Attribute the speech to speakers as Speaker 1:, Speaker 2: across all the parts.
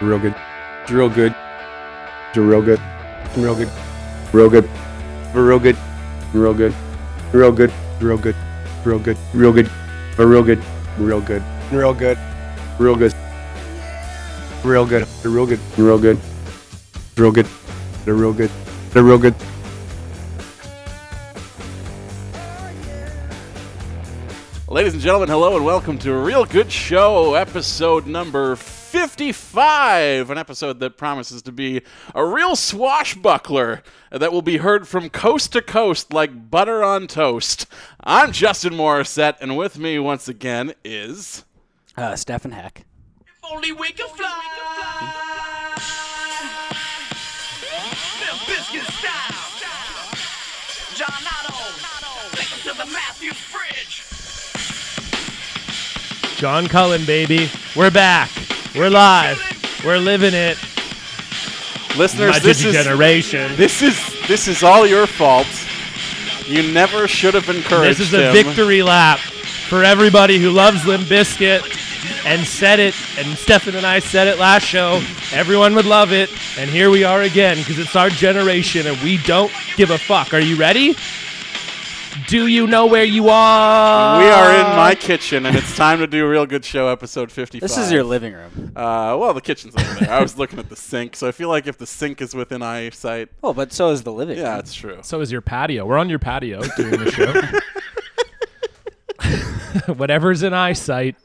Speaker 1: Real good. It's real good.
Speaker 2: It's real good.
Speaker 1: It's real good.
Speaker 2: Real good.
Speaker 1: Real good.
Speaker 2: Real good. Real good.
Speaker 1: Real good. Real good.
Speaker 2: Real good. Real good.
Speaker 1: Real good. Real good.
Speaker 2: Real good.
Speaker 1: Real good. Real good.
Speaker 2: Real good.
Speaker 1: Real good. Real good. Real good.
Speaker 3: Ladies and gentlemen, hello and welcome to a real good show, episode number 55, an episode that promises to be a real swashbuckler that will be heard from coast to coast like butter on toast. I'm Justin Morissette, and with me once again is.
Speaker 4: Uh, Stefan Heck.
Speaker 5: If only we could fly. Limp Bizkit style. John Otto. Take 'em to the Matthews Bridge.
Speaker 6: John Cullen, baby. We're back. We're live. We're living it.
Speaker 3: Listeners,
Speaker 6: My
Speaker 3: this is,
Speaker 6: generation.
Speaker 3: this, is, this is all your fault. You never should have encouraged
Speaker 6: This is a
Speaker 3: him.
Speaker 6: victory lap for everybody who loves Limb Biscuit and said it, and Stefan and I said it last show. Everyone would love it, and here we are again because it's our generation and we don't give a fuck. Are you ready? Do you know where you are?
Speaker 3: We are in my kitchen, and it's time to do Real Good Show episode 55.
Speaker 4: This is your living room.
Speaker 3: Uh, well, the kitchen's over there. I was looking at the sink, so I feel like if the sink is within eyesight,
Speaker 4: Oh, but so is the living
Speaker 3: yeah,
Speaker 4: room.
Speaker 3: it's true.
Speaker 6: So is your patio. We're on your patio doing the show. Whatever's in eyesight,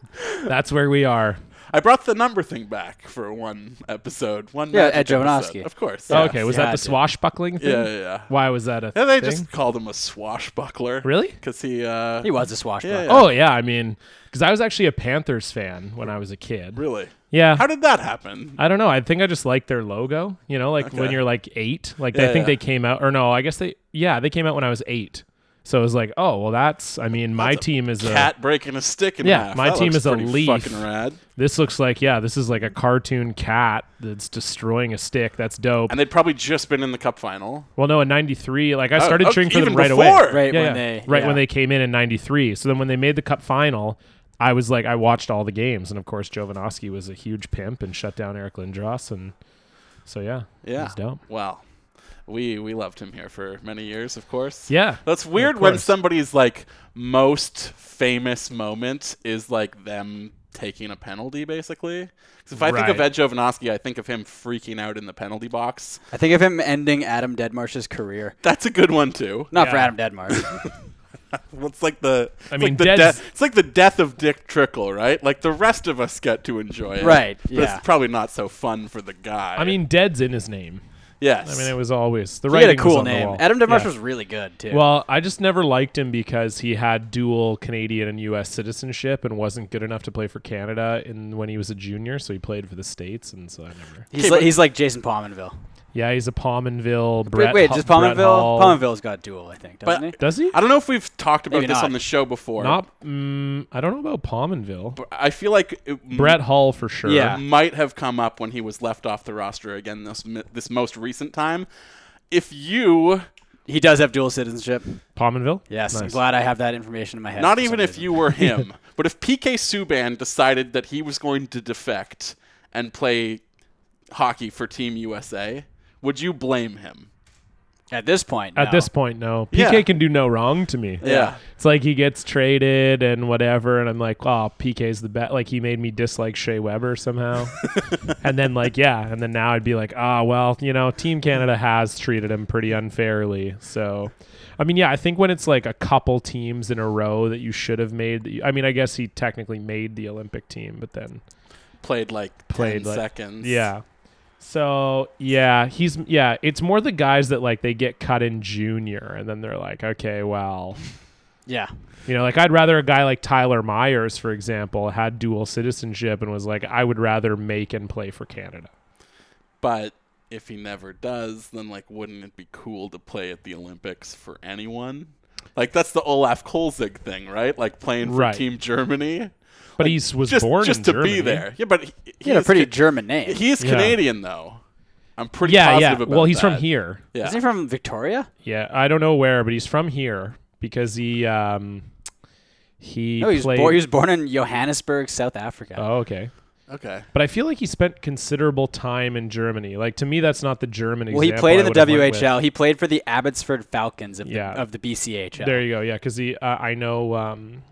Speaker 6: that's where we are.
Speaker 3: I brought the number thing back for one episode. One
Speaker 4: Yeah,
Speaker 3: magic
Speaker 4: Ed
Speaker 3: episode.
Speaker 4: Jovanovski.
Speaker 3: Of course.
Speaker 6: Oh,
Speaker 3: yeah.
Speaker 6: okay, was
Speaker 4: yeah,
Speaker 6: that
Speaker 4: I
Speaker 6: the
Speaker 4: did.
Speaker 6: swashbuckling thing?
Speaker 3: Yeah, yeah, yeah.
Speaker 6: Why was that a
Speaker 3: And they
Speaker 6: thing?
Speaker 3: just called him a swashbuckler.
Speaker 6: Really?
Speaker 3: Because he, uh,
Speaker 4: He was a swashbuckler.
Speaker 3: Yeah, yeah.
Speaker 6: Oh yeah, I mean, because I was actually a Panthers fan when I was a kid.
Speaker 3: really?
Speaker 6: Yeah.
Speaker 3: How did that happen?
Speaker 6: I don't know. I think I just like their logo. You know, like
Speaker 3: Okay.
Speaker 6: when you're like eight. Like
Speaker 3: Yeah,
Speaker 6: I think
Speaker 3: yeah.
Speaker 6: they came out, or no, I guess they. Yeah, they came out when I was eight. So it was like, oh well, that's. I mean, my
Speaker 3: That's a
Speaker 6: team is
Speaker 3: Cat breaking a stick in
Speaker 6: Yeah,
Speaker 3: half.
Speaker 6: my
Speaker 3: That
Speaker 6: team
Speaker 3: looks
Speaker 6: is a
Speaker 3: pretty
Speaker 6: leaf.
Speaker 3: Fucking rad.
Speaker 6: a. This looks like yeah, this is like a cartoon cat that's destroying a stick. That's dope.
Speaker 3: And they'd probably just been in the cup final.
Speaker 6: Well, no, in '93, like I started
Speaker 3: oh,
Speaker 6: cheering for
Speaker 3: even
Speaker 6: them right away.
Speaker 3: before.
Speaker 4: Right
Speaker 6: Yeah,
Speaker 4: when
Speaker 6: yeah.
Speaker 4: they.
Speaker 6: right
Speaker 4: yeah.
Speaker 6: when they came in in '93. So then when they made the Cup final, I was like, I watched all the games, and of course, Jovanovski was a huge pimp and shut down Eric Lindros, and so yeah,
Speaker 3: Yeah.
Speaker 6: it was dope.
Speaker 3: Well, we we loved him here for many years, of course.
Speaker 6: Yeah,
Speaker 3: That's
Speaker 6: of
Speaker 3: weird when
Speaker 6: course.
Speaker 3: somebody's like most famous moment is like them taking a penalty, basically. 'Cause if I think of
Speaker 6: Right.
Speaker 3: Ed Jovanovski, I think of him freaking out in the penalty box.
Speaker 4: I think of him ending Adam Deadmarsh's career.
Speaker 3: That's a good one too.
Speaker 4: Not for
Speaker 6: Yeah.
Speaker 4: Adam Deadmarsh.
Speaker 3: It's like the
Speaker 6: I
Speaker 3: it's
Speaker 6: mean,
Speaker 3: like the
Speaker 6: Dead's-
Speaker 3: death. It's like the death of Dick Trickle, right? Like the rest of us get to enjoy it,
Speaker 4: Right,
Speaker 3: But
Speaker 4: yeah.
Speaker 3: it's probably not so fun for the guy.
Speaker 6: I mean, dead's in his name.
Speaker 3: yes.
Speaker 6: I mean, it was always the
Speaker 4: he had a
Speaker 6: writing was
Speaker 4: cool
Speaker 6: on the
Speaker 4: name.
Speaker 6: wall.
Speaker 4: Adam Deadmarsh
Speaker 6: Yeah.
Speaker 4: was really good, too.
Speaker 6: Well, I just never liked him because he had dual Canadian and U.S. citizenship and wasn't good enough to play for Canada in, when he was a junior. So he played for the States, and so I never.
Speaker 4: he's, like, he's like Jason Palmanville.
Speaker 6: Yeah, he's a Palmanville.
Speaker 4: Wait,
Speaker 6: Brett
Speaker 4: wait
Speaker 6: Hu-
Speaker 4: just
Speaker 6: Brett
Speaker 4: Palmanville?
Speaker 6: Hall.
Speaker 4: Palmanville's got dual, I think, doesn't
Speaker 3: But-
Speaker 4: he?
Speaker 6: Does he?
Speaker 3: I don't know if we've talked about
Speaker 4: Maybe
Speaker 3: this
Speaker 4: not.
Speaker 3: on the show before.
Speaker 6: Not. Mm, I don't know about Palmanville.
Speaker 3: but I feel like it,
Speaker 6: Brett Hall for sure.
Speaker 4: Yeah.
Speaker 3: might have come up when he was left off the roster again this mi- this most recent time. If you
Speaker 4: He does have dual citizenship.
Speaker 6: Palmanville.
Speaker 4: Yes, I'm
Speaker 6: Nice.
Speaker 4: glad I have that information in my head.
Speaker 3: not
Speaker 4: for
Speaker 3: even
Speaker 4: some
Speaker 3: if
Speaker 4: reason.
Speaker 3: you were him, but if PK Subban decided that he was going to defect and play hockey for Team USA, would you blame him?
Speaker 4: At this point.
Speaker 6: At
Speaker 4: no.
Speaker 6: this point, no. PK
Speaker 3: Yeah.
Speaker 6: can do no wrong to me.
Speaker 3: Yeah.
Speaker 6: It's like he gets traded and whatever, and I'm like, oh, PK's the best. Like he made me dislike Shea Weber somehow, and then like yeah, and then now I'd be like, ah, well, you know, Team Canada has treated him pretty unfairly. So, I mean, yeah, I think when it's like a couple teams in a row that you should have made, that you, I mean, I guess he technically made the Olympic team, but then
Speaker 3: Played like 10
Speaker 6: Played like-
Speaker 3: seconds.
Speaker 6: yeah. So yeah, he's yeah. It's more the guys that like they get cut in junior, and then they're like, okay, well,
Speaker 4: Yeah.
Speaker 6: you know, like I'd rather a guy like Tyler Myers, for example, had dual citizenship and was like, I would rather make and play for Canada.
Speaker 3: But if he never does, then like wouldn't it be cool to play at the Olympics for anyone? Like that's the Olaf Kolzig thing, right? Like playing for
Speaker 6: Right.
Speaker 3: Team Germany.
Speaker 6: But he's was
Speaker 3: just,
Speaker 6: born
Speaker 3: just
Speaker 6: in
Speaker 3: to be
Speaker 6: Germany.
Speaker 3: there. Yeah, but he,
Speaker 4: He had a
Speaker 3: is
Speaker 4: pretty
Speaker 3: Ca-
Speaker 4: German name.
Speaker 3: He is
Speaker 6: Yeah.
Speaker 3: Canadian though. I'm pretty
Speaker 6: Yeah,
Speaker 3: positive
Speaker 6: yeah.
Speaker 3: about
Speaker 6: Well, he's from
Speaker 3: that.
Speaker 6: here.
Speaker 3: Yeah.
Speaker 4: Is he from Victoria?
Speaker 6: Yeah, I don't know where, but he's from here because he um he
Speaker 4: No, he was,
Speaker 6: played.
Speaker 4: Oh, born, he was born in Johannesburg, South Africa.
Speaker 6: oh, okay.
Speaker 3: Okay.
Speaker 6: But I feel like he spent considerable time in Germany. Like to me, that's not the German.
Speaker 4: Well, he
Speaker 6: example I
Speaker 4: played in the
Speaker 6: would've went with.
Speaker 4: WHL. He played for the Abbotsford Falcons of the,
Speaker 6: Yeah.
Speaker 4: of the BCHL.
Speaker 6: There you go. Yeah, because he, uh, I know um,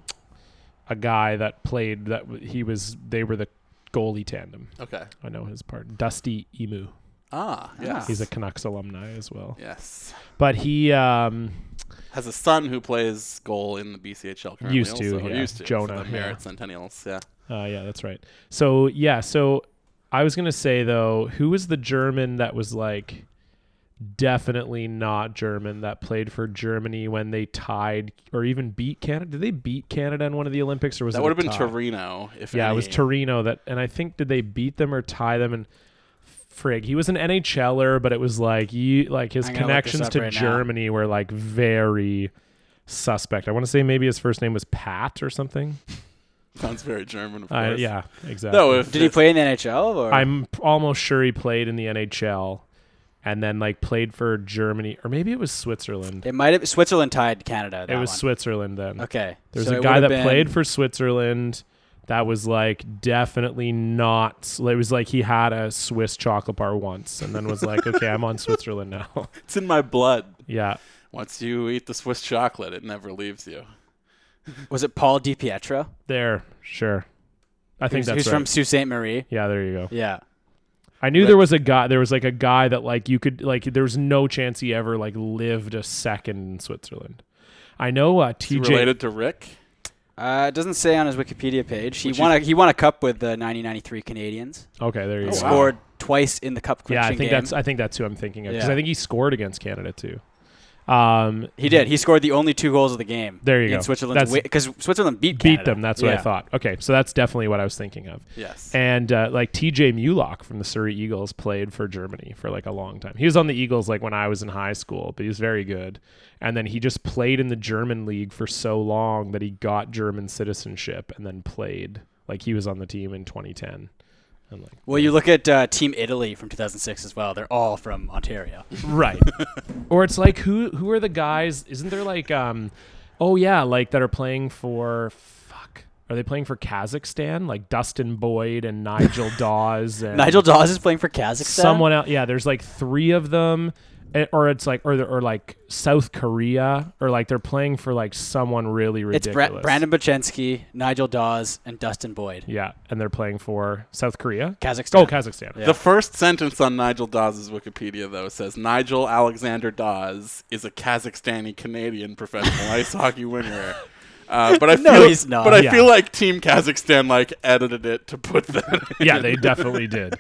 Speaker 6: a guy that played that w- he was. They were the goalie tandem.
Speaker 3: Okay.
Speaker 6: I know his part, Dusty Emu.
Speaker 3: Ah, yes.
Speaker 6: He's a Canucks alumni as well.
Speaker 3: yes.
Speaker 6: But he um,
Speaker 3: Has a son who plays goal in the BCHL currently.
Speaker 6: Used to,
Speaker 3: also, or
Speaker 6: yeah.
Speaker 3: Used to. for
Speaker 6: Jonah,
Speaker 3: the
Speaker 6: yeah.
Speaker 3: Merritt Centennials. Yeah.
Speaker 6: Uh, yeah, that's right. So yeah, so I was gonna say though, who was the German that was like definitely not German that played for Germany when they tied or even beat Canada? Did they beat Canada in one of the Olympics or was
Speaker 3: That
Speaker 6: it
Speaker 3: would
Speaker 6: a
Speaker 3: have been
Speaker 6: tie?
Speaker 3: Torino. If
Speaker 6: Yeah, it was
Speaker 3: any.
Speaker 6: Torino that, and I think did they beat them or tie them? And frig, he was an NHLer, but it was like you like his
Speaker 4: I'm gonna look this
Speaker 6: connections
Speaker 4: up
Speaker 6: to
Speaker 4: right now.
Speaker 6: Germany were like very suspect. I want to say maybe his first name was Pat or something.
Speaker 3: Sounds very German, of
Speaker 6: Uh,
Speaker 3: course.
Speaker 6: yeah, exactly.
Speaker 3: No, if
Speaker 4: Did he play in the NHL? Or?
Speaker 6: I'm p- almost sure he played in the NHL and then like played for Germany or maybe it was Switzerland.
Speaker 4: it might have Switzerland tied Canada.
Speaker 6: It
Speaker 4: that
Speaker 6: was
Speaker 4: one.
Speaker 6: Switzerland then.
Speaker 4: Okay.
Speaker 6: There's
Speaker 4: so
Speaker 6: a
Speaker 4: it
Speaker 6: guy
Speaker 4: would've
Speaker 6: that
Speaker 4: been-
Speaker 6: played for Switzerland that was like definitely not it was like he had a Swiss chocolate bar once and then was like, Okay, I'm on Switzerland now.
Speaker 3: it's in my blood.
Speaker 6: yeah.
Speaker 3: Once you eat the Swiss chocolate, it never leaves you.
Speaker 4: Was it Paul DiPietro?
Speaker 6: There, sure. I think
Speaker 4: Who's,
Speaker 6: that's
Speaker 4: who's
Speaker 6: right.
Speaker 4: from Sault Ste. Marie.
Speaker 6: yeah, there you go.
Speaker 4: Yeah.
Speaker 6: I knew there was a guy. There was like a guy that like you could like. There was no chance he ever like lived a second in Switzerland. I know uh, TJ.
Speaker 3: Related to Rick?
Speaker 4: Uh, it doesn't say on his Wikipedia page. He won a he won a cup with the 1993 Canadians.
Speaker 6: Okay, there you go.
Speaker 4: Scored twice in the cup
Speaker 6: Oh, Yeah, I
Speaker 4: clinching
Speaker 6: think
Speaker 4: game.
Speaker 6: that's I think that's who I'm thinking of because
Speaker 4: Yeah.
Speaker 6: I think he scored against Canada too. Um,
Speaker 4: he did. He scored the only two goals of the game.
Speaker 6: There you
Speaker 4: in
Speaker 6: go.
Speaker 4: Switzerland's
Speaker 6: That's-
Speaker 4: because Switzerland beat
Speaker 6: beat
Speaker 4: Canada.
Speaker 6: them. That's what I
Speaker 4: Yeah.
Speaker 6: thought. Okay, so that's definitely what I was thinking of.
Speaker 3: Yes.
Speaker 6: And uh, like TJ Mulock from the Surrey Eagles played for Germany for like a long time. He was on the Eagles like when I was in high school, but he was very good. And then he just played in the German league for so long that he got German citizenship and then played. Like he was on the team in 2010. And like
Speaker 4: Well, you look at uh, Team Italy from 2006 as well. They're all from Ontario.
Speaker 6: right. or it's like who who are the guys? Isn't there like um oh yeah like that are playing for fuck are they playing for Kazakhstan like Dustin Boyd and Nigel Dawes and
Speaker 4: Nigel Dawes is playing for Kazakhstan.
Speaker 6: someone else. Yeah, there's like three of them, eh, or it's like or they're- or like South Korea, or like they're playing for like someone really
Speaker 4: It's
Speaker 6: ridiculous.
Speaker 4: Bra- Brandon Bachensky, Nigel Dawes, and Dustin Boyd.
Speaker 6: Yeah, and they're playing for South Korea,
Speaker 4: Kazakhstan.
Speaker 6: Oh, Kazakhstan.
Speaker 4: Yeah.
Speaker 3: The first sentence on Nigel Dawes' Wikipedia, though, says Nigel Alexander Dawes is a Kazakhstani Canadian professional ice hockey winger. Uh, but I
Speaker 4: No,
Speaker 3: feel,
Speaker 4: he's not.
Speaker 3: But I
Speaker 6: Yeah.
Speaker 3: feel like Team Kazakhstan like edited it to put that. in.
Speaker 6: yeah, they definitely did.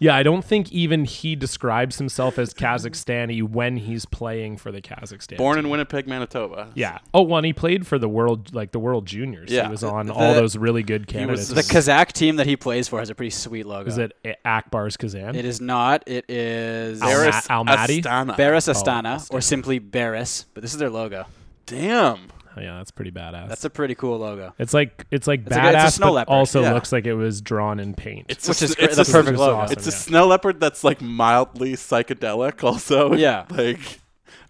Speaker 6: Yeah, I don't think even he describes himself as Kazakhstani when he's playing for the Kazakhstan.
Speaker 3: Born
Speaker 6: team.
Speaker 3: in Winnipeg, Manitoba.
Speaker 6: Yeah. Oh, one he played for the world, like the World Juniors.
Speaker 3: Yeah.
Speaker 6: He was on
Speaker 4: The-
Speaker 6: all those really good
Speaker 3: was
Speaker 6: candidates.
Speaker 4: The Kazakh team that he plays for has a pretty sweet logo.
Speaker 6: is it Akbar's Kazan?
Speaker 4: It is not. It is
Speaker 6: Alma-
Speaker 3: Barris
Speaker 6: Almaty?
Speaker 3: Astana.
Speaker 4: Barris
Speaker 6: Oh,
Speaker 4: Astana,
Speaker 6: Astana.
Speaker 4: or simply Barris. But this is their logo.
Speaker 3: Damn.
Speaker 6: Oh, yeah, that's pretty badass.
Speaker 4: That's a pretty cool logo.
Speaker 6: It's like it's like
Speaker 4: It's like a-
Speaker 6: badass,
Speaker 4: it's a snow
Speaker 6: but
Speaker 4: leopard,
Speaker 6: also
Speaker 3: yeah.
Speaker 6: looks like it was drawn in paint.
Speaker 3: It's
Speaker 4: Which
Speaker 3: a,
Speaker 4: is
Speaker 3: s-
Speaker 4: great-
Speaker 3: it's
Speaker 4: the
Speaker 3: a s-
Speaker 4: perfect
Speaker 6: It's
Speaker 4: logo.
Speaker 6: awesome,
Speaker 3: It's a
Speaker 6: yeah.
Speaker 3: snow leopard that's like mildly psychedelic, also.
Speaker 4: Yeah.
Speaker 3: Like,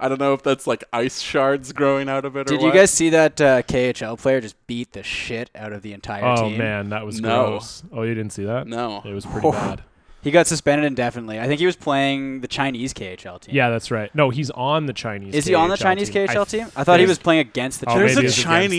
Speaker 3: I don't know if that's like ice shards growing out of it.
Speaker 4: Did
Speaker 3: or
Speaker 4: you
Speaker 3: what.
Speaker 4: guys see that uh, KHL player just beat the shit out of the entire
Speaker 6: oh
Speaker 4: team?
Speaker 6: man, that was
Speaker 3: No.
Speaker 6: gross. Oh, you didn't see that?
Speaker 3: No.
Speaker 6: it was pretty bad.
Speaker 4: He got suspended indefinitely. I think he was playing the Chinese KHL team.
Speaker 6: Yeah, that's right. No, he's on the Chinese.
Speaker 4: Is he on the
Speaker 6: KHL
Speaker 4: Chinese
Speaker 6: team.
Speaker 4: KHL team? I thought he
Speaker 6: think-
Speaker 4: was playing against the
Speaker 6: Oh,
Speaker 4: Chinese.
Speaker 3: There's
Speaker 6: maybe
Speaker 3: a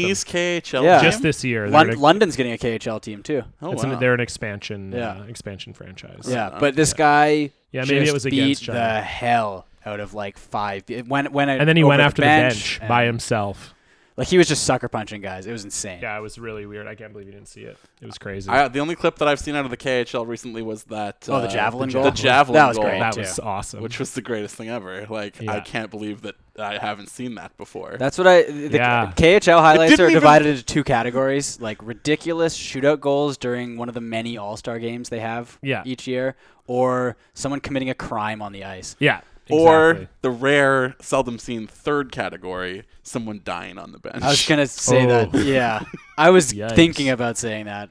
Speaker 6: it's against
Speaker 3: Chinese KHL
Speaker 4: Yeah.
Speaker 3: team?
Speaker 6: Just this year,
Speaker 4: Lon-
Speaker 6: they're,
Speaker 4: London's getting a KHL team too.
Speaker 3: Oh,
Speaker 6: it's an-
Speaker 3: wow.
Speaker 6: they're an expansion
Speaker 4: Yeah.
Speaker 6: uh, expansion franchise.
Speaker 4: Yeah, but this guy
Speaker 6: Yeah, maybe it
Speaker 4: just
Speaker 6: was
Speaker 4: beat
Speaker 6: against China.
Speaker 4: the hell out of like five. It went, went
Speaker 6: and then he
Speaker 4: over
Speaker 6: went after the bench,
Speaker 4: and-
Speaker 6: by himself.
Speaker 4: Like he was just sucker punching guys. It was insane.
Speaker 6: Yeah, it was really weird. I can't believe you didn't see it. It was crazy.
Speaker 3: I, the only clip that I've seen out of the KHL recently was that.
Speaker 4: Oh, the
Speaker 3: uh,
Speaker 4: javelin
Speaker 3: the
Speaker 4: goal?
Speaker 3: The javelin
Speaker 4: That was
Speaker 3: goal,
Speaker 4: great.
Speaker 6: that
Speaker 4: too.
Speaker 6: was awesome.
Speaker 3: which was the greatest thing ever. Like, I
Speaker 6: Yeah.
Speaker 3: can't believe that I haven't seen that before.
Speaker 4: That's what I. The
Speaker 6: Yeah.
Speaker 4: KHL
Speaker 3: It
Speaker 4: highlights
Speaker 3: didn't
Speaker 4: are
Speaker 3: even-
Speaker 4: divided into two categories: like ridiculous shootout goals during one of the many All Star games they have
Speaker 6: Yeah.
Speaker 4: each year, or someone committing a crime on the ice.
Speaker 6: yeah,
Speaker 3: or
Speaker 6: exactly.
Speaker 3: the rare, seldom seen third category, someone dying on the bench.
Speaker 4: I was gonna say that.
Speaker 6: Oh.
Speaker 4: Yeah, I was
Speaker 6: Yikes.
Speaker 4: thinking about saying that.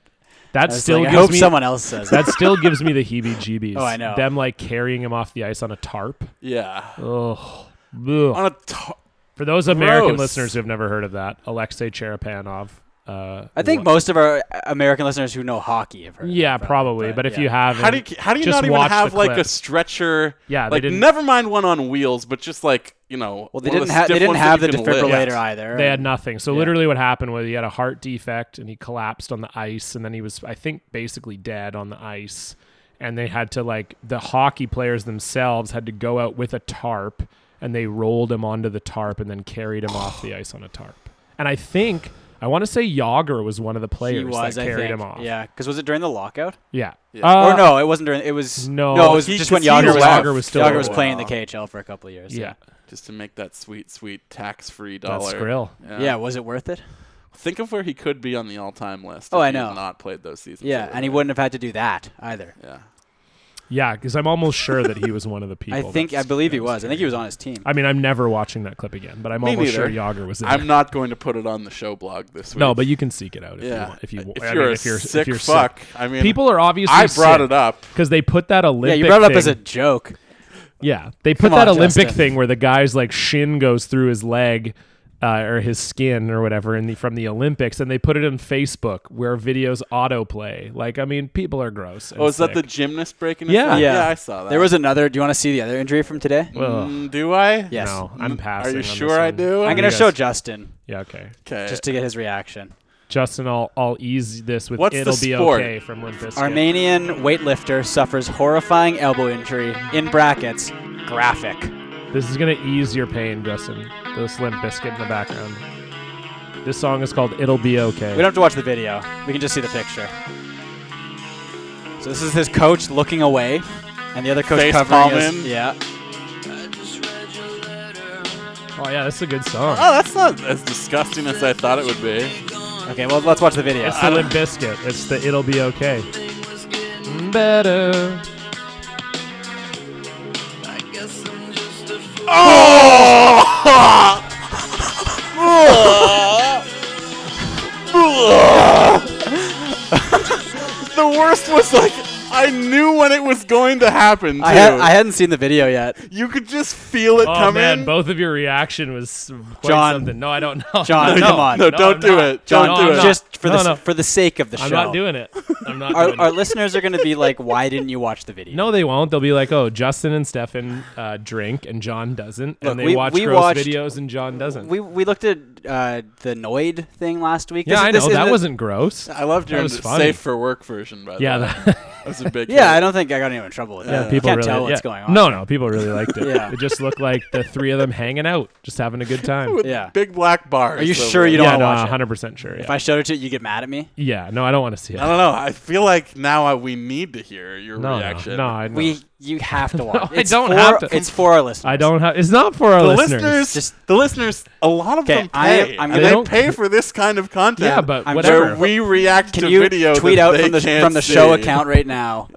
Speaker 6: that
Speaker 4: I was
Speaker 6: still
Speaker 4: like, I
Speaker 6: gives
Speaker 4: hope
Speaker 6: me
Speaker 4: someone else says that.
Speaker 6: that still gives me the heebie-jeebies.
Speaker 4: Oh, I know.
Speaker 6: them like carrying him off the ice on a tarp.
Speaker 3: yeah.
Speaker 6: Oh.
Speaker 3: On a t-
Speaker 6: For those American
Speaker 3: Gross.
Speaker 6: listeners who have never heard of that, Alexei Cherepanov Uh,
Speaker 4: I think
Speaker 6: what-
Speaker 4: most of our uh, American listeners who know hockey have heard. of
Speaker 6: yeah,
Speaker 4: it,
Speaker 6: probably. But, if
Speaker 4: yeah.
Speaker 6: you haven't,
Speaker 3: How do you, how do you
Speaker 6: just
Speaker 3: not even
Speaker 6: watch the
Speaker 3: have like a
Speaker 6: clip.
Speaker 3: stretcher?
Speaker 6: Yeah, they
Speaker 3: like
Speaker 6: didn't-
Speaker 3: never mind one on wheels, but just like you know.
Speaker 4: Well, they
Speaker 3: one of
Speaker 4: didn't
Speaker 3: the
Speaker 4: have they
Speaker 3: stiff
Speaker 4: didn't
Speaker 3: ones that
Speaker 4: have the
Speaker 3: you can lift.
Speaker 4: defibrillator either.
Speaker 6: They had
Speaker 4: and-
Speaker 6: nothing. So literally, what happened was he had a heart defect and he collapsed on the ice, and then he was, I think, basically dead on the ice. And they had to like the hockey players themselves had to go out with a tarp, and they rolled him onto the tarp and then carried him off the ice on a tarp. And I think I want to say Yager was one of the
Speaker 4: He
Speaker 6: players
Speaker 4: was,
Speaker 6: that
Speaker 4: I
Speaker 6: carried
Speaker 4: think.
Speaker 6: him off.
Speaker 4: Yeah, because was it during the lockout?
Speaker 6: yeah.
Speaker 4: or
Speaker 6: Uh,
Speaker 4: no, it wasn't during. It was
Speaker 6: no,
Speaker 4: No, it was
Speaker 3: he-
Speaker 4: just when
Speaker 3: 'cause he
Speaker 4: Yager
Speaker 3: was
Speaker 4: was,
Speaker 3: out.
Speaker 4: Yager was,
Speaker 6: Yager was
Speaker 4: playing the KHL for a couple of years.
Speaker 6: Yeah,
Speaker 3: just to make that sweet, sweet tax-free dollar.
Speaker 6: that's grill.
Speaker 4: yeah. was it worth it?
Speaker 3: Think of where he could be on the all-time list.
Speaker 4: Oh,
Speaker 3: if
Speaker 4: I
Speaker 3: he had
Speaker 4: know.
Speaker 3: not played those seasons.
Speaker 4: Yeah,
Speaker 3: that
Speaker 4: and
Speaker 3: we
Speaker 4: he wouldn't have had to do that either.
Speaker 3: had. Yeah.
Speaker 6: Yeah, because I'm almost sure that he was one of the people.
Speaker 4: I think I
Speaker 6: that's-
Speaker 4: believe he
Speaker 6: that
Speaker 4: was. I think
Speaker 6: carried.
Speaker 4: he was on his team.
Speaker 6: I mean, I'm never watching that clip again, but I'm
Speaker 3: Me
Speaker 6: almost
Speaker 3: neither.
Speaker 6: sure Yager was. In
Speaker 3: I'm
Speaker 6: it.
Speaker 3: not going to put it on the show blog this week.
Speaker 6: No, but you can seek it out if
Speaker 3: yeah,
Speaker 6: you want. If you,
Speaker 3: if
Speaker 6: I
Speaker 3: you're
Speaker 6: mean,
Speaker 3: a
Speaker 6: if you're,
Speaker 3: sick
Speaker 6: if you're
Speaker 3: fuck, I mean,
Speaker 6: people are obviously.
Speaker 3: I brought it up.
Speaker 6: because they put that Olympic.
Speaker 4: yeah, you brought it up as a
Speaker 6: thing-
Speaker 4: joke.
Speaker 6: Yeah, they put
Speaker 4: Come
Speaker 6: that
Speaker 4: on,
Speaker 6: Olympic
Speaker 4: Justin.
Speaker 6: thing where the guy's like shin goes through his leg. Uh, or his skin or whatever in the from the Olympics, and they put it on Facebook where videos autoplay. Like, I mean, people are gross. and
Speaker 3: Oh, is that the
Speaker 6: sick.
Speaker 3: gymnast breaking?
Speaker 6: Yeah.
Speaker 3: his leg?
Speaker 4: Yeah.
Speaker 3: yeah, I saw that.
Speaker 4: There was another. Do you want to see the other injury from today?
Speaker 6: Ugh,
Speaker 3: Mm, do I?
Speaker 4: Yes.
Speaker 6: No, I'm
Speaker 3: Are
Speaker 6: passing. on
Speaker 3: you
Speaker 6: this
Speaker 3: sure I
Speaker 6: one.
Speaker 3: do?
Speaker 4: I'm
Speaker 6: you
Speaker 4: gonna
Speaker 6: guys-
Speaker 4: show Justin
Speaker 6: Yeah, okay.
Speaker 3: Okay.
Speaker 4: just to get his reaction.
Speaker 6: Justin, I'll I'll ease this with
Speaker 3: What's the
Speaker 6: it'll be
Speaker 3: sport?
Speaker 6: okay from Limp Bizkit.
Speaker 4: Armenian weightlifter suffers horrifying elbow injury. In brackets, graphic.
Speaker 6: This is gonna ease your pain, Justin. Those Limp Biscuit in the background. This song is called "It'll Be Okay."
Speaker 4: We don't have to watch the video. We can just see the picture. So this is his coach looking away, and the other coach
Speaker 3: Face
Speaker 4: covering
Speaker 3: palm
Speaker 4: his-
Speaker 3: in.
Speaker 4: Yeah.
Speaker 6: oh yeah, that's a good song.
Speaker 3: Oh, that's not as disgusting as I thought it would be.
Speaker 4: Okay, well, let's watch the video.
Speaker 6: it's the Limp Biscuit. It's the "It'll Be Okay." Better.
Speaker 3: Oh! the worst was like I knew when it was going to happen. Too.
Speaker 4: I, had, I hadn't seen the video yet.
Speaker 3: you could just feel it
Speaker 6: Oh
Speaker 3: coming.
Speaker 6: man, both of your reaction was quite
Speaker 4: John.
Speaker 6: something. No, I don't know.
Speaker 4: John,
Speaker 6: no,
Speaker 4: come on.
Speaker 3: no, don't
Speaker 6: I'm
Speaker 3: do
Speaker 6: not.
Speaker 3: it.
Speaker 4: John,
Speaker 3: Don't do it.
Speaker 4: just for
Speaker 6: No,
Speaker 4: the
Speaker 6: no.
Speaker 4: for the sake of the
Speaker 6: I'm
Speaker 4: show.
Speaker 6: not doing it. I'm not
Speaker 4: Our,
Speaker 6: doing
Speaker 4: our
Speaker 6: it.
Speaker 4: listeners are going to be like, why didn't you watch the video?
Speaker 6: No, they won't. They'll be like, "Oh, Justin and Stefan uh, drink, and John doesn't,
Speaker 4: Look,
Speaker 6: and they
Speaker 4: we-
Speaker 6: watch
Speaker 4: we
Speaker 6: gross
Speaker 4: watched-
Speaker 6: videos, and John doesn't."
Speaker 4: We, we looked at uh, the Noid thing last week.
Speaker 6: yeah,
Speaker 4: This-
Speaker 6: I
Speaker 4: this
Speaker 6: know that
Speaker 4: isn't-
Speaker 6: wasn't gross.
Speaker 3: I loved your
Speaker 6: That was funny.
Speaker 3: safe for work version, by the
Speaker 6: Yeah,
Speaker 3: way.
Speaker 6: that,
Speaker 3: that was a big.
Speaker 4: Yeah, I
Speaker 3: hit.
Speaker 4: don't think I got anyone in trouble with that.
Speaker 6: Yeah, people
Speaker 4: Can't
Speaker 6: really,
Speaker 4: tell what's
Speaker 6: yeah.
Speaker 4: going on.
Speaker 6: No, no, people really liked it.
Speaker 4: Yeah.
Speaker 6: It just looked like the three of them hanging out, just having a good time.
Speaker 3: With
Speaker 4: yeah.
Speaker 3: Big black bars.
Speaker 4: Are you
Speaker 3: over
Speaker 4: sure you
Speaker 3: it.
Speaker 4: don't
Speaker 6: yeah,
Speaker 4: wanna
Speaker 6: no,
Speaker 4: watch it?
Speaker 6: 100% sure. Yeah.
Speaker 4: If I showed it to you, you get mad at me.
Speaker 6: yeah, no, I don't want to see it.
Speaker 3: I don't know. I feel like now I, we need to hear your
Speaker 6: No,
Speaker 3: reaction.
Speaker 6: no, no, I, no.
Speaker 4: We you have to watch.
Speaker 6: I
Speaker 4: it's
Speaker 6: don't
Speaker 4: for,
Speaker 6: have to.
Speaker 4: It's for our listeners.
Speaker 6: I don't have. It's not for our
Speaker 3: the
Speaker 6: listeners.
Speaker 3: listeners,
Speaker 4: Just-
Speaker 3: the listeners, a lot of
Speaker 4: 'Kay,
Speaker 3: them
Speaker 4: I-
Speaker 3: pay,
Speaker 4: I'm
Speaker 3: and
Speaker 6: gonna-
Speaker 3: they
Speaker 6: They
Speaker 3: pay for this kind of content.
Speaker 6: yeah, but
Speaker 4: I'm
Speaker 6: whatever.
Speaker 3: where we react
Speaker 4: Can
Speaker 3: to
Speaker 4: you
Speaker 3: video
Speaker 4: tweet
Speaker 3: that
Speaker 4: out
Speaker 3: they
Speaker 4: from the
Speaker 3: can't
Speaker 4: from the show
Speaker 3: see.
Speaker 4: account right now?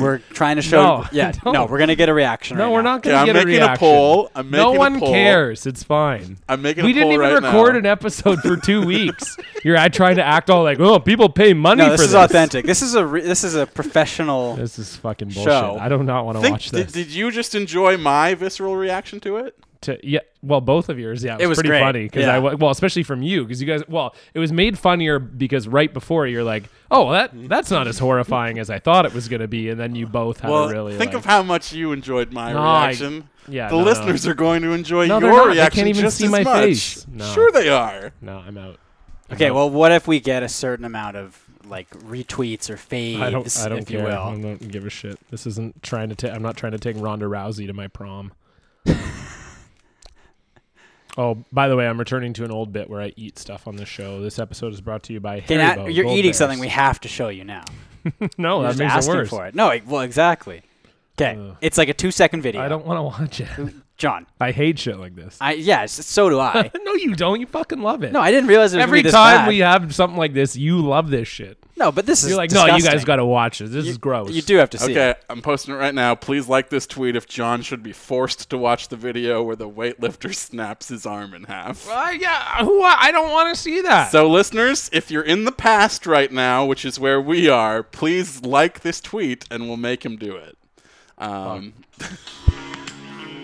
Speaker 4: We're trying to show.
Speaker 6: No, I
Speaker 4: yeah, no,
Speaker 6: don't.
Speaker 4: we're gonna get a reaction.
Speaker 6: no,
Speaker 4: right
Speaker 6: we're
Speaker 4: now.
Speaker 6: not
Speaker 3: Okay,
Speaker 6: going to
Speaker 3: I'm
Speaker 6: get
Speaker 3: making
Speaker 6: a reaction.
Speaker 3: poll. I'm
Speaker 6: no
Speaker 3: making a
Speaker 6: one
Speaker 3: poll.
Speaker 6: cares. It's fine.
Speaker 3: I'm making a
Speaker 6: we didn't
Speaker 3: poll
Speaker 6: even
Speaker 3: right
Speaker 6: record
Speaker 3: now.
Speaker 6: an episode for two weeks. You're I trying to act all like, oh, people pay money
Speaker 4: No,
Speaker 6: for
Speaker 4: this
Speaker 6: this.
Speaker 4: is authentic. This is a re- this is a professional.
Speaker 6: This is fucking bullshit.
Speaker 4: Show.
Speaker 6: I do not want to
Speaker 3: Think-
Speaker 6: watch
Speaker 3: did,
Speaker 6: this.
Speaker 3: did you just enjoy my visceral reaction to it?
Speaker 6: to yeah well both of yours yeah it was,
Speaker 4: was
Speaker 6: pretty
Speaker 4: great.
Speaker 6: funny because
Speaker 4: Yeah.
Speaker 6: i wa- well especially from you because you guys well it was made funnier because right before you're like oh well, that that's not as horrifying as i thought it was going to be and then you both had
Speaker 3: Well,
Speaker 6: a really
Speaker 3: think
Speaker 6: like,
Speaker 3: of how much you enjoyed my
Speaker 6: No, I-
Speaker 3: reaction.
Speaker 6: yeah,
Speaker 3: the
Speaker 6: no, no.
Speaker 3: listeners are going to enjoy
Speaker 6: No, they're not.
Speaker 3: your
Speaker 6: They
Speaker 3: reaction
Speaker 6: can't even
Speaker 3: just
Speaker 6: see
Speaker 3: as
Speaker 6: my
Speaker 3: much.
Speaker 6: face. No.
Speaker 3: Sure, they are.
Speaker 6: no i'm out
Speaker 4: Okay, well, what if we get a certain amount of like retweets or faves,
Speaker 6: i don't i don't
Speaker 4: if
Speaker 6: care
Speaker 4: you
Speaker 6: i
Speaker 4: will?
Speaker 6: don't give a shit this isn't trying to take i'm not trying to take ronda rousey to my prom Oh, by the way, I'm returning to an old bit where I eat stuff on this show. This episode is brought to you by
Speaker 4: Okay, now
Speaker 6: Haribo
Speaker 4: you're
Speaker 6: Gold
Speaker 4: eating
Speaker 6: Bears.
Speaker 4: something we have to show you now.
Speaker 6: no,
Speaker 4: You're
Speaker 6: that
Speaker 4: just
Speaker 6: makes it
Speaker 4: asking
Speaker 6: worse. Uh.
Speaker 4: for it. No, like, well, exactly. Okay,
Speaker 6: Ugh.
Speaker 4: it's like a two-second video.
Speaker 6: I don't want to watch it.
Speaker 4: John.
Speaker 6: I hate shit like this.
Speaker 4: I yes, so do I.
Speaker 6: no, you don't. You fucking love it.
Speaker 4: no, I didn't realize it was gonna
Speaker 6: every
Speaker 4: be this
Speaker 6: time
Speaker 4: bad.
Speaker 6: we have something like this, you love this shit.
Speaker 4: No, but this is
Speaker 6: You're like, no, you
Speaker 4: disgusting.
Speaker 6: guys got to watch this. This is gross.
Speaker 4: You do have to see.
Speaker 3: Okay,
Speaker 4: it.
Speaker 3: I'm posting it right now. Please like this tweet if John should be forced to watch the video where the weightlifter snaps his arm in half.
Speaker 6: Uh, yeah, who? I don't want to see that.
Speaker 3: So, listeners, if you're in the past right now, which is where we are, please like this tweet and we'll make him do it. Um,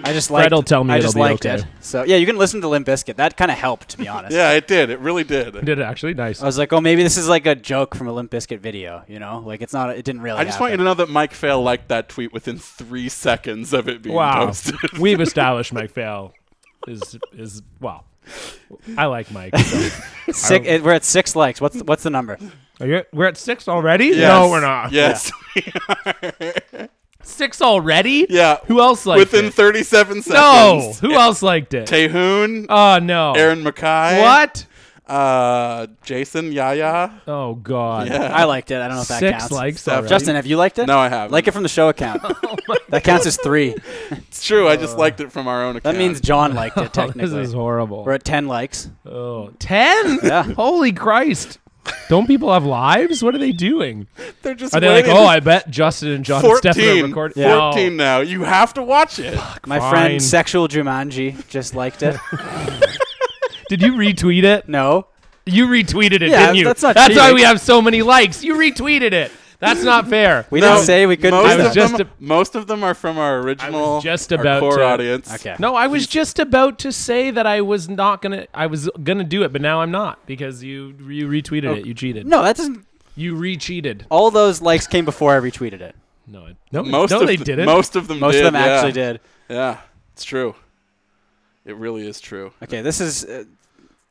Speaker 4: I just
Speaker 6: Fred'll
Speaker 4: liked.
Speaker 6: tell me
Speaker 4: I
Speaker 6: it'll
Speaker 4: just
Speaker 6: be
Speaker 4: liked
Speaker 6: okay.
Speaker 4: it. So yeah, you can listen to Limp Bizkit. That kind of helped, to be honest.
Speaker 3: Yeah, it did. It really did.
Speaker 6: Did it actually nice.
Speaker 4: I was like, oh, maybe this is like a joke from a Limp Bizkit video. You know, like it's not. It didn't really.
Speaker 3: I just want you to know that Mike Fail liked that tweet within three seconds of it being
Speaker 6: Wow.
Speaker 3: posted.
Speaker 6: We've established Mike Fail is is well. I like Mike. so.
Speaker 4: know. Six, it, we're at six likes. What's the, what's the number?
Speaker 6: Are you- we're at six already? No,
Speaker 3: Yes. Yes.
Speaker 6: we're not.
Speaker 3: we are.
Speaker 6: Six already?
Speaker 3: yeah.
Speaker 6: Who else liked
Speaker 3: Within
Speaker 6: it?
Speaker 3: 37 seconds. Eh,
Speaker 6: no. Who else liked it?
Speaker 3: Taehoon,
Speaker 6: oh no.
Speaker 3: Aaron Mackay.
Speaker 6: What?
Speaker 3: Uh, Jason Yaya.
Speaker 6: Oh god.
Speaker 3: Yeah.
Speaker 4: I liked it. I don't know if that
Speaker 6: Six
Speaker 4: counts.
Speaker 6: likes
Speaker 3: Seven.
Speaker 6: already. Oh
Speaker 4: Justin, have you liked it?
Speaker 3: No, I haven't.
Speaker 4: Like it from the show account. that counts as three.
Speaker 3: It's true. I just liked it from our own
Speaker 4: That
Speaker 3: account.
Speaker 4: means John liked it
Speaker 6: Oh, this
Speaker 4: technically.
Speaker 6: is horrible.
Speaker 4: we're at ten likes.
Speaker 6: Oh, 10?
Speaker 4: Yeah.
Speaker 6: Holy Christ. Don't people have lives? What are they doing?
Speaker 3: they're just
Speaker 6: Are they like,
Speaker 3: waiting.
Speaker 6: oh, I bet Justin and John and Stefan are
Speaker 3: 14.
Speaker 6: recording?
Speaker 3: 14 now. You have to watch it.
Speaker 4: My
Speaker 6: Fine.
Speaker 4: friend Sexual Jumanji just liked it.
Speaker 6: Did you retweet it?
Speaker 4: no.
Speaker 6: You retweeted it,
Speaker 4: Yeah,
Speaker 6: didn't you?
Speaker 4: that's not
Speaker 6: why
Speaker 4: cheating.
Speaker 6: we have so many likes. You retweeted it. That's not fair.
Speaker 4: We
Speaker 3: No,
Speaker 4: didn't say we couldn't
Speaker 3: Most,
Speaker 4: do
Speaker 6: I was
Speaker 3: of
Speaker 4: that.
Speaker 6: just
Speaker 3: them,
Speaker 6: a-
Speaker 3: most of them are from our original
Speaker 6: just
Speaker 3: our
Speaker 6: about
Speaker 3: core
Speaker 6: to-
Speaker 3: audience.
Speaker 4: Okay.
Speaker 6: no, I was just about to say that I was not gonna. I was gonna do it, but now I'm not because you you retweeted it. You cheated.
Speaker 4: No, that doesn't.
Speaker 6: you re-cheated.
Speaker 4: All those likes came before I retweeted it.
Speaker 6: No, I- no,
Speaker 3: Most
Speaker 6: no,
Speaker 3: of
Speaker 6: they
Speaker 3: th-
Speaker 6: didn't.
Speaker 3: Most of them
Speaker 4: Most
Speaker 3: did.
Speaker 4: of them
Speaker 3: yeah.
Speaker 4: actually did.
Speaker 3: Yeah, it's true. It really is true.
Speaker 4: Okay, this is uh,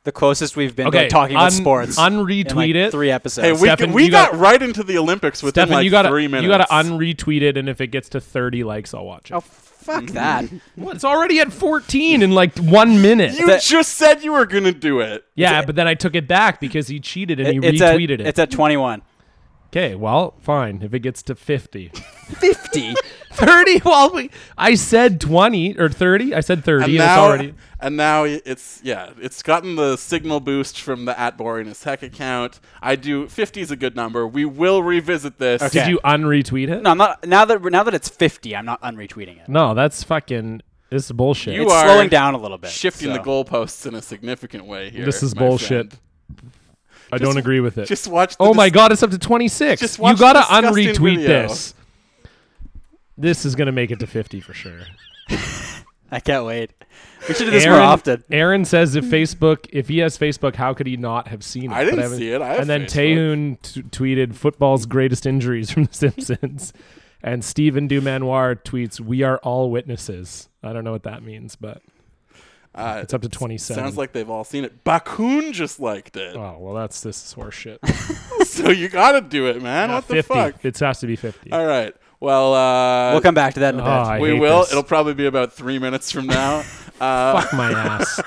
Speaker 4: the closest we've been
Speaker 6: okay,
Speaker 4: to talking about
Speaker 6: un-
Speaker 4: sports.
Speaker 6: Unretweet
Speaker 4: in like
Speaker 6: it.
Speaker 4: three
Speaker 3: Hey,
Speaker 4: episodes.
Speaker 3: we,
Speaker 6: Stefan,
Speaker 3: we
Speaker 6: you
Speaker 3: got,
Speaker 6: got-
Speaker 3: right into the Olympics within
Speaker 6: Stefan,
Speaker 3: like
Speaker 6: you gotta
Speaker 3: three minutes.
Speaker 6: you gotta unretweet it, and if it gets to thirty likes, I'll watch it.
Speaker 4: oh, fuck
Speaker 3: Mm-hmm.
Speaker 4: that.
Speaker 6: What? It's already at fourteen in like one minute.
Speaker 3: you
Speaker 4: that-
Speaker 3: just said you were gonna do it.
Speaker 6: yeah, but then I took it back because he cheated and
Speaker 4: It-
Speaker 6: he
Speaker 4: it's
Speaker 6: retweeted
Speaker 4: at,
Speaker 6: it.
Speaker 4: It's at 21.
Speaker 6: okay, well, fine. If it gets to fifty.
Speaker 4: 50?
Speaker 6: 30 well we i said 20 or 30 i said 30 and,
Speaker 3: And
Speaker 6: it's
Speaker 3: now,
Speaker 6: already
Speaker 3: and now it's yeah, it's gotten the signal boost from the at boring as heck account. I do fifty is a good number. We will revisit this.
Speaker 4: Okay.
Speaker 6: did you unretweet it
Speaker 4: no, I'm not. Now that now that it's 50, I'm not unretweeting it.
Speaker 6: no that's fucking this is bullshit
Speaker 3: You
Speaker 4: it's
Speaker 3: are
Speaker 4: slowing down a little bit.
Speaker 3: Shifting
Speaker 4: so.
Speaker 3: the goalposts in a significant way here.
Speaker 6: this is
Speaker 3: my
Speaker 6: bullshit
Speaker 3: friend.
Speaker 6: i don't agree with it
Speaker 3: Just watch. The
Speaker 6: oh my
Speaker 3: dis-
Speaker 6: god it's up to 26
Speaker 3: just
Speaker 6: you
Speaker 3: watch the
Speaker 6: gotta
Speaker 3: disgusting
Speaker 6: unretweet
Speaker 3: video.
Speaker 6: this this is gonna make it to 50 for sure
Speaker 4: I can't wait. We should do this more
Speaker 6: Aaron-
Speaker 4: often.
Speaker 6: Aaron says if Facebook, if he has Facebook, how could he not have seen it?
Speaker 3: I didn't
Speaker 6: But haven't-
Speaker 3: see it. I have
Speaker 6: and then
Speaker 3: Facebook.
Speaker 6: Taehoon t- tweeted football's greatest injuries from The Simpsons, and Stephen Dumanoir tweets, "We are all witnesses." I don't know what that means, but
Speaker 3: Uh,
Speaker 6: it's up to twenty-seven.
Speaker 3: Sounds like they've all seen it. Bakun just liked it.
Speaker 6: oh well, that's this is horseshit.
Speaker 3: So you gotta do it, man.
Speaker 6: Not
Speaker 3: what the
Speaker 6: 50.
Speaker 3: fuck?
Speaker 6: It has to be fifty.
Speaker 3: All right. Well, uh,
Speaker 4: We'll come back to that in a
Speaker 6: Oh,
Speaker 4: bit.
Speaker 6: I
Speaker 3: we
Speaker 6: hate
Speaker 3: will.
Speaker 6: this.
Speaker 3: It'll probably be about three minutes from now. uh,
Speaker 6: fuck my ass.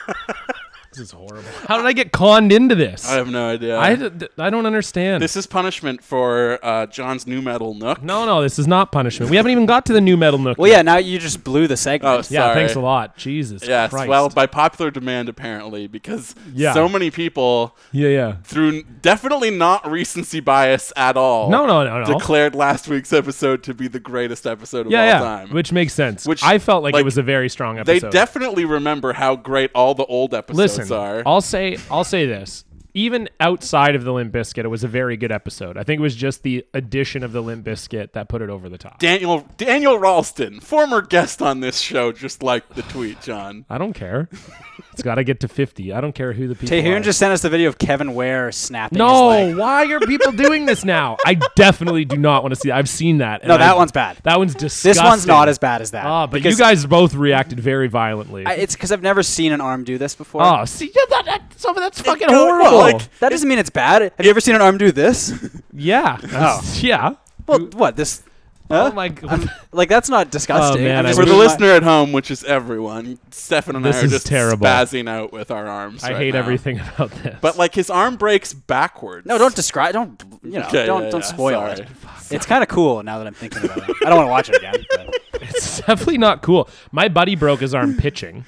Speaker 6: this is horrible. How did I get conned into this?
Speaker 3: I have no idea.
Speaker 6: I, d- I don't understand.
Speaker 3: this is punishment for uh, John's new metal nook.
Speaker 6: no, no, this is not punishment. We haven't even got to the new metal nook.
Speaker 4: well, yeah. Now you just blew the
Speaker 3: Oh,
Speaker 4: segment.
Speaker 3: sorry.
Speaker 6: Yeah, thanks a lot. Jesus
Speaker 3: Yes.
Speaker 6: Christ.
Speaker 3: Well, by popular demand, apparently, because
Speaker 6: Yeah.
Speaker 3: so many people,
Speaker 6: yeah, yeah.
Speaker 3: through definitely not recency bias at all,
Speaker 6: No, no, no, no.
Speaker 3: declared last week's episode to be the greatest episode of all
Speaker 6: yeah, yeah,
Speaker 3: time.
Speaker 6: which makes sense.
Speaker 3: Which,
Speaker 6: Which I felt like,
Speaker 3: like,
Speaker 6: it was a very strong
Speaker 3: they
Speaker 6: episode.
Speaker 3: definitely remember how great all the old episodes
Speaker 6: listen.
Speaker 3: are.
Speaker 6: I'll say, I'll say this. Even outside of the Limp Biscuit, it was a very good episode. I think it was just the addition of the Limp Biscuit that put it over the top.
Speaker 3: Daniel Daniel Ralston, former guest on this show, just liked the tweet, John.
Speaker 6: I don't care. it's got to get to fifty. I don't care who the people. are.
Speaker 4: Taehoon just sent us the video of Kevin Ware snapping. his
Speaker 6: no.
Speaker 4: leg.
Speaker 6: Why are people doing this now? I definitely do not want to see. That. I've seen that. and
Speaker 4: No, that
Speaker 6: I-
Speaker 4: one's bad.
Speaker 6: That one's disgusting.
Speaker 4: This one's not as bad as that.
Speaker 6: Ah, but you
Speaker 4: because
Speaker 6: guys both reacted very violently.
Speaker 4: I, it's because I've never seen an arm do this before.
Speaker 6: Oh, see, yeah, that, that, some of that's fucking
Speaker 3: go-
Speaker 6: horrible.
Speaker 3: like-
Speaker 4: that doesn't mean it's bad. Have you ever seen an arm do this?
Speaker 6: yeah. that's- Yeah.
Speaker 4: well, what this? Huh?
Speaker 6: Oh my god.
Speaker 4: oh. I'm- like that's not disgusting.
Speaker 6: Oh, man,
Speaker 4: I'm
Speaker 6: I
Speaker 4: just
Speaker 3: For the
Speaker 4: moving my-
Speaker 3: listener at home, which is everyone, Stefan and
Speaker 6: This
Speaker 3: I are
Speaker 6: is
Speaker 3: just
Speaker 6: terrible.
Speaker 3: spazzing out with our arms.
Speaker 6: I
Speaker 3: right
Speaker 6: hate
Speaker 3: now.
Speaker 6: everything about this.
Speaker 3: But like his arm breaks backwards.
Speaker 4: No, don't describe. Don't you know?
Speaker 3: Okay,
Speaker 4: don't
Speaker 3: yeah,
Speaker 4: don't
Speaker 3: yeah,
Speaker 4: spoil
Speaker 3: sorry.
Speaker 4: it. It's kind of cool now that I'm thinking about it. I don't want to watch it again. but-
Speaker 6: it's definitely not cool. My buddy broke his arm pitching.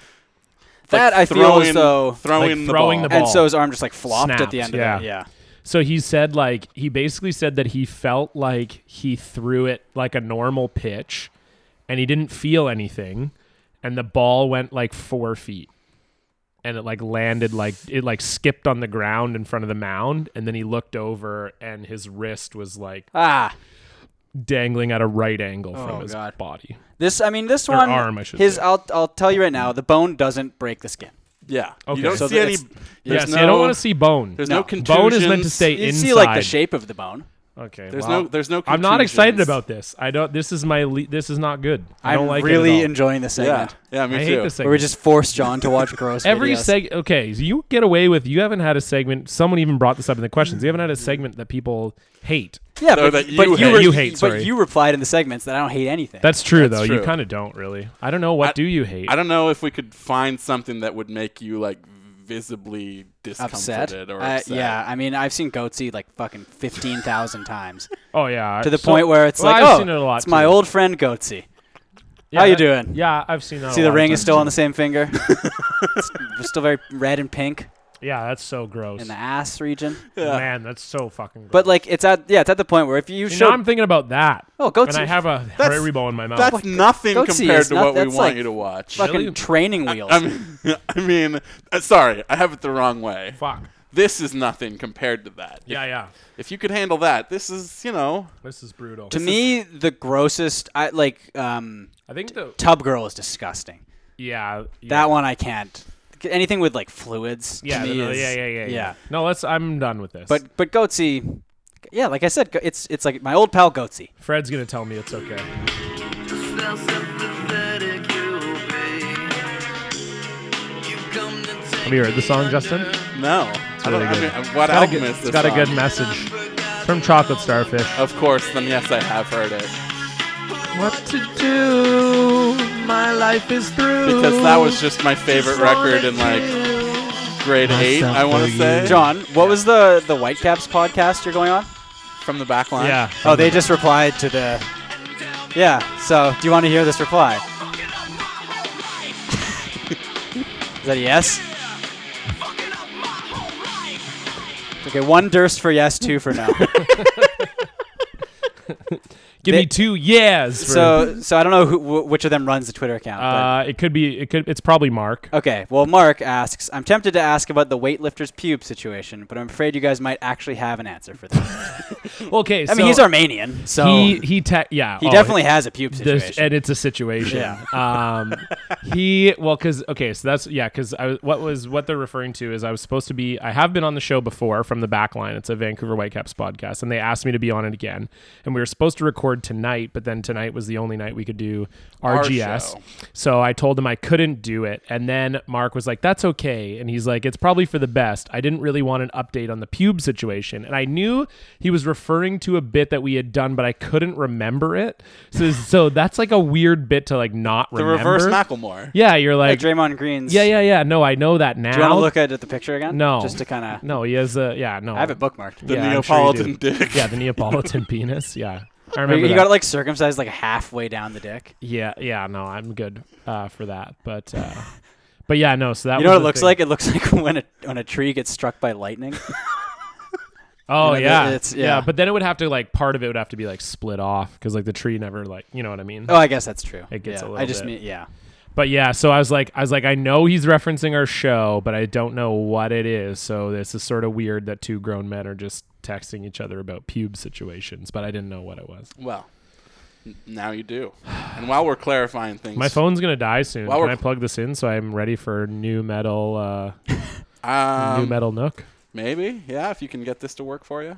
Speaker 4: that I feel
Speaker 3: throwing,
Speaker 4: as though,
Speaker 3: throwing,
Speaker 6: like
Speaker 3: the,
Speaker 6: throwing
Speaker 3: ball.
Speaker 6: the ball.
Speaker 4: and so his arm just like flopped at the end
Speaker 6: Snapped,
Speaker 4: of
Speaker 6: yeah.
Speaker 4: it. Yeah.
Speaker 6: So he said like he basically said that he felt like he threw it like a normal pitch and he didn't feel anything and the ball went like 4 feet and it like landed like it like skipped on the ground in front of the mound and then he looked over and his wrist was like
Speaker 4: Ah,
Speaker 6: dangling at a right angle from
Speaker 4: Oh,
Speaker 6: his
Speaker 4: God.
Speaker 6: body.
Speaker 4: This, I mean, this
Speaker 6: Or
Speaker 4: one,
Speaker 6: arm, I should
Speaker 4: his,
Speaker 6: say.
Speaker 4: I'll, I'll tell you right now, the bone doesn't break the skin.
Speaker 3: Yeah.
Speaker 6: Okay.
Speaker 3: You don't
Speaker 4: So
Speaker 3: see any.
Speaker 4: it's-
Speaker 6: Yeah,
Speaker 3: There's
Speaker 6: see, I don't
Speaker 3: no-
Speaker 6: want to see bone.
Speaker 3: There's
Speaker 4: No.
Speaker 3: no, contusions.
Speaker 6: Bone is meant to stay
Speaker 4: You
Speaker 6: inside.
Speaker 4: see, like the shape of the bone.
Speaker 6: Okay.
Speaker 3: There's
Speaker 6: well,
Speaker 3: no. There's no.
Speaker 6: I'm not excited
Speaker 3: contusions.
Speaker 6: about this. I don't. This is my. Le- this is not good. I
Speaker 4: I'm
Speaker 6: don't like
Speaker 4: really
Speaker 6: it. At all.
Speaker 4: enjoying the
Speaker 3: Yeah.
Speaker 4: segment.
Speaker 3: Yeah. Me
Speaker 6: I
Speaker 3: too.
Speaker 6: hate this
Speaker 4: Where we
Speaker 6: segment.
Speaker 4: just forced John to watch gross
Speaker 6: Every
Speaker 4: videos.
Speaker 6: seg. Okay, so you get away with. You haven't had a segment. Someone even brought this up in the questions. You haven't had a segment that people hate.
Speaker 4: yeah,
Speaker 3: No,
Speaker 4: but,
Speaker 3: that you
Speaker 4: but
Speaker 3: hate.
Speaker 4: were-
Speaker 6: You hate,
Speaker 4: But
Speaker 6: sorry.
Speaker 4: you replied in the segments that I don't hate anything.
Speaker 6: That's true, though. You
Speaker 3: true.
Speaker 6: kind of don't really. I don't know. What
Speaker 3: I-
Speaker 6: do you hate?
Speaker 3: I don't know if we could find something that would make you like visibly discomforted
Speaker 4: upset.
Speaker 3: or
Speaker 4: Uh,
Speaker 3: upset.
Speaker 4: yeah, I mean, I've seen Goatsy like fucking fifteen thousand times
Speaker 6: oh yeah.
Speaker 4: to the
Speaker 6: So-
Speaker 4: point where it's
Speaker 6: well,
Speaker 4: like,
Speaker 6: I've
Speaker 4: oh,
Speaker 6: seen it a lot,
Speaker 4: it's my
Speaker 6: too.
Speaker 4: old friend Goatsy.
Speaker 6: Yeah,
Speaker 4: How you
Speaker 6: that-
Speaker 4: doing?
Speaker 6: Yeah, I've seen that.
Speaker 4: See,
Speaker 6: a
Speaker 4: the
Speaker 6: lot of
Speaker 4: ring is
Speaker 6: times,
Speaker 4: still on
Speaker 6: too.
Speaker 4: the same finger. it's still very red and pink
Speaker 6: Yeah, that's so gross.
Speaker 4: in the ass region.
Speaker 6: Man, that's so fucking. Gross.
Speaker 4: But like, it's at yeah, it's at the point where if you
Speaker 6: You
Speaker 4: show
Speaker 6: know, I'm thinking about that.
Speaker 4: Oh, Goatsy.
Speaker 6: And I have a
Speaker 3: That's-
Speaker 6: Haribo in my mouth.
Speaker 3: That's
Speaker 4: What?
Speaker 3: nothing
Speaker 4: Goatsy
Speaker 3: compared
Speaker 4: is
Speaker 3: to
Speaker 4: not-
Speaker 3: what we
Speaker 4: that's
Speaker 3: want
Speaker 4: like
Speaker 3: you to watch.
Speaker 4: fucking
Speaker 6: Oh. Really?
Speaker 4: training wheels.
Speaker 3: I mean, I mean, uh, sorry, I have it the wrong way.
Speaker 6: Fuck.
Speaker 3: This is nothing compared to that.
Speaker 6: Yeah, yeah.
Speaker 3: If you could handle that, this is, you know,
Speaker 6: This is brutal.
Speaker 4: to me, the grossest, I like um,
Speaker 6: I think the
Speaker 4: Tub Girl is disgusting.
Speaker 6: yeah, yeah.
Speaker 4: That one I can't. Anything with like fluids. to
Speaker 6: yeah,
Speaker 4: me
Speaker 6: no,
Speaker 4: is-
Speaker 6: yeah, yeah, yeah, yeah, No, let's. I'm done with this.
Speaker 4: But but Goatsy, yeah, like I said, Go- it's it's like my old pal Goatsy.
Speaker 6: Fred's gonna tell me it's okay.
Speaker 5: How sympathetic you
Speaker 6: Have you heard the song, Justin?
Speaker 3: no. I don't,
Speaker 6: really good.
Speaker 3: I mean, what
Speaker 6: Got a
Speaker 3: album
Speaker 6: good,
Speaker 3: is
Speaker 6: it's
Speaker 3: this?
Speaker 6: got a good
Speaker 3: on?
Speaker 6: message. It's from Chocolate Starfish.
Speaker 3: Of course, then yes, I have heard it
Speaker 6: What to do? My life is through.
Speaker 3: because that was just my favorite record in like grade eight. I want to say
Speaker 4: John, what was the the Whitecaps podcast you're going on?
Speaker 3: from the back line.
Speaker 6: yeah.
Speaker 4: Oh, they just replied to the. Yeah. So, do you want to hear this reply? Is that a yes? Okay, one Durst for yes, two for no.
Speaker 6: give
Speaker 4: they-
Speaker 6: me two yeahs. For,
Speaker 4: so, so I don't know who, wh- which of them runs the Twitter account. but-
Speaker 6: uh, it could be. It could. It's probably Mark.
Speaker 4: Okay, well, Mark asks I'm tempted to ask about the weightlifter's pube situation, but I'm afraid you guys might actually have an answer for that.
Speaker 6: Okay.
Speaker 4: I mean, he's Armenian, so
Speaker 6: he
Speaker 4: he,
Speaker 6: he te- yeah oh,
Speaker 4: definitely has a pube
Speaker 6: There's-
Speaker 4: situation.
Speaker 6: and it's a situation. Um, he well, because okay, so that's yeah, because I was- what was what they're referring to is I was supposed to be. I have been on the show before from the Backline. It's a Vancouver Whitecaps podcast, and they asked me to be on it again. And we were supposed to record tonight, but then tonight was the only night we could do RGS.
Speaker 3: show.
Speaker 6: So I told him I couldn't do it, and then Mark was like, "That's okay," and he's like, "It's probably for the best." I didn't really want an update on the pube situation, and I knew he was referring to a bit that we had done, but I couldn't remember it. So, so that's like a weird bit to like not
Speaker 3: the
Speaker 6: remember.
Speaker 3: reverse Macklemore.
Speaker 6: Yeah, you're
Speaker 4: Like
Speaker 6: like,
Speaker 4: Draymond Green's.
Speaker 6: yeah, yeah, yeah. No, I know that now.
Speaker 4: Do you want to look at the picture again?
Speaker 6: No,
Speaker 4: Just to kind of.
Speaker 6: No, he has a yeah. No,
Speaker 4: I have it bookmarked.
Speaker 3: The
Speaker 6: Yeah, I'm sure you do.
Speaker 3: Neapolitan dick.
Speaker 6: Yeah, the Neapolitan penis. Yeah, I remember.
Speaker 4: You
Speaker 6: that.
Speaker 4: got it like circumcised like halfway down the dick.
Speaker 6: yeah, yeah. No, I'm good uh, for that, but. Uh, But yeah, no. So that
Speaker 4: You know
Speaker 6: was
Speaker 4: what it
Speaker 6: the
Speaker 4: looks
Speaker 6: thing.
Speaker 4: like? It looks like when a when a tree gets struck by lightning.
Speaker 6: Oh
Speaker 4: You know,
Speaker 6: yeah.
Speaker 4: the- it's-
Speaker 6: yeah,
Speaker 4: yeah.
Speaker 6: But then it would have to like part of it would have to be like split off because like the tree never like you know what I mean.
Speaker 4: oh, I guess that's true.
Speaker 6: It gets
Speaker 4: yeah, I
Speaker 6: a little
Speaker 4: just
Speaker 6: bit-
Speaker 4: mean yeah.
Speaker 6: But yeah, so I was like, I was like, I know he's referencing our show, but I don't know what it is. So this is sort of weird that two grown men are just texting each other about pube situations, but I didn't know what it was.
Speaker 3: Well, n- now you do. And while we're clarifying things,
Speaker 6: My phone's gonna die soon.
Speaker 3: While
Speaker 6: Can
Speaker 3: we're-
Speaker 6: I plug this in so I'm ready for new metal, uh, new
Speaker 3: um,
Speaker 6: metal nook?
Speaker 3: maybe, yeah, if you can get this to work for you.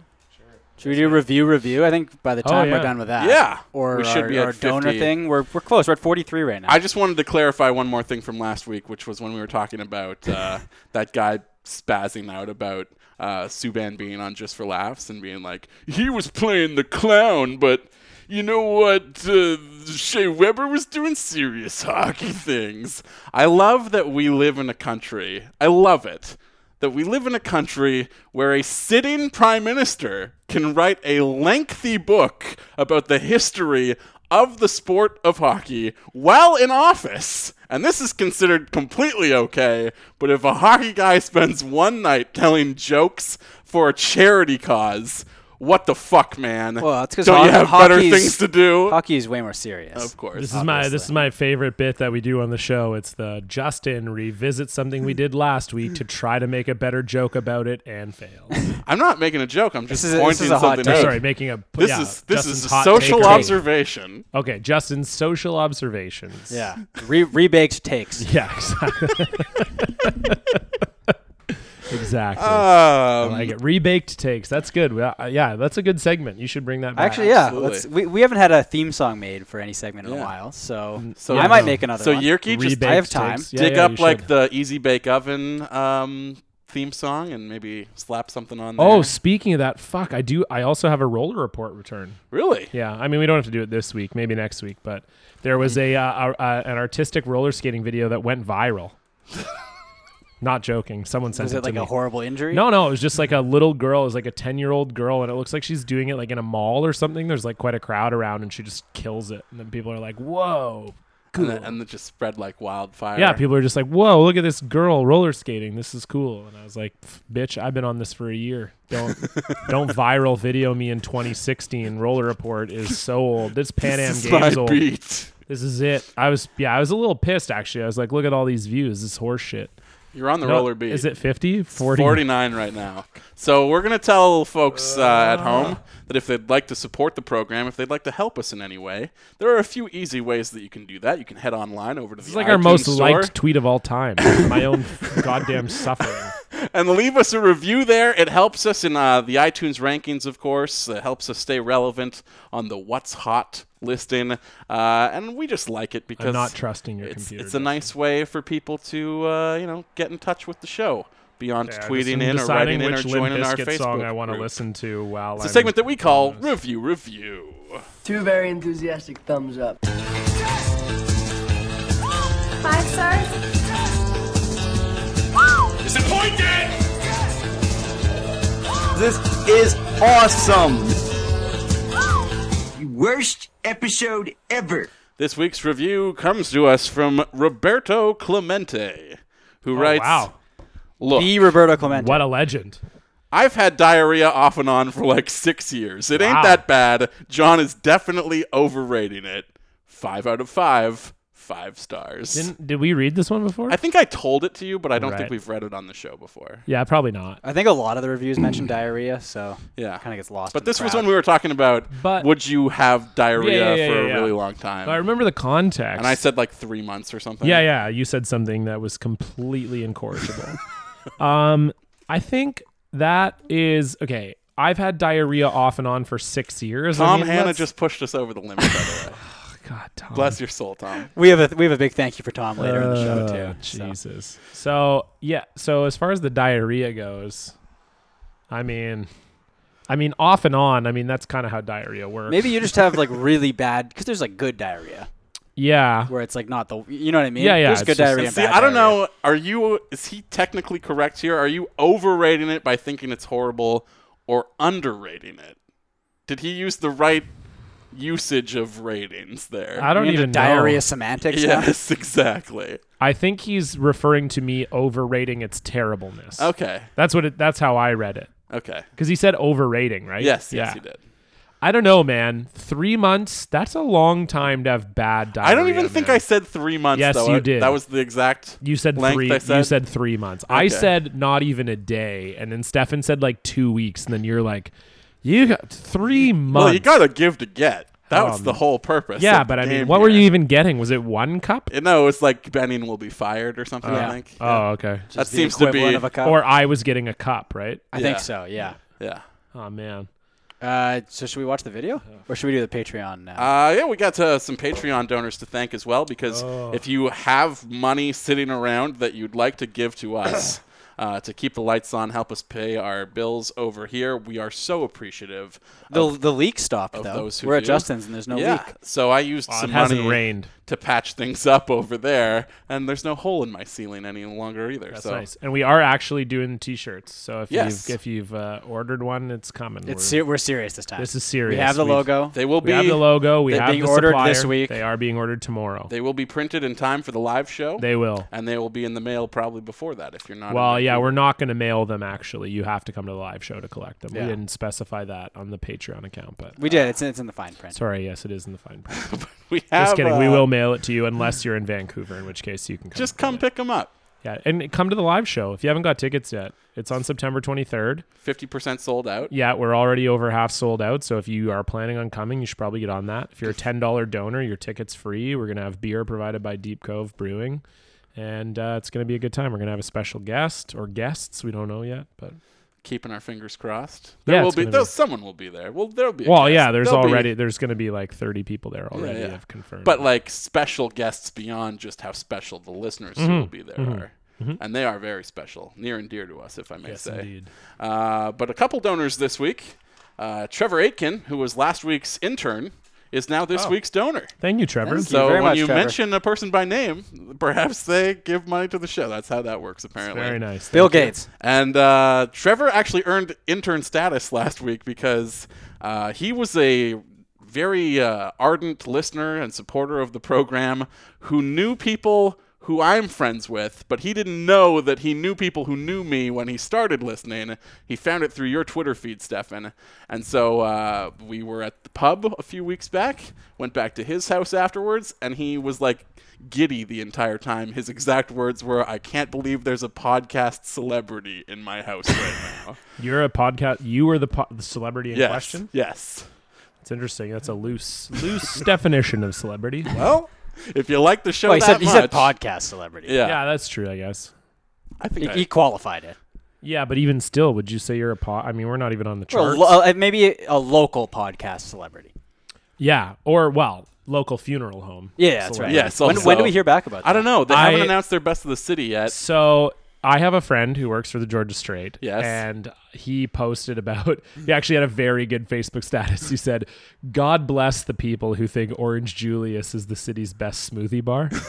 Speaker 4: Should we do review review? I think by the time
Speaker 6: Oh, yeah.
Speaker 4: we're done with that,
Speaker 3: Yeah.
Speaker 4: or
Speaker 3: We should
Speaker 4: our,
Speaker 3: be at
Speaker 4: our donor
Speaker 3: 50.
Speaker 4: thing, we're, we're close. We're at 43 right now.
Speaker 3: I just wanted to clarify one more thing from last week, which was when we were talking about uh, that guy spazzing out about uh, Subban being on Just for Laughs and being like, he was playing the clown, but you know what? Uh, Shea Weber was doing serious hockey things. I love that we live in a country. I love it. That we live in a country where a sitting prime minister can write a lengthy book about the history of the sport of hockey while in office. And this is considered completely okay, but if a hockey guy spends one night telling jokes for a charity cause, what the fuck, man?
Speaker 4: Well, it's 'cause
Speaker 3: don't you
Speaker 4: hockey-
Speaker 3: have better
Speaker 4: hockey's-
Speaker 3: things to do?
Speaker 4: Hockey is way more serious.
Speaker 3: Of course.
Speaker 6: This is my this is my favorite bit that we do on the show. It's the Justin revisits something we did last week to try to make a better joke about it and fails.
Speaker 3: I'm not making a joke. I'm just
Speaker 4: is a- this
Speaker 3: pointing
Speaker 4: is a hot
Speaker 3: something
Speaker 4: take.
Speaker 3: out.
Speaker 4: Hey.
Speaker 6: Sorry, making a
Speaker 3: This
Speaker 6: yeah,
Speaker 3: is this
Speaker 6: Justin's
Speaker 3: is a
Speaker 6: hot
Speaker 3: social
Speaker 6: take.
Speaker 3: observation.
Speaker 6: Okay, Justin's social observations.
Speaker 4: Yeah. Re- rebaked takes.
Speaker 6: yeah, exactly. exactly.
Speaker 3: Um,
Speaker 6: I get rebaked takes. That's good. We- uh, Yeah, that's a good segment. You should bring that back.
Speaker 4: Actually, yeah.
Speaker 3: Absolutely.
Speaker 4: Let's, we, we haven't had a theme song made for any segment in
Speaker 3: Yeah. Mm,
Speaker 4: a while, so,
Speaker 3: So-
Speaker 4: I might make another
Speaker 3: so
Speaker 4: one.
Speaker 3: Yerky just
Speaker 6: Rebaked
Speaker 4: I have time.
Speaker 6: takes. Yeah,
Speaker 3: dig
Speaker 6: yeah, you
Speaker 3: up like
Speaker 6: should.
Speaker 3: the Easy Bake Oven um, theme song and maybe slap something on there.
Speaker 6: Oh, speaking of that, fuck, I do. I also have a roller report return.
Speaker 3: really?
Speaker 6: Yeah, I mean, we don't have to do it this week, maybe next week, but there was a, uh, a uh, an artistic roller skating video that went viral. Not joking. Someone sent
Speaker 4: Was
Speaker 6: it,
Speaker 4: it like
Speaker 6: to
Speaker 4: a
Speaker 6: me.
Speaker 4: horrible injury?
Speaker 6: No, no, it was just like a little girl. It was like a 10 year old girl, and it looks like she's doing it like in a mall or something. There's like quite a crowd around, and she just kills it. And then people are like, whoa.
Speaker 3: And, it, and it just spread like wildfire.
Speaker 6: Yeah, people are just like, whoa, look at this girl roller skating. This is cool. And I was like, "Pff, bitch, I've been on this for a year. Don't don't viral video me in 2016. Roller Report is so old. This Pan Am
Speaker 3: This is
Speaker 6: Games
Speaker 3: my
Speaker 6: old.
Speaker 3: beat.
Speaker 6: This is it. I was yeah, I was a little pissed actually. I was like, look at all these views. This horse shit.
Speaker 3: You're on the
Speaker 6: No,
Speaker 3: roller beat.
Speaker 6: Is it 50? 40?
Speaker 3: 49 right now. So we're going to tell folks uh, at home that if they'd like to support the program, if they'd like to help us in any way, there are a few easy ways that you can do that. You can head online over to the
Speaker 6: This is like our
Speaker 3: iTunes
Speaker 6: most
Speaker 3: store
Speaker 6: liked tweet of all time. My own goddamn suffering.
Speaker 3: and leave us a review there. It helps us in uh, the iTunes rankings, of course. It helps us stay relevant on the What's Hot listing, uh, and we just like it because
Speaker 6: I'm not trusting your
Speaker 3: it's,
Speaker 6: computer.
Speaker 3: it's a nice way for people to uh, you know get in touch with the show beyond
Speaker 6: Yeah, just
Speaker 3: tweeting in or writing
Speaker 6: deciding
Speaker 3: in or
Speaker 6: which Limp
Speaker 3: joining our
Speaker 6: Bizkit
Speaker 3: Facebook
Speaker 6: song I want to
Speaker 3: group.
Speaker 6: listen to while
Speaker 3: It's
Speaker 6: I'm
Speaker 3: a segment that we call Review Review.
Speaker 7: Two very enthusiastic thumbs up.
Speaker 8: Five stars?
Speaker 2: This is awesome.
Speaker 5: Worst episode ever.
Speaker 3: This week's review comes to us from Roberto Clemente, who
Speaker 6: Oh,
Speaker 3: writes,
Speaker 6: wow.
Speaker 3: "Look,
Speaker 4: The Roberto Clemente.
Speaker 6: What a legend.
Speaker 3: I've had diarrhea off and on for like six years. It
Speaker 6: Wow.
Speaker 3: ain't that bad. John is definitely overrating it. Five out of five, five stars.
Speaker 6: Didn't, did we read this one before?
Speaker 3: I think I told it to you, but I don't
Speaker 6: Right.
Speaker 3: think we've read it on the show before.
Speaker 6: yeah, probably not.
Speaker 4: I think a lot of the reviews mention diarrhea, so
Speaker 3: Mm. Yeah.
Speaker 4: kind of gets lost.
Speaker 3: But
Speaker 4: in the
Speaker 3: this was
Speaker 4: crowd.
Speaker 3: when we were talking about
Speaker 6: But-
Speaker 3: would you have diarrhea
Speaker 6: Yeah, yeah, yeah,
Speaker 3: for
Speaker 6: yeah,
Speaker 3: a
Speaker 6: yeah.
Speaker 3: really long time?
Speaker 6: I remember the context.
Speaker 3: and I said like three months or something.
Speaker 6: Yeah, yeah. You said something that was completely incorrigible. um, I think that is okay. I've had diarrhea off and on for six years. I
Speaker 3: Tom
Speaker 6: mean,
Speaker 3: Hannah
Speaker 6: let's-
Speaker 3: just pushed us over the limit, by the way.
Speaker 6: God, Tom.
Speaker 3: Bless your soul, Tom.
Speaker 4: we have a we have a big thank you for Tom later in the show
Speaker 3: Uh,
Speaker 6: Oh,
Speaker 4: too. so.
Speaker 6: Jesus. So yeah. So as far as the diarrhea goes, I mean, I mean off and on. I mean that's kind of how diarrhea works.
Speaker 4: Maybe you just have like really bad because there's like good diarrhea
Speaker 6: Yeah.
Speaker 4: where it's like not the you know what I mean.
Speaker 6: Yeah, yeah,
Speaker 4: There's
Speaker 6: it's
Speaker 4: good
Speaker 6: just-
Speaker 4: diarrhea. and
Speaker 3: See,
Speaker 4: bad
Speaker 3: I don't
Speaker 4: diarrhea.
Speaker 3: know. Are you? Is he technically correct here? Are you overrating it by thinking it's horrible, or underrating it? Did he use the right usage of ratings there?
Speaker 6: I don't
Speaker 4: You into
Speaker 6: even
Speaker 4: diarrhea
Speaker 6: know.
Speaker 4: semantics. now?
Speaker 3: yes, exactly.
Speaker 6: I think he's referring to me overrating its terribleness.
Speaker 3: Okay.
Speaker 6: That's what it. That's how I read it.
Speaker 3: Okay.
Speaker 6: Because he said overrating, right?
Speaker 3: Yes. Yes,
Speaker 6: Yeah.
Speaker 3: he did.
Speaker 6: I don't know, man. Three months. That's a long time to have bad diarrhea.
Speaker 3: I don't even think
Speaker 6: man.
Speaker 3: I said three months.
Speaker 6: Yes,
Speaker 3: though.
Speaker 6: you
Speaker 3: I-
Speaker 6: did.
Speaker 3: That was the exact.
Speaker 6: You said
Speaker 3: length
Speaker 6: three.
Speaker 3: I
Speaker 6: You
Speaker 3: said?
Speaker 6: said three months. I
Speaker 3: Okay.
Speaker 6: said not even a day, and then Stefan said like two weeks, and then you're like, you got three months.
Speaker 3: Well, you gotta give to get. That was
Speaker 6: Um,
Speaker 3: the whole purpose.
Speaker 6: yeah,
Speaker 3: of the
Speaker 6: but I mean,
Speaker 3: game
Speaker 6: what were
Speaker 3: here.
Speaker 6: you even getting? Was it one cup?
Speaker 3: You know, it's like Benning will be fired or something. I
Speaker 4: Yeah.
Speaker 3: think.
Speaker 6: Oh, okay.
Speaker 3: that
Speaker 4: The
Speaker 3: seems to
Speaker 4: equivalent
Speaker 3: be.
Speaker 4: of a cup.
Speaker 6: Or I was getting a cup, right?
Speaker 4: I
Speaker 3: yeah.
Speaker 4: think so. Yeah.
Speaker 3: yeah.
Speaker 6: Oh man.
Speaker 4: Uh, so should we watch the video or should we do the Patreon now?
Speaker 3: Uh, yeah, we got uh some Patreon donors to thank as well because
Speaker 6: Oh.
Speaker 3: if you have money sitting around that you'd like to give to us uh, to keep the lights on, help us pay our bills over here, we are so appreciative.
Speaker 4: the the leak stopped
Speaker 3: of
Speaker 4: though.
Speaker 3: those who
Speaker 4: We're at
Speaker 3: do.
Speaker 4: Justin's and there's no
Speaker 3: yeah,
Speaker 4: leak.
Speaker 3: so I used
Speaker 6: Oh, it
Speaker 3: some
Speaker 6: hasn't
Speaker 3: money
Speaker 6: rained.
Speaker 3: to patch things up over there, and there's no hole in my ceiling any longer either.
Speaker 6: That's
Speaker 3: so
Speaker 6: nice. And we are actually doing t-shirts. So if
Speaker 3: Yes.
Speaker 6: you've if you've uh, ordered one, it's coming.
Speaker 4: It's
Speaker 6: We're-
Speaker 4: ser- we're serious this time.
Speaker 6: This is serious.
Speaker 4: We have the
Speaker 6: We've-
Speaker 4: logo.
Speaker 3: they will
Speaker 6: we
Speaker 3: be
Speaker 6: have the logo. We
Speaker 4: They're
Speaker 6: have
Speaker 4: being
Speaker 6: the
Speaker 4: ordered
Speaker 6: supplier.
Speaker 4: this week.
Speaker 6: They are being ordered tomorrow. They,
Speaker 3: They will be printed in time for the live show.
Speaker 6: will.
Speaker 3: and they will be in the mail probably before that if you're not. in
Speaker 6: Well,
Speaker 3: Vancouver.
Speaker 6: yeah, we're not going to mail them. Actually, you have to come to the live show to collect them.
Speaker 4: Yeah.
Speaker 6: We didn't specify that on the Patreon account, but
Speaker 4: we did. It's, it's in the fine print.
Speaker 6: sorry, yes, it is in the fine print.
Speaker 3: we have.
Speaker 6: Just kidding.
Speaker 3: uh,
Speaker 6: we will mail it to you unless you're in Vancouver, in which case you can come.
Speaker 3: just
Speaker 6: pick it
Speaker 3: come pick them up.
Speaker 6: up. Yeah, and come to the live show if you haven't got tickets yet. It's on September 23rd.
Speaker 3: Fifty percent sold out.
Speaker 6: Yeah, we're already over half sold out. So if you are planning on coming, you should probably get on that. If you're a ten dollar donor, your ticket's free. We're gonna have beer provided by Deep Cove Brewing, and uh, it's gonna be a good time. We're gonna have a special guest or guests. We don't know yet, but
Speaker 3: Keeping our fingers crossed. There
Speaker 6: Yeah,
Speaker 3: will
Speaker 6: it's
Speaker 3: be,
Speaker 6: gonna
Speaker 3: there-
Speaker 6: be-
Speaker 3: someone will be there. Well, there'll be. a
Speaker 6: well,
Speaker 3: guest.
Speaker 6: yeah. There's
Speaker 3: There'll be-
Speaker 6: already there's gonna be like thirty people there already.
Speaker 3: yeah.
Speaker 6: I've confirmed.
Speaker 3: but like special guests beyond just how special the listeners who will
Speaker 6: Mm-hmm.
Speaker 3: be there are. And they are very special, near and dear to us, if I may
Speaker 6: yes,
Speaker 3: say.
Speaker 6: indeed.
Speaker 3: Uh, but a couple donors this week. Uh, Trevor Aitken, who was last week's intern, is now this week's donor.
Speaker 6: Oh. Thank you, Trevor.
Speaker 4: Thank
Speaker 3: So
Speaker 4: you very
Speaker 3: when
Speaker 4: much,
Speaker 3: you
Speaker 4: Trevor.
Speaker 3: mention a person by name, perhaps they give money to the show. That's how that works, apparently.
Speaker 6: Very nice.
Speaker 4: Bill Gates.
Speaker 3: And uh, Trevor actually earned intern status last week because uh, he was a very uh, ardent listener and supporter of the program who knew people who I'm friends with, but he didn't know that he knew people who knew me when he started listening. He found it through your Twitter feed, Stefan. And so uh, we were at the pub a few weeks back, went back to his house afterwards, and he was like, giddy the entire time. His exact words were, "I can't believe there's a podcast celebrity in my house right now."
Speaker 6: You're a podcast. You were the, po- the celebrity in
Speaker 3: yes,
Speaker 6: question.
Speaker 3: yes.
Speaker 6: It's interesting. That's a loose loose definition of celebrity.
Speaker 3: Well, if you like the show
Speaker 4: Well, Oh, he
Speaker 3: that
Speaker 4: said, he
Speaker 3: much,
Speaker 4: said podcast celebrity.
Speaker 3: Yeah,
Speaker 6: Yeah, that's true. I guess.
Speaker 3: I
Speaker 4: He,
Speaker 3: think I,
Speaker 4: he qualified it.
Speaker 6: Yeah, but even still, would you say you're a pod? I mean, we're not even on the
Speaker 4: Or
Speaker 6: charts.
Speaker 4: lo- uh, maybe a local podcast celebrity.
Speaker 6: yeah, or well, local funeral home.
Speaker 4: Yeah, that's right.
Speaker 6: celebrity.
Speaker 3: Yes,
Speaker 4: When,
Speaker 3: also-
Speaker 4: when do we hear back about that?
Speaker 3: I don't know. They haven't
Speaker 6: I-
Speaker 3: announced their best of the city yet.
Speaker 6: So I have a friend who works for the Georgia Strait.
Speaker 3: Yes.
Speaker 6: And he posted about, he actually had a very good Facebook status. He said, God bless the people who think Orange Julius is the city's best smoothie bar.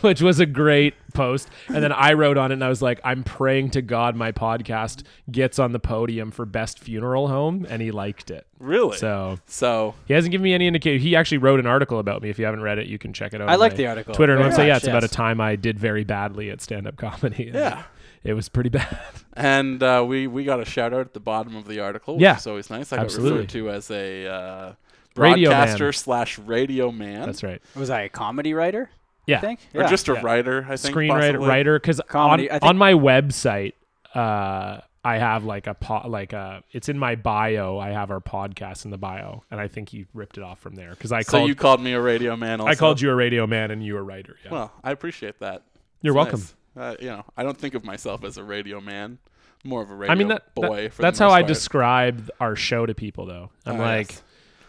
Speaker 6: Which was a great post. And then I wrote on it and I was like, I'm praying to God my podcast gets on the podium for best funeral home. And he liked it.
Speaker 3: Really?
Speaker 6: So
Speaker 3: So
Speaker 6: he hasn't given me any indication. He actually wrote an article about me. If you haven't read it, you can check it out.
Speaker 4: I
Speaker 6: on
Speaker 4: like
Speaker 6: my
Speaker 4: the article
Speaker 6: Twitter and
Speaker 4: very
Speaker 6: website. yeah,
Speaker 4: much,
Speaker 6: it's about a
Speaker 4: yes.
Speaker 6: time I did very badly at stand-up comedy. and
Speaker 3: Yeah.
Speaker 6: it was pretty bad.
Speaker 3: and uh, we we got a shout out at the bottom of the article. Which
Speaker 6: Yeah.
Speaker 3: is always nice. I got
Speaker 6: Absolutely.
Speaker 3: referred to as a uh,
Speaker 6: Radio man.
Speaker 3: broadcaster slash radio man.
Speaker 6: That's right.
Speaker 4: Was I a comedy writer?
Speaker 6: Yeah,
Speaker 4: I think.
Speaker 3: Or
Speaker 4: Yeah.
Speaker 3: just a writer, I think.
Speaker 6: screenwriter,
Speaker 3: possibly.
Speaker 6: writer. Because on,
Speaker 4: Comedy, I think-
Speaker 6: on my website, uh, I have like a po- like a. It's in my bio. I have our podcast in the bio, and I think he ripped it off from there because I
Speaker 3: So
Speaker 6: called
Speaker 3: you called me a radio man. Also.
Speaker 6: I called you a radio man and you a writer. Yeah.
Speaker 3: Well, I appreciate that.
Speaker 6: You're
Speaker 3: It's
Speaker 6: welcome.
Speaker 3: nice. Uh, you know, I don't think of myself as a radio man, more of a radio
Speaker 6: I mean that,
Speaker 3: boy.
Speaker 6: that-
Speaker 3: for the
Speaker 6: that's how
Speaker 3: most
Speaker 6: I
Speaker 3: part.
Speaker 6: describe our show to people though. I'm
Speaker 3: Ah,
Speaker 6: like
Speaker 3: yes.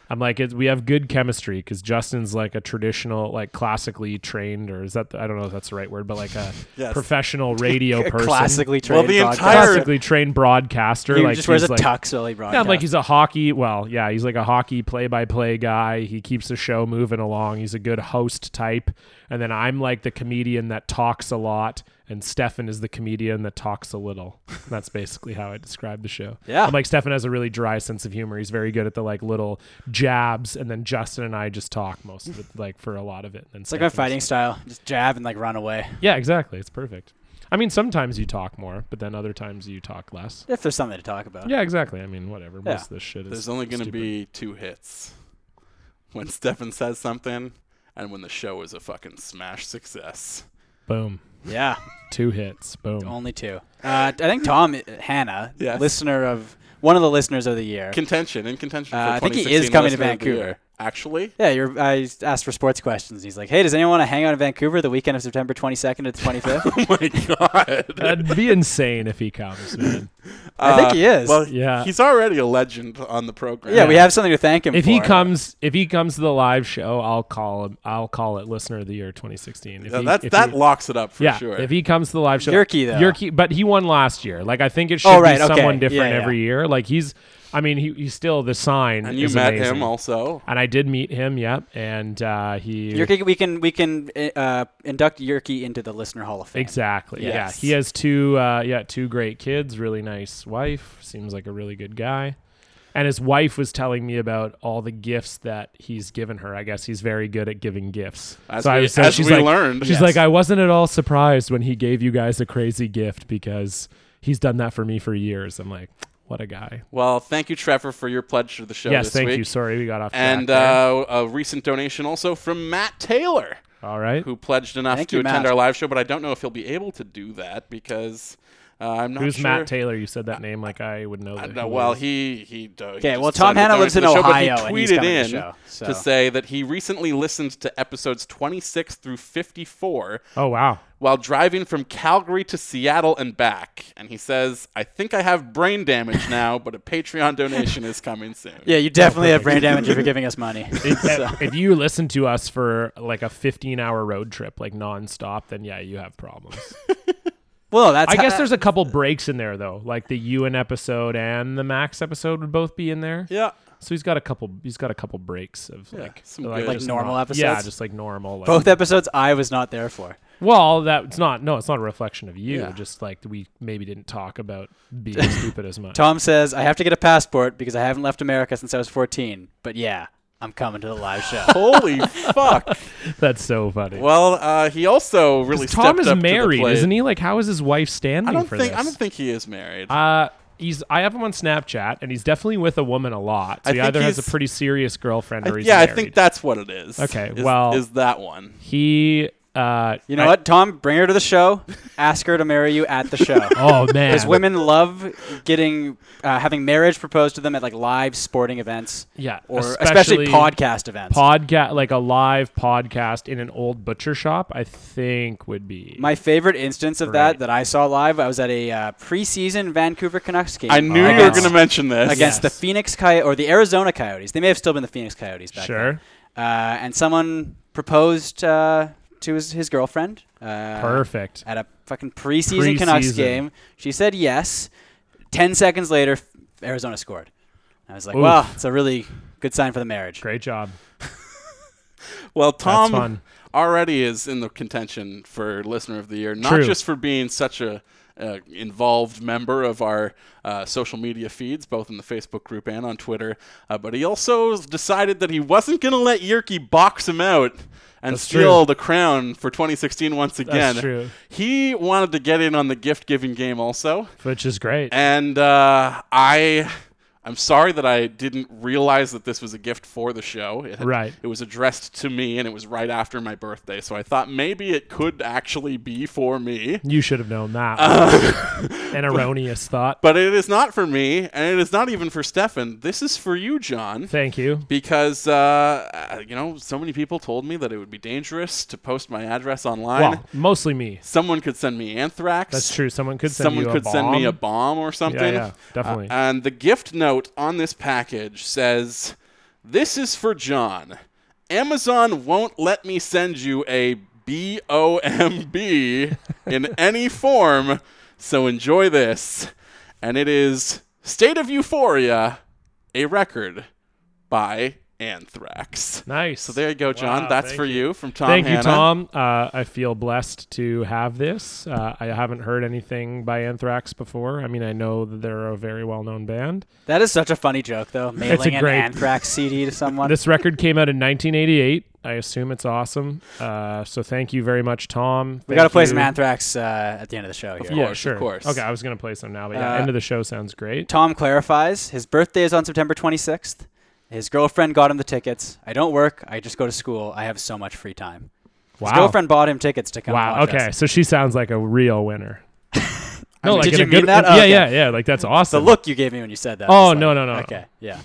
Speaker 6: I'm like it, we have good chemistry cuz Justin's like a traditional like classically trained or is that the- I don't know if that's the right word but like a
Speaker 3: Yes.
Speaker 6: professional radio
Speaker 4: A
Speaker 6: person.
Speaker 4: classically
Speaker 3: Well,
Speaker 4: trained
Speaker 3: the entire-
Speaker 4: broadcaster.
Speaker 6: classically trained broadcaster
Speaker 4: He
Speaker 6: like
Speaker 4: just wears
Speaker 6: he's
Speaker 4: a
Speaker 6: like,
Speaker 4: tux while he broadcasts.
Speaker 6: Yeah, like he's a hockey. Well, yeah, he's like a hockey play-by-play guy. He keeps the show moving along. He's a good host type. And then I'm like the comedian that talks a lot, and Stefan is the comedian that talks a little. That's basically how I describe the show.
Speaker 4: Yeah.
Speaker 6: I'm like Stefan has a really dry sense of humor. He's very good at the like little jabs, and then Justin and I just talk most of it, like for a lot of it. And
Speaker 4: It's like my fighting style. Just jab and like run away.
Speaker 6: Yeah, exactly. It's perfect. I mean, sometimes you talk more, but then other times you talk less.
Speaker 4: If there's something to talk about.
Speaker 6: Yeah, exactly. I mean, whatever.
Speaker 4: Yeah.
Speaker 6: Most of this shit is.
Speaker 3: There's only going to
Speaker 6: stupid.
Speaker 3: be two hits when Stefan says something and when the show is a fucking smash success.
Speaker 6: boom.
Speaker 4: Yeah.
Speaker 6: Two hits. Boom.
Speaker 4: Only two. Uh, I think Tom uh, Hannah,
Speaker 3: Yes.
Speaker 4: listener of one of the listeners of the year.
Speaker 3: Contention in contention. for
Speaker 4: Uh, I think he
Speaker 3: 2016
Speaker 4: is coming to
Speaker 3: Listener of the
Speaker 4: Vancouver.
Speaker 3: Year. Actually,
Speaker 4: yeah, you're, I asked for sports questions. He's like, "Hey, does anyone want to hang out in Vancouver the weekend of September 22nd to the 25th?"
Speaker 3: oh my god.
Speaker 6: That'd be insane if he comes, man.
Speaker 4: I think he is.
Speaker 3: Uh, Well,
Speaker 6: Yeah.
Speaker 3: he's already a legend on the program.
Speaker 4: yeah, we have something to thank him
Speaker 6: If
Speaker 4: for.
Speaker 6: he comes, if he comes to the live show, I'll call him. I'll call it listener of the year 2016. If
Speaker 3: So
Speaker 6: he-
Speaker 3: that
Speaker 6: if
Speaker 3: that
Speaker 6: he-
Speaker 3: locks it up for
Speaker 6: yeah.
Speaker 3: sure.
Speaker 6: If he comes to the live show,
Speaker 4: Yerky, though.
Speaker 6: Yerky- but he won last year. Like I think it should
Speaker 4: Oh, right,
Speaker 6: be
Speaker 4: okay.
Speaker 6: someone different
Speaker 4: Yeah, yeah.
Speaker 6: every year. Like he's I mean, he, he's still the sign.
Speaker 3: And you
Speaker 6: is
Speaker 3: met
Speaker 6: amazing.
Speaker 3: him also.
Speaker 6: And I did meet him. Yep. And uh, he
Speaker 4: Yerky, we can we can uh, induct Yerky into the listener hall of fame.
Speaker 6: exactly.
Speaker 4: Yes.
Speaker 6: Yeah. He has two. Uh, yeah, two great kids. Really nice wife. Seems like a really good guy. And his wife was telling me about all the gifts that he's given her. I guess he's very good at giving gifts.
Speaker 3: As
Speaker 6: I
Speaker 3: we-
Speaker 6: was- so
Speaker 3: as
Speaker 6: she's
Speaker 3: we
Speaker 6: like,
Speaker 3: learned.
Speaker 6: she's
Speaker 3: Yes.
Speaker 6: like, I wasn't at all surprised when he gave you guys a crazy gift because he's done that for me for years. I'm like, what a guy.
Speaker 3: Well, thank you, Trevor, for your pledge to the show
Speaker 6: yes,
Speaker 3: this
Speaker 6: thank
Speaker 3: week.
Speaker 6: you. Sorry, we got off. track
Speaker 3: And
Speaker 6: there.
Speaker 3: uh, a recent donation also from Matt Taylor,
Speaker 6: all right,
Speaker 3: who pledged enough
Speaker 4: Thank
Speaker 3: to
Speaker 4: you,
Speaker 3: attend
Speaker 4: Matt.
Speaker 3: our live show, but I don't know if he'll be able to do that because uh, I'm not
Speaker 6: who's
Speaker 3: sure.
Speaker 6: Matt Taylor? You said that name like I would
Speaker 3: I
Speaker 6: know. that
Speaker 3: don't
Speaker 6: he
Speaker 3: know.
Speaker 6: was.
Speaker 3: Well, he he. Okay.
Speaker 4: well, Tom Hanna lives in
Speaker 3: Show,
Speaker 4: Ohio,
Speaker 3: but
Speaker 4: and
Speaker 3: he
Speaker 4: he's
Speaker 3: tweeted
Speaker 4: coming to
Speaker 3: in
Speaker 4: the show, so.
Speaker 3: to say that he recently listened to episodes 26 through 54
Speaker 6: oh wow.
Speaker 3: while driving from Calgary to Seattle and back, and he says, "I think I have brain damage now, but a Patreon donation is coming soon."
Speaker 4: Yeah, you
Speaker 6: Oh,
Speaker 4: definitely have brain damage if you're giving us money.
Speaker 6: if, if you listen to us for like a 15 hour road trip like nonstop then yeah you have problems
Speaker 4: Well, that's
Speaker 6: i guess
Speaker 4: ho-
Speaker 6: there's a couple breaks in there though like the ewan episode and the max episode would both be in there
Speaker 3: Yeah.
Speaker 6: so he's got a couple he's got a couple breaks of like
Speaker 3: some good-
Speaker 4: Like
Speaker 6: just
Speaker 4: normal
Speaker 6: not-
Speaker 4: episodes?
Speaker 6: yeah just like normal like,
Speaker 4: both episodes I was not there for.
Speaker 6: well that's not no it's not a reflection of you
Speaker 3: Yeah.
Speaker 6: just like we maybe didn't talk about being stupid as much
Speaker 4: Tom says I have to get a passport because I haven't left America since I was 14. But yeah, I'm coming to the live show.
Speaker 3: Holy fuck!
Speaker 6: that's so funny
Speaker 3: Well, uh, he also really
Speaker 6: 'Cause tom
Speaker 3: stepped
Speaker 6: is
Speaker 3: up to the
Speaker 6: married
Speaker 3: plate.
Speaker 6: isn't he like how is his wife standing
Speaker 3: I don't
Speaker 6: for
Speaker 3: think
Speaker 6: this
Speaker 3: I don't think he is married.
Speaker 6: Uh, he's I have him on Snapchat, and he's definitely with a woman a lot. So
Speaker 3: I
Speaker 6: he
Speaker 3: think
Speaker 6: either has a
Speaker 3: he's-
Speaker 6: pretty serious girlfriend,
Speaker 3: I-
Speaker 6: or he's
Speaker 3: yeah, I
Speaker 6: married.
Speaker 3: think that's what it is.
Speaker 6: Okay,
Speaker 3: is-
Speaker 6: well-
Speaker 3: is that one?
Speaker 6: he. Uh,
Speaker 4: You know
Speaker 6: I-
Speaker 4: what, Tom? Bring her to the show. Ask her to marry you at the show.
Speaker 6: Oh man,
Speaker 4: Because women love getting uh, having marriage proposed to them at like live sporting events.
Speaker 6: Yeah,
Speaker 4: or especially,
Speaker 6: especially
Speaker 4: podcast events.
Speaker 6: podcast like a live podcast in an old butcher shop. I think would be
Speaker 4: My favorite instance of
Speaker 6: Right.
Speaker 4: that that I saw live, I was at a uh, preseason Vancouver Canucks game.
Speaker 3: I knew you were
Speaker 4: against-
Speaker 3: going to mention this.
Speaker 4: against the
Speaker 6: Yes.
Speaker 4: Phoenix Coyotes or the Arizona Coyotes. They may have still been the Phoenix Coyotes back
Speaker 6: sure.
Speaker 4: then. Uh, and someone proposed uh, to his, his girlfriend. Uh,
Speaker 6: Perfect.
Speaker 4: At a fucking preseason, Canucks
Speaker 6: Preseason.
Speaker 4: game. She said yes. Ten seconds later, f- Arizona scored. I was like,
Speaker 6: Oof.
Speaker 4: wow, it's a really good sign for the marriage.
Speaker 6: Great job.
Speaker 3: Well, Tom
Speaker 6: fun.
Speaker 3: already is in the contention for listener of the year, not
Speaker 6: True.
Speaker 3: just for being such a uh, involved member of our uh, social media feeds, both in the Facebook group and on Twitter, uh, but he also has decided that he wasn't going to let Yerky box him out and steal
Speaker 6: true.
Speaker 3: the crown for 2016 once again.
Speaker 6: true.
Speaker 3: He wanted to get in on the gift giving game also.
Speaker 6: Which is great.
Speaker 3: And uh, I, I'm sorry that I didn't realize that this was a gift for the show. It had-
Speaker 6: Right.
Speaker 3: It was addressed to me, and it was right after my birthday, so I thought maybe it could actually be for me.
Speaker 6: you should have known that.
Speaker 3: Uh,
Speaker 6: An erroneous thought.
Speaker 3: But it is not for me, and it is not even for Stefan. This is for you, John.
Speaker 6: Thank you.
Speaker 3: because uh, uh, you know, so many people told me that it would be dangerous to post my address online.
Speaker 6: Well, mostly me.
Speaker 3: Someone could send me anthrax.
Speaker 6: That's true. Someone could send
Speaker 3: someone
Speaker 6: you a
Speaker 3: could send me a bomb
Speaker 6: bomb.
Speaker 3: or something.
Speaker 6: yeah, definitely.
Speaker 3: Uh, and the gift note on this package says, "This is for John. Amazon won't let me send you a B O M B in any form, so enjoy this." And it is "State of Euphoria," a record by Anthrax.
Speaker 6: Nice.
Speaker 3: So there you go, John.
Speaker 6: Wow,
Speaker 3: That's
Speaker 6: thank
Speaker 3: for you. from Tom.
Speaker 6: Thank you,
Speaker 3: Hanna.
Speaker 6: Tom. Uh, I feel blessed to have this. Uh, I haven't heard anything by Anthrax before. I mean, I know that they're a very well-known band.
Speaker 4: That is such a funny joke, though. Mailing an
Speaker 6: great-
Speaker 4: anthrax CD to someone.
Speaker 6: This record came out in 1988. I assume it's awesome. Uh, so thank you very much, Tom.
Speaker 4: we got to play
Speaker 6: some
Speaker 4: some anthrax uh, at the end of the show here.
Speaker 3: course,
Speaker 6: Yeah,
Speaker 3: of
Speaker 6: sure.
Speaker 3: course.
Speaker 6: Okay, I was gonna play some now, but yeah,
Speaker 4: Uh,
Speaker 6: end of the show sounds great.
Speaker 4: Tom clarifies his birthday is on September 26th. His girlfriend got him the tickets. I don't work. I just go to school. I have so much free time.
Speaker 6: Wow.
Speaker 4: His girlfriend bought him tickets to come.
Speaker 6: wow.
Speaker 4: watch
Speaker 6: Okay,
Speaker 4: us.
Speaker 6: so she sounds like a real winner. no,
Speaker 4: mean, did
Speaker 6: in
Speaker 4: you
Speaker 6: a
Speaker 4: mean that? Oh,
Speaker 6: yeah,
Speaker 4: okay.
Speaker 6: yeah, yeah. Like that's
Speaker 4: The
Speaker 6: awesome.
Speaker 4: look you gave me when you said that.
Speaker 6: Oh,
Speaker 4: was like-
Speaker 6: no, no, no.
Speaker 4: Okay, yeah.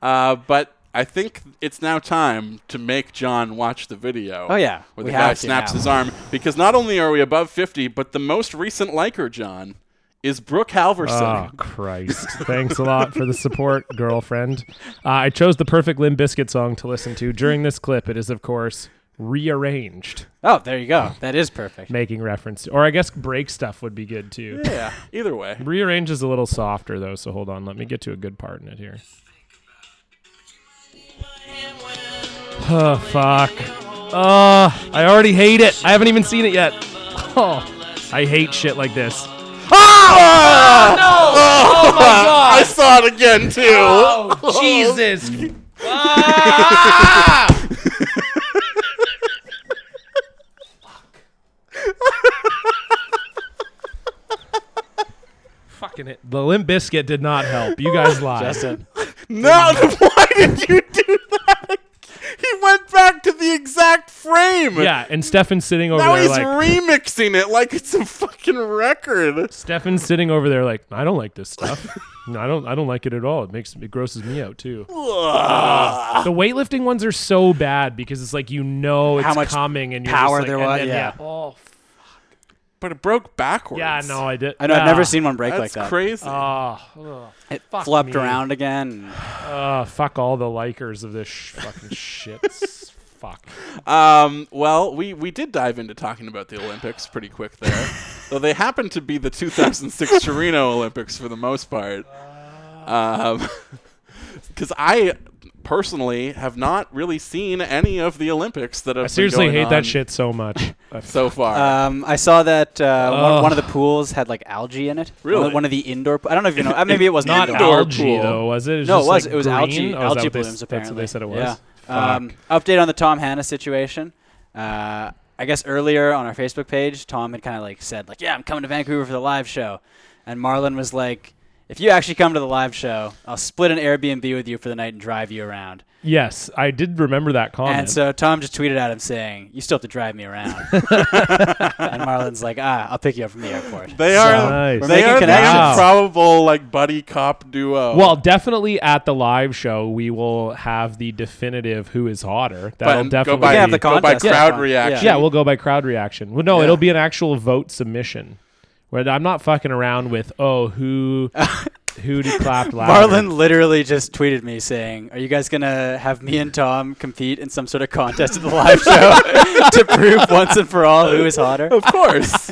Speaker 3: Uh, but I think it's now time to make John watch the video.
Speaker 4: Oh, yeah.
Speaker 3: where
Speaker 4: We
Speaker 3: the guy
Speaker 4: have to
Speaker 3: snaps
Speaker 4: now.
Speaker 3: his arm because not only are we above fifty, but the most recent liker John is Brooke Halverson.
Speaker 4: Ah.
Speaker 6: Oh Christ! Thanks a lot for the support, girlfriend. Uh, I chose the perfect Limp Biscuit song to listen to during this clip. It is, of course, rearranged,
Speaker 4: Oh, there you go. That is perfect.
Speaker 6: making reference. Or I guess break stuff would be good too.
Speaker 3: Yeah. Either way.
Speaker 6: Rearrange is a little softer though, so hold on. Let me get to a good part in it here. Oh fuck. Oh, I already hate it. I haven't even seen it yet. Oh, I hate shit like this.
Speaker 3: Ah! No! Oh, my god! I saw it again too.
Speaker 6: Oh,
Speaker 3: Oh,
Speaker 6: Jesus. Fucking it. The Limp Biscuit did not help. You guys lied.
Speaker 4: Justin.
Speaker 3: No, then why did you do that? He went back to the exact frame.
Speaker 6: Yeah, and Stefan's sitting over
Speaker 3: Now
Speaker 6: there
Speaker 3: he's
Speaker 6: like
Speaker 3: remixing it like it's a fucking record.
Speaker 6: Stefan's sitting over there like, I don't like this stuff. no, I don't I don't like it at all. It makes it grosses me out too. the weightlifting ones are so bad because it's like you know it's
Speaker 4: How much
Speaker 6: coming and you're
Speaker 4: power
Speaker 6: just like,
Speaker 4: there
Speaker 6: and
Speaker 4: was,
Speaker 6: then,
Speaker 4: yeah.
Speaker 6: Oh
Speaker 3: But it broke backwards.
Speaker 6: yeah, no, I did.
Speaker 4: I know.
Speaker 6: yeah.
Speaker 4: I've never seen one break
Speaker 3: That's
Speaker 4: like that.
Speaker 3: crazy.
Speaker 6: Oh,
Speaker 4: It flopped
Speaker 6: me.
Speaker 4: around again.
Speaker 6: uh, fuck all the likers of this sh- fucking shit. fuck.
Speaker 3: Um, well, we, we did dive into talking about the Olympics pretty quick there. Though they happened to be the 2006 Torino Olympics for the most part. Because I personally have not really seen any of the Olympics that have
Speaker 6: I
Speaker 3: been
Speaker 6: seriously
Speaker 3: going
Speaker 6: hate
Speaker 3: on
Speaker 6: that shit so much.
Speaker 3: so far.
Speaker 4: Um, I saw that uh, one,
Speaker 6: Ugh.
Speaker 4: one of the pools had like algae in it. One of-
Speaker 3: Really?
Speaker 4: One of the indoor. po- I don't know if you know. uh, Maybe it was
Speaker 6: Not
Speaker 4: indoor.
Speaker 6: algae
Speaker 3: pool.
Speaker 6: though, was it? it was
Speaker 4: No, it
Speaker 6: just,
Speaker 4: was.
Speaker 6: like,
Speaker 4: it was
Speaker 6: green?
Speaker 4: algae.
Speaker 6: Oh, is that
Speaker 4: algae
Speaker 6: what they s-
Speaker 4: blooms. apparently,
Speaker 6: That's what they said it was.
Speaker 4: Yeah. Um, update on the Tom Hanna situation. Uh, I guess earlier on our Facebook page, Tom had kind of like said like, "Yeah, I'm coming to Vancouver for the live show," and Marlon was like, "If you actually come to the live show, I'll split an Airbnb with you for the night and drive you around."
Speaker 6: Yes, I did remember that comment.
Speaker 4: And so Tom just tweeted at him saying, "You still have to drive me around." and Marlon's like, "Ah, I'll pick you up from the airport."
Speaker 3: they are
Speaker 6: Nice.
Speaker 4: We're
Speaker 3: they
Speaker 4: making
Speaker 3: are the
Speaker 4: connections.
Speaker 6: Wow.
Speaker 3: improbable like buddy cop duo.
Speaker 6: Well, definitely at the live show, we will have the definitive who is hotter. That'll
Speaker 3: But
Speaker 6: definitely
Speaker 3: go by,
Speaker 4: Yeah, the
Speaker 3: go by
Speaker 4: contest. Yeah.
Speaker 3: crowd
Speaker 4: Yeah.
Speaker 3: reaction.
Speaker 6: yeah, we'll go by crowd reaction. Well, no,
Speaker 3: Yeah.
Speaker 6: it'll be an actual vote submission. Where I'm not fucking around with oh who who did clap louder.
Speaker 4: Marlon literally just tweeted me saying, "Are you guys gonna have me and Tom compete in some sort of contest at the live show to prove once and for all who is hotter?"
Speaker 3: Of course.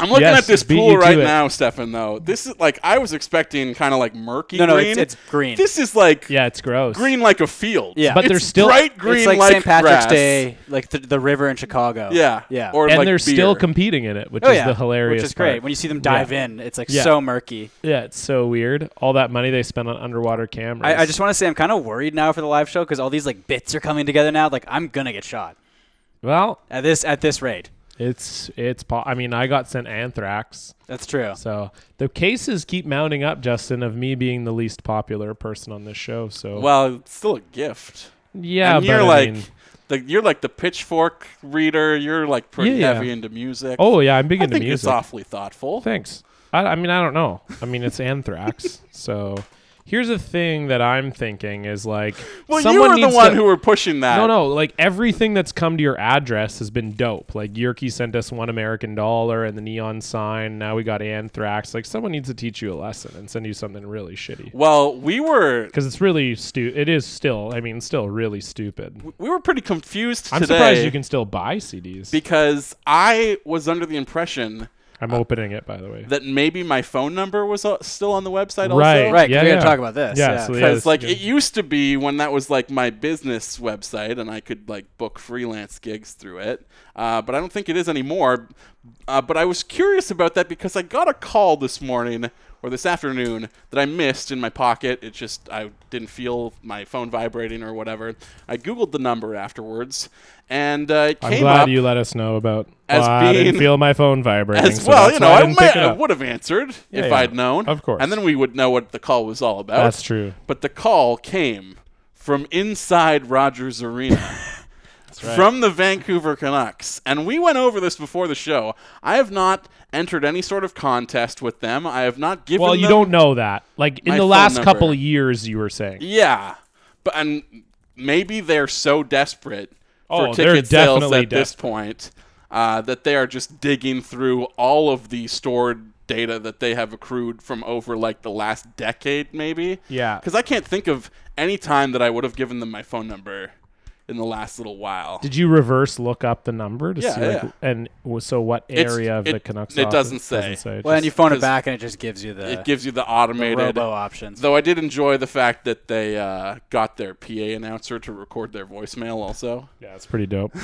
Speaker 3: I'm looking
Speaker 6: Yes,
Speaker 3: at this
Speaker 6: beat you
Speaker 3: pool
Speaker 6: to
Speaker 3: right
Speaker 6: it.
Speaker 3: now, Stefan. Though this is like I was expecting, kind of like murky
Speaker 4: No, no,
Speaker 3: green.
Speaker 4: it's, it's green.
Speaker 3: This is like
Speaker 6: Yeah, it's gross.
Speaker 3: green like a field.
Speaker 4: Yeah.
Speaker 6: But
Speaker 3: it's
Speaker 6: there's still-
Speaker 3: bright green
Speaker 4: it's like, St. Patrick's
Speaker 3: grass.
Speaker 4: Day, like the, the river in Chicago.
Speaker 3: Yeah,
Speaker 4: yeah.
Speaker 3: Or
Speaker 6: and
Speaker 3: like
Speaker 6: they're still
Speaker 3: beer.
Speaker 6: competing in it, which
Speaker 4: oh
Speaker 6: is
Speaker 4: yeah,
Speaker 6: the hilarious
Speaker 4: which is great.
Speaker 6: part.
Speaker 4: When you see them dive in, it's like
Speaker 6: Yeah.
Speaker 4: so murky.
Speaker 6: yeah, it's so weird. All that money they spent on underwater cameras.
Speaker 4: I, I just want to say I'm kind of worried now for the live show because all these like bits are coming together now. Like I'm gonna get shot
Speaker 6: well,
Speaker 4: at this at this rate.
Speaker 6: it's it's. Po- I mean, I got sent anthrax.
Speaker 4: That's true.
Speaker 6: So the cases keep mounting up, Justin, of me being the least popular person on this show. So
Speaker 3: Well, it's still a gift.
Speaker 6: yeah,
Speaker 3: and
Speaker 6: but
Speaker 3: you're
Speaker 6: I
Speaker 3: like,
Speaker 6: mean-
Speaker 3: the, you're like the pitchfork reader. You're like pretty
Speaker 6: Yeah, yeah.
Speaker 3: heavy into music.
Speaker 6: oh yeah, I'm big
Speaker 3: I
Speaker 6: into
Speaker 3: think
Speaker 6: music.
Speaker 3: it's awfully thoughtful.
Speaker 6: Thanks. I, I mean, I don't know. I mean, it's anthrax. so here's a thing that I'm thinking is like,
Speaker 3: Well,
Speaker 6: someone
Speaker 3: you were the
Speaker 6: needs
Speaker 3: one
Speaker 6: to-
Speaker 3: who were pushing that.
Speaker 6: No, no. Like everything that's come to your address has been dope. Like Yerky sent us one American dollar and the neon sign. Now we got anthrax. Like someone needs to teach you a lesson and send you something really shitty.
Speaker 3: Well, we were
Speaker 6: Because it's really stupid. It is still. I mean, still really stupid.
Speaker 3: we were pretty confused
Speaker 6: I'm
Speaker 3: today
Speaker 6: surprised you can still buy CDs.
Speaker 3: because I was under the impression
Speaker 6: I'm opening it, by the way.
Speaker 3: that maybe my phone number was uh, still on the website
Speaker 6: Right.
Speaker 3: also.
Speaker 4: Right, 'cause
Speaker 6: Yeah,
Speaker 4: we
Speaker 6: yeah.
Speaker 4: gotta talk about this.
Speaker 6: Yeah,
Speaker 4: Yeah.
Speaker 6: so the
Speaker 3: Because like
Speaker 6: yeah.
Speaker 3: it used to be when that was like my business website and I could like book freelance gigs through it, uh, but I don't think it is anymore. Uh, but I was curious about that because I got a call this morning or this afternoon that I missed in my pocket. It just I didn't feel my phone vibrating or whatever. I googled the number afterwards, and uh, it came
Speaker 6: I'm glad
Speaker 3: up
Speaker 6: you let us know about.
Speaker 3: as
Speaker 6: Well, I didn't
Speaker 3: being-
Speaker 6: feel my phone vibrating.
Speaker 3: as
Speaker 6: so
Speaker 3: well.
Speaker 6: that's
Speaker 3: You know,
Speaker 6: why I,
Speaker 3: I,
Speaker 6: didn't
Speaker 3: might-
Speaker 6: pick it
Speaker 3: I
Speaker 6: up.
Speaker 3: would have answered
Speaker 6: Yeah,
Speaker 3: if
Speaker 6: yeah.
Speaker 3: I'd known.
Speaker 6: Of course.
Speaker 3: And then we would know what the call was all about.
Speaker 6: That's true.
Speaker 3: But the call came from inside Rogers Arena. From the Vancouver Canucks. And we went over this before the show. I have not entered any sort of contest with them. I have not given
Speaker 6: Well, you
Speaker 3: them-
Speaker 6: don't know that. Like in
Speaker 3: My
Speaker 6: the
Speaker 3: phone
Speaker 6: last
Speaker 3: number.
Speaker 6: couple of years, you were saying.
Speaker 3: Yeah. But and maybe they're so desperate for
Speaker 6: Oh, they're
Speaker 3: ticket sales
Speaker 6: definitely
Speaker 3: at this point uh, that they are just digging through all of the stored data that they have accrued from over like the last decade maybe.
Speaker 6: Yeah.
Speaker 3: Cuz I can't think of any time that I would have given them my phone number in the last little while.
Speaker 6: Did you reverse look up the number to
Speaker 3: Yeah,
Speaker 6: see like
Speaker 3: yeah.
Speaker 6: and w- so what
Speaker 3: It's-
Speaker 6: area of
Speaker 3: it-
Speaker 6: the Canucks?
Speaker 3: it
Speaker 6: office
Speaker 3: doesn't say.
Speaker 6: it
Speaker 4: Well, and you
Speaker 6: just-
Speaker 4: phone it
Speaker 3: because
Speaker 4: back, and it just gives you the,
Speaker 3: it gives you the
Speaker 4: the
Speaker 3: automated
Speaker 4: robo options.
Speaker 3: Though I did enjoy the fact that they uh, got their PA announcer to record their voicemail also.
Speaker 6: yeah, it's pretty dope.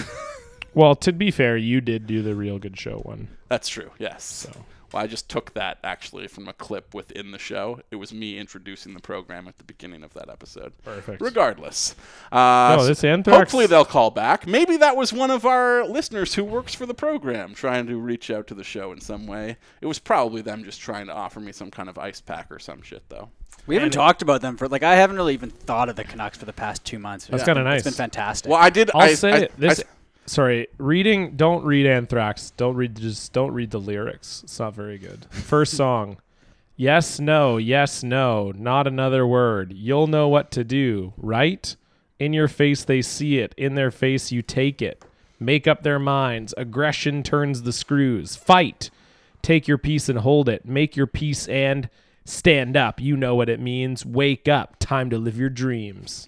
Speaker 6: well, to be fair, you did do the real good show one.
Speaker 3: That's true, yes. Well, I just took that actually from a clip within the show. It was me introducing the program at the beginning of that episode.
Speaker 6: Perfect.
Speaker 3: Regardless. Uh,
Speaker 6: No, this
Speaker 3: so
Speaker 6: Anthrax-
Speaker 3: Hopefully they'll call back. Maybe that was one of our listeners who works for the program trying to reach out to the show in some way. It was probably them just trying to offer me some kind of ice pack or some shit, though.
Speaker 4: We haven't talked about them for like I haven't really even thought of the Canucks for the past two months. That's
Speaker 6: kinda
Speaker 4: It's been
Speaker 6: nice.
Speaker 4: fantastic.
Speaker 3: Well, I did.
Speaker 6: I'll
Speaker 3: I-
Speaker 6: say
Speaker 3: I-
Speaker 6: it- this.
Speaker 3: I-
Speaker 6: sorry, reading. Don't read Anthrax. Don't read. Just don't read the lyrics. It's not very good. First song. Yes, no, yes, no, not another word. You'll know what to do, right? In your face, they see it. In their face, you take it. Make up their minds. Aggression turns the screws. Fight. Take your piece and hold it. Make your peace and stand up. You know what it means. Wake up. Time to live your dreams.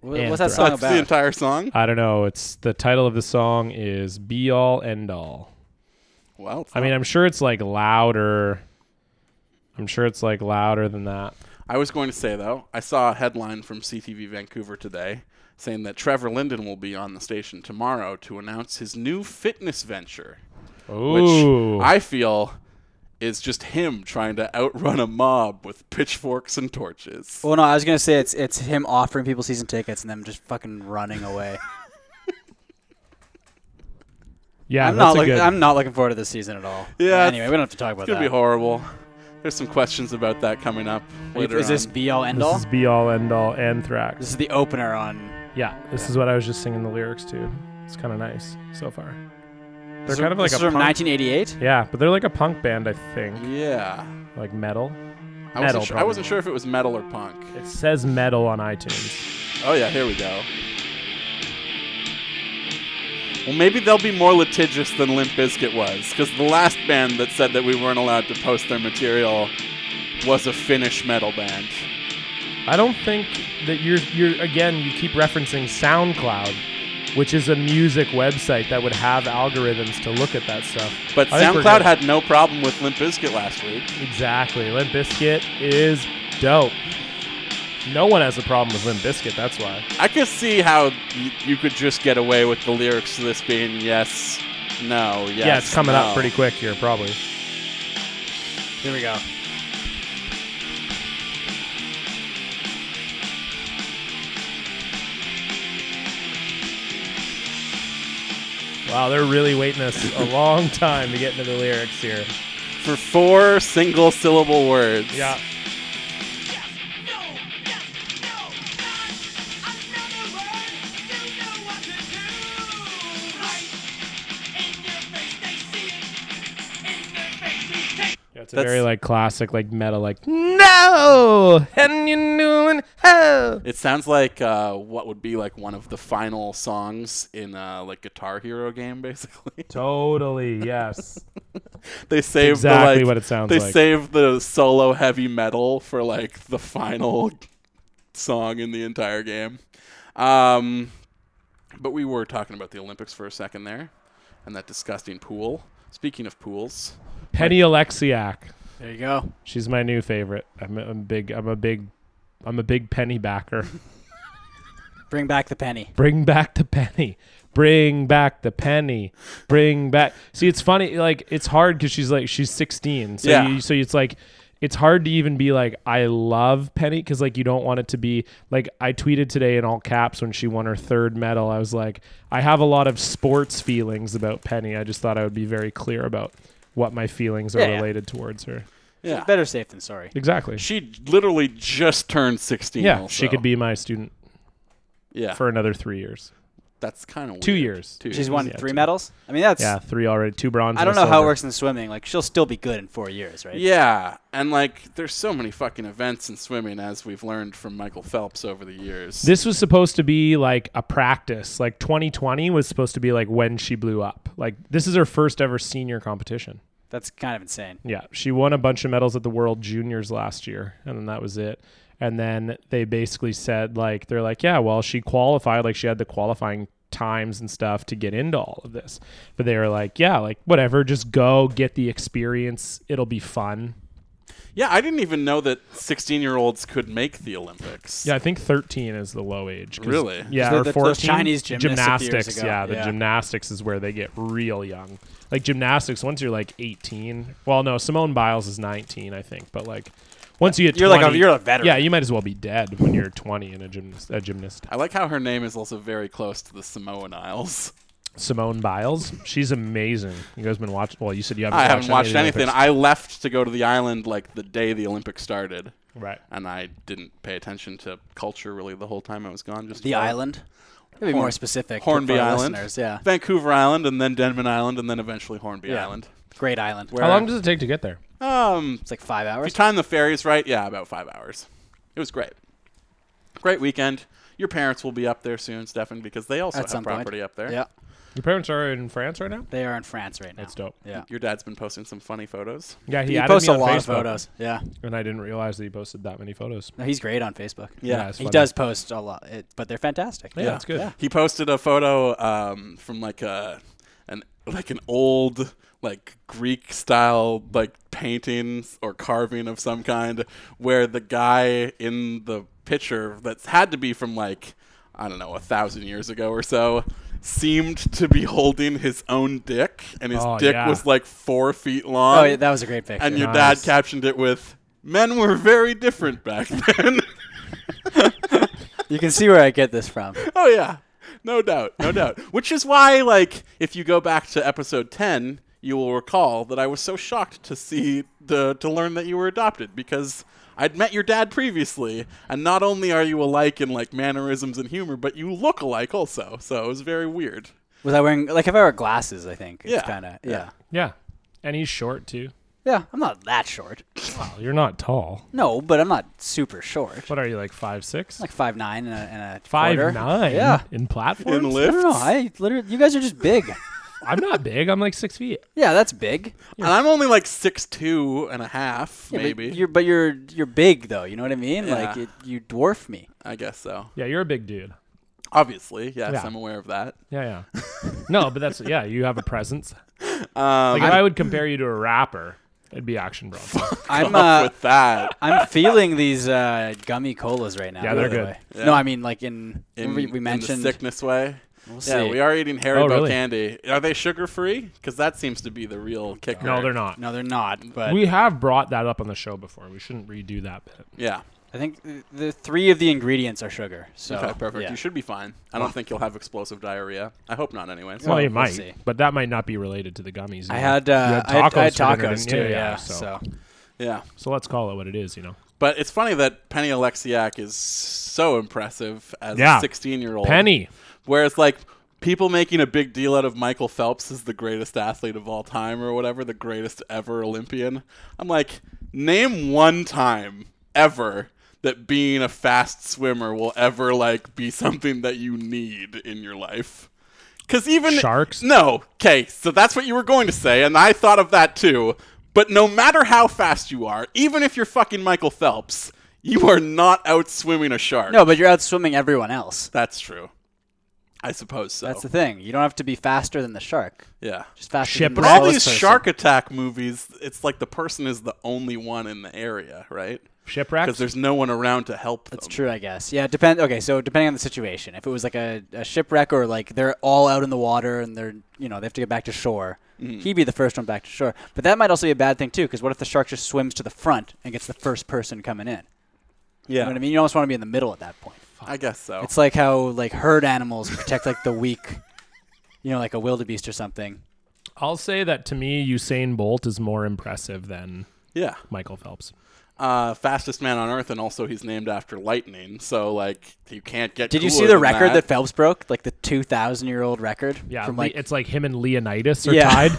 Speaker 4: Wh- what's that
Speaker 6: Anthrax.
Speaker 4: song
Speaker 3: that's the
Speaker 4: about?
Speaker 3: entire song.
Speaker 6: I don't know. It's the title of the song is "Be All End All."
Speaker 3: Well, it's
Speaker 6: I mean, I'm sure it's like louder. I'm sure it's like louder than that.
Speaker 3: I was going to say though, I saw a headline from CTV Vancouver today saying that Trevor Linden will be on the station tomorrow to announce his new fitness venture,
Speaker 6: Ooh,
Speaker 3: which I feel is just him trying to outrun a mob with pitchforks and torches.
Speaker 4: well, no, I was gonna say it's it's him offering people season tickets and them just fucking running away.
Speaker 6: yeah,
Speaker 4: I'm not
Speaker 6: that's a
Speaker 4: look,
Speaker 6: good.
Speaker 4: I'm not looking forward to this season at all.
Speaker 3: Yeah,
Speaker 4: Anyway, we don't have to talk about
Speaker 3: It's gonna
Speaker 4: that.
Speaker 3: be horrible. There's some questions about that coming up later.
Speaker 4: Is this
Speaker 3: on.
Speaker 4: be all end
Speaker 6: this
Speaker 4: all?
Speaker 6: is "Be All End All" Anthrax.
Speaker 4: This is the opener on.
Speaker 6: yeah, this is what I was just singing the lyrics to. It's kind of nice so far. They're
Speaker 4: this
Speaker 6: kind of like
Speaker 4: this
Speaker 6: a
Speaker 4: is from
Speaker 6: punk.
Speaker 4: 1988.
Speaker 6: yeah, but they're like a punk band, I think,
Speaker 3: Yeah,
Speaker 4: Mm-hmm.
Speaker 6: like metal.
Speaker 3: I
Speaker 6: Metal,
Speaker 3: wasn't, sure, I
Speaker 6: probably.
Speaker 3: wasn't sure if it was metal or punk.
Speaker 6: It says metal on iTunes.
Speaker 3: Oh yeah, here we go. Well, maybe they'll be more litigious than Limp Bizkit was, because the last band that said that we weren't allowed to post their material was a Finnish metal band.
Speaker 6: I don't think that you're you're again you keep referencing SoundCloud, which is a music website that would have algorithms to look at that stuff.
Speaker 3: But
Speaker 6: I think we're
Speaker 3: SoundCloud
Speaker 6: good.
Speaker 3: had no problem with Limp Bizkit last week.
Speaker 6: exactly Limp Bizkit is dope. No one has a problem with Limp Bizkit. That's why.
Speaker 3: I could see how y- you could just get away with the lyrics to this being yes, no, yes.
Speaker 6: yeah, it's coming
Speaker 3: no.
Speaker 6: up pretty quick here, probably.
Speaker 4: Here we go.
Speaker 6: Wow, they're really waiting us a long time to get into the lyrics here.
Speaker 3: For four single syllable words.
Speaker 6: Yeah.
Speaker 5: Yes, no, yes, no, not another word. You know what to do, right? In your face they see it. In their face you take.
Speaker 6: Yeah, it's a
Speaker 3: That's-
Speaker 6: very like classic, like metal, like no, and you knew and how.
Speaker 3: It sounds like uh, what would be like one of the final songs in uh, like Guitar Hero game, basically.
Speaker 6: Totally, yes.
Speaker 3: they saved
Speaker 6: exactly
Speaker 3: the, like,
Speaker 6: what it sounds
Speaker 3: they
Speaker 6: like.
Speaker 3: saved the solo heavy metal for like the final song in the entire game. Um, but we were talking about the Olympics for a second there, and that disgusting pool. Speaking of pools,
Speaker 6: Penny Alexiak.
Speaker 4: There you go.
Speaker 6: She's my new favorite. I'm a, I'm a big. I'm a big. I'm a big penny backer.
Speaker 4: Bring back the penny.
Speaker 6: Bring back the penny. Bring back the penny. Bring back. See, it's funny. Like it's hard because she's like she's 16. So
Speaker 3: Yeah.
Speaker 6: You, so it's like. It's hard to even be like I love Penny because like you don't want it to be like I tweeted today in all caps when she won her third medal. I was like I have a lot of sports feelings about Penny. I just thought I would be very clear about what my feelings are
Speaker 4: Yeah, yeah.
Speaker 6: related towards her.
Speaker 3: yeah,
Speaker 4: Better safe than sorry.
Speaker 6: Exactly.
Speaker 3: she literally just turned sixteen.
Speaker 6: Yeah,
Speaker 3: also.
Speaker 6: she could be my student
Speaker 3: Yeah,
Speaker 6: for another three years.
Speaker 3: that's kind of
Speaker 6: two years.
Speaker 3: Two
Speaker 4: She's
Speaker 3: years.
Speaker 4: won
Speaker 6: Yeah,
Speaker 4: three
Speaker 6: two.
Speaker 4: medals. I mean, that's.
Speaker 6: Yeah, three already, two bronze.
Speaker 4: I
Speaker 6: and a
Speaker 4: don't know how it
Speaker 6: silver.
Speaker 4: works in swimming. Like she'll still be good in four years, right?
Speaker 3: Yeah, and like there's so many fucking events in swimming as we've learned from Michael Phelps over the years.
Speaker 6: This was supposed to be like a practice. Like 2020 was supposed to be like when she blew up. Like this is her first ever senior competition.
Speaker 4: That's kind of insane.
Speaker 6: Yeah, she won a bunch of medals at the World Juniors last year, and then that was it. and then they basically said like they're like yeah well she qualified like she had the qualifying times and stuff to get into all of this but they were like yeah like whatever just go get the experience it'll be fun
Speaker 3: Yeah, I didn't even know that 16 year olds could make the Olympics.
Speaker 6: yeah i think 13 is the low age 'cause-
Speaker 3: Really?
Speaker 6: yeah
Speaker 4: Those-
Speaker 6: or
Speaker 4: those
Speaker 6: 14
Speaker 4: Chinese gymnasts a few years
Speaker 6: gymnastics
Speaker 4: ago.
Speaker 6: yeah the
Speaker 4: Yeah.
Speaker 6: gymnastics is where they get real young like gymnastics once you're like 18 well no simone biles is 19 i think but like once you get
Speaker 4: You're like a-
Speaker 6: 20
Speaker 4: you're a veteran.
Speaker 6: yeah you might as well be dead when you're 20 and a, gymnast, a gymnast
Speaker 3: I like how her name is also very close to the Samoan Isles.
Speaker 6: Simone Biles. She's amazing. You guys been watching? Well, you said you haven't.
Speaker 3: I
Speaker 6: watched
Speaker 3: haven't watched
Speaker 6: any of the
Speaker 3: anything. I left to go to the island like the day the Olympics started,
Speaker 6: Olympics. right.
Speaker 3: and I didn't pay attention to culture really the whole time I was gone. Just
Speaker 4: The
Speaker 3: about
Speaker 4: island. Maybe more specific.
Speaker 3: Hornby
Speaker 4: for our
Speaker 3: Island,
Speaker 4: listeners, Yeah.
Speaker 3: Vancouver Island, and then Denman Island, and then eventually Hornby
Speaker 4: Yeah.
Speaker 3: Island.
Speaker 4: Great island.
Speaker 3: Where,
Speaker 6: How long does it take to get there?
Speaker 3: um,
Speaker 4: It's like five
Speaker 3: if you
Speaker 4: hours.
Speaker 3: time the ferries right, yeah, about five hours. It was great. Great weekend. Your parents will be up there soon, Stefan, because they also
Speaker 4: At
Speaker 3: have
Speaker 4: some point.
Speaker 3: property up there.
Speaker 4: Yeah.
Speaker 6: Your parents are in France right now.
Speaker 4: They are in France right now.
Speaker 6: That's dope.
Speaker 4: Yeah.
Speaker 3: Your dad's been posting some funny photos.
Speaker 6: Yeah, he
Speaker 4: He
Speaker 6: added
Speaker 4: posts a
Speaker 6: me on
Speaker 4: lot
Speaker 6: Facebook,
Speaker 4: of photos. Yeah.
Speaker 6: and I didn't realize that he posted that many photos.
Speaker 4: No, he's great on Facebook.
Speaker 6: Yeah, it's
Speaker 4: he
Speaker 6: funny.
Speaker 4: does post a lot, it, but they're fantastic.
Speaker 6: Yeah, it's good.
Speaker 3: He posted a photo um, from like a an like an old like Greek style like painting or carving of some kind where the guy in the picture that's had to be from like I don't know a thousand years ago or so seemed to be holding his own dick and his
Speaker 6: Oh,
Speaker 3: dick
Speaker 6: yeah.
Speaker 3: was like four feet long
Speaker 4: Oh, yeah, that was a great picture.
Speaker 3: and your dad
Speaker 6: Nice.
Speaker 3: captioned it with men were very different back then
Speaker 4: you can see where I get this from.
Speaker 3: Oh yeah, no doubt, no doubt. Which is why, like, if you go back to episode ten, you will recall that I was so shocked to see the to learn that you were adopted because I'd met your dad previously, and not only are you alike in like mannerisms and humor, but you look alike also. So it was very weird.
Speaker 4: Was I wearing like if I wear glasses? I think it's
Speaker 3: Yeah.
Speaker 4: kind of yeah.
Speaker 3: Yeah.
Speaker 6: Yeah, and he's short too.
Speaker 4: Yeah, I'm not that short.
Speaker 6: Well, you're not tall.
Speaker 4: No, but I'm not super short.
Speaker 6: What are you like five six?
Speaker 4: Like five nine and a, and a
Speaker 6: five
Speaker 4: quarter.
Speaker 6: nine.
Speaker 4: Yeah.
Speaker 6: In platforms.
Speaker 3: In
Speaker 4: I
Speaker 3: lift,
Speaker 4: don't know. I literally, you guys are just big.
Speaker 6: I'm not big. I'm like six feet.
Speaker 4: yeah, that's big.
Speaker 3: and I'm only like six two and a half,
Speaker 4: Yeah, but
Speaker 3: maybe.
Speaker 4: you're, but you're you're big though. You know what I mean? Like
Speaker 3: Yeah.
Speaker 4: it, you dwarf me.
Speaker 3: I guess so.
Speaker 6: Yeah, you're a big dude.
Speaker 3: Obviously, yes,
Speaker 6: Yeah.
Speaker 3: I'm aware of that.
Speaker 6: Yeah, yeah. no, but that's yeah. You have a presence.
Speaker 3: Um,
Speaker 6: Like if I would compare you to a rapper, it'd be Action Bronson.
Speaker 4: I'm
Speaker 3: up
Speaker 4: uh,
Speaker 3: with that.
Speaker 4: I'm feeling these uh, gummy colas right now.
Speaker 6: Yeah, they're
Speaker 4: by the
Speaker 6: good.
Speaker 4: way. No, I mean like in,
Speaker 3: in,
Speaker 4: we, we
Speaker 3: in
Speaker 4: mentioned
Speaker 3: the sickness way.
Speaker 4: We'll
Speaker 3: yeah,
Speaker 4: see.
Speaker 3: we are eating Haribo
Speaker 6: Oh, really?
Speaker 3: candy. Are they sugar free? Because that seems to be the real kicker.
Speaker 6: no, they're not.
Speaker 4: No, they're not. But
Speaker 6: We have brought that up on the show before. We shouldn't redo that bit.
Speaker 3: Yeah.
Speaker 4: I think th- the three of the ingredients are sugar. So
Speaker 3: Okay, perfect.
Speaker 4: yeah.
Speaker 3: You should be fine. I don't think you'll have explosive diarrhea. I hope not, anyways.
Speaker 6: Well, you
Speaker 4: Oh, we'll
Speaker 6: might,
Speaker 4: see.
Speaker 6: but that might not be related to the gummies.
Speaker 4: I
Speaker 6: either.
Speaker 4: had,
Speaker 6: You
Speaker 4: uh, I had I had
Speaker 6: for
Speaker 4: tacos,
Speaker 6: dinner, didn't
Speaker 4: too.
Speaker 6: you?
Speaker 4: Yeah,
Speaker 6: so.
Speaker 4: so.
Speaker 6: so
Speaker 3: Yeah.
Speaker 6: let's call it what it is. You know,
Speaker 3: But it's funny that Penny Alexiak is so impressive as
Speaker 6: Yeah.
Speaker 3: a 16 year old.
Speaker 6: Penny.
Speaker 3: Whereas, like, people making a big deal out of Michael Phelps as the greatest athlete of all time or whatever, the greatest ever Olympian. I'm like, name one time ever that being a fast swimmer will ever, like, be something that you need in your life. Because even.
Speaker 6: Sharks?
Speaker 3: No. Okay, so that's what you were going to say, and I thought of that too. But no matter how fast you are, even if you're fucking Michael Phelps, you are not out swimming a shark.
Speaker 4: No, but you're out swimming everyone else.
Speaker 3: That's true. I suppose so.
Speaker 4: That's the thing. You don't have to be faster than the shark.
Speaker 3: yeah.
Speaker 4: Just faster
Speaker 6: Ship
Speaker 3: But
Speaker 4: than the
Speaker 3: all
Speaker 4: slowest
Speaker 3: these
Speaker 4: person.
Speaker 3: shark attack movies, it's like the person is the only one in the area, right? Because
Speaker 6: Shipwrecks.
Speaker 3: there's no one around to help them.
Speaker 4: That's true, I guess. Yeah, depend. Okay, so depending on the situation, if it was like a, a shipwreck or like they're all out in the water and they're you know they have to get back to shore, he'd be the first one back to shore. But that might also be a bad thing too, because what if the shark just swims to the front and gets the first person coming in? You
Speaker 3: Yeah,
Speaker 4: know what I mean? You almost want to be in the middle at that point.
Speaker 3: I guess so.
Speaker 4: It's like how like herd animals protect like the weak, you know, like a wildebeest or something.
Speaker 6: I'll say that to me, Usain Bolt is more impressive than
Speaker 3: yeah,
Speaker 6: Michael Phelps.
Speaker 3: uh, fastest man on earth, and also he's named after lightning. So like, you can't get.
Speaker 4: Did you see
Speaker 3: cooler
Speaker 4: the
Speaker 3: than
Speaker 4: record that,
Speaker 3: that
Speaker 4: Phelps broke? Like the two thousand year old record?
Speaker 6: Yeah,
Speaker 4: From
Speaker 6: Le-
Speaker 4: like
Speaker 6: it's like him and Leonidas are
Speaker 4: Yeah.
Speaker 6: tied.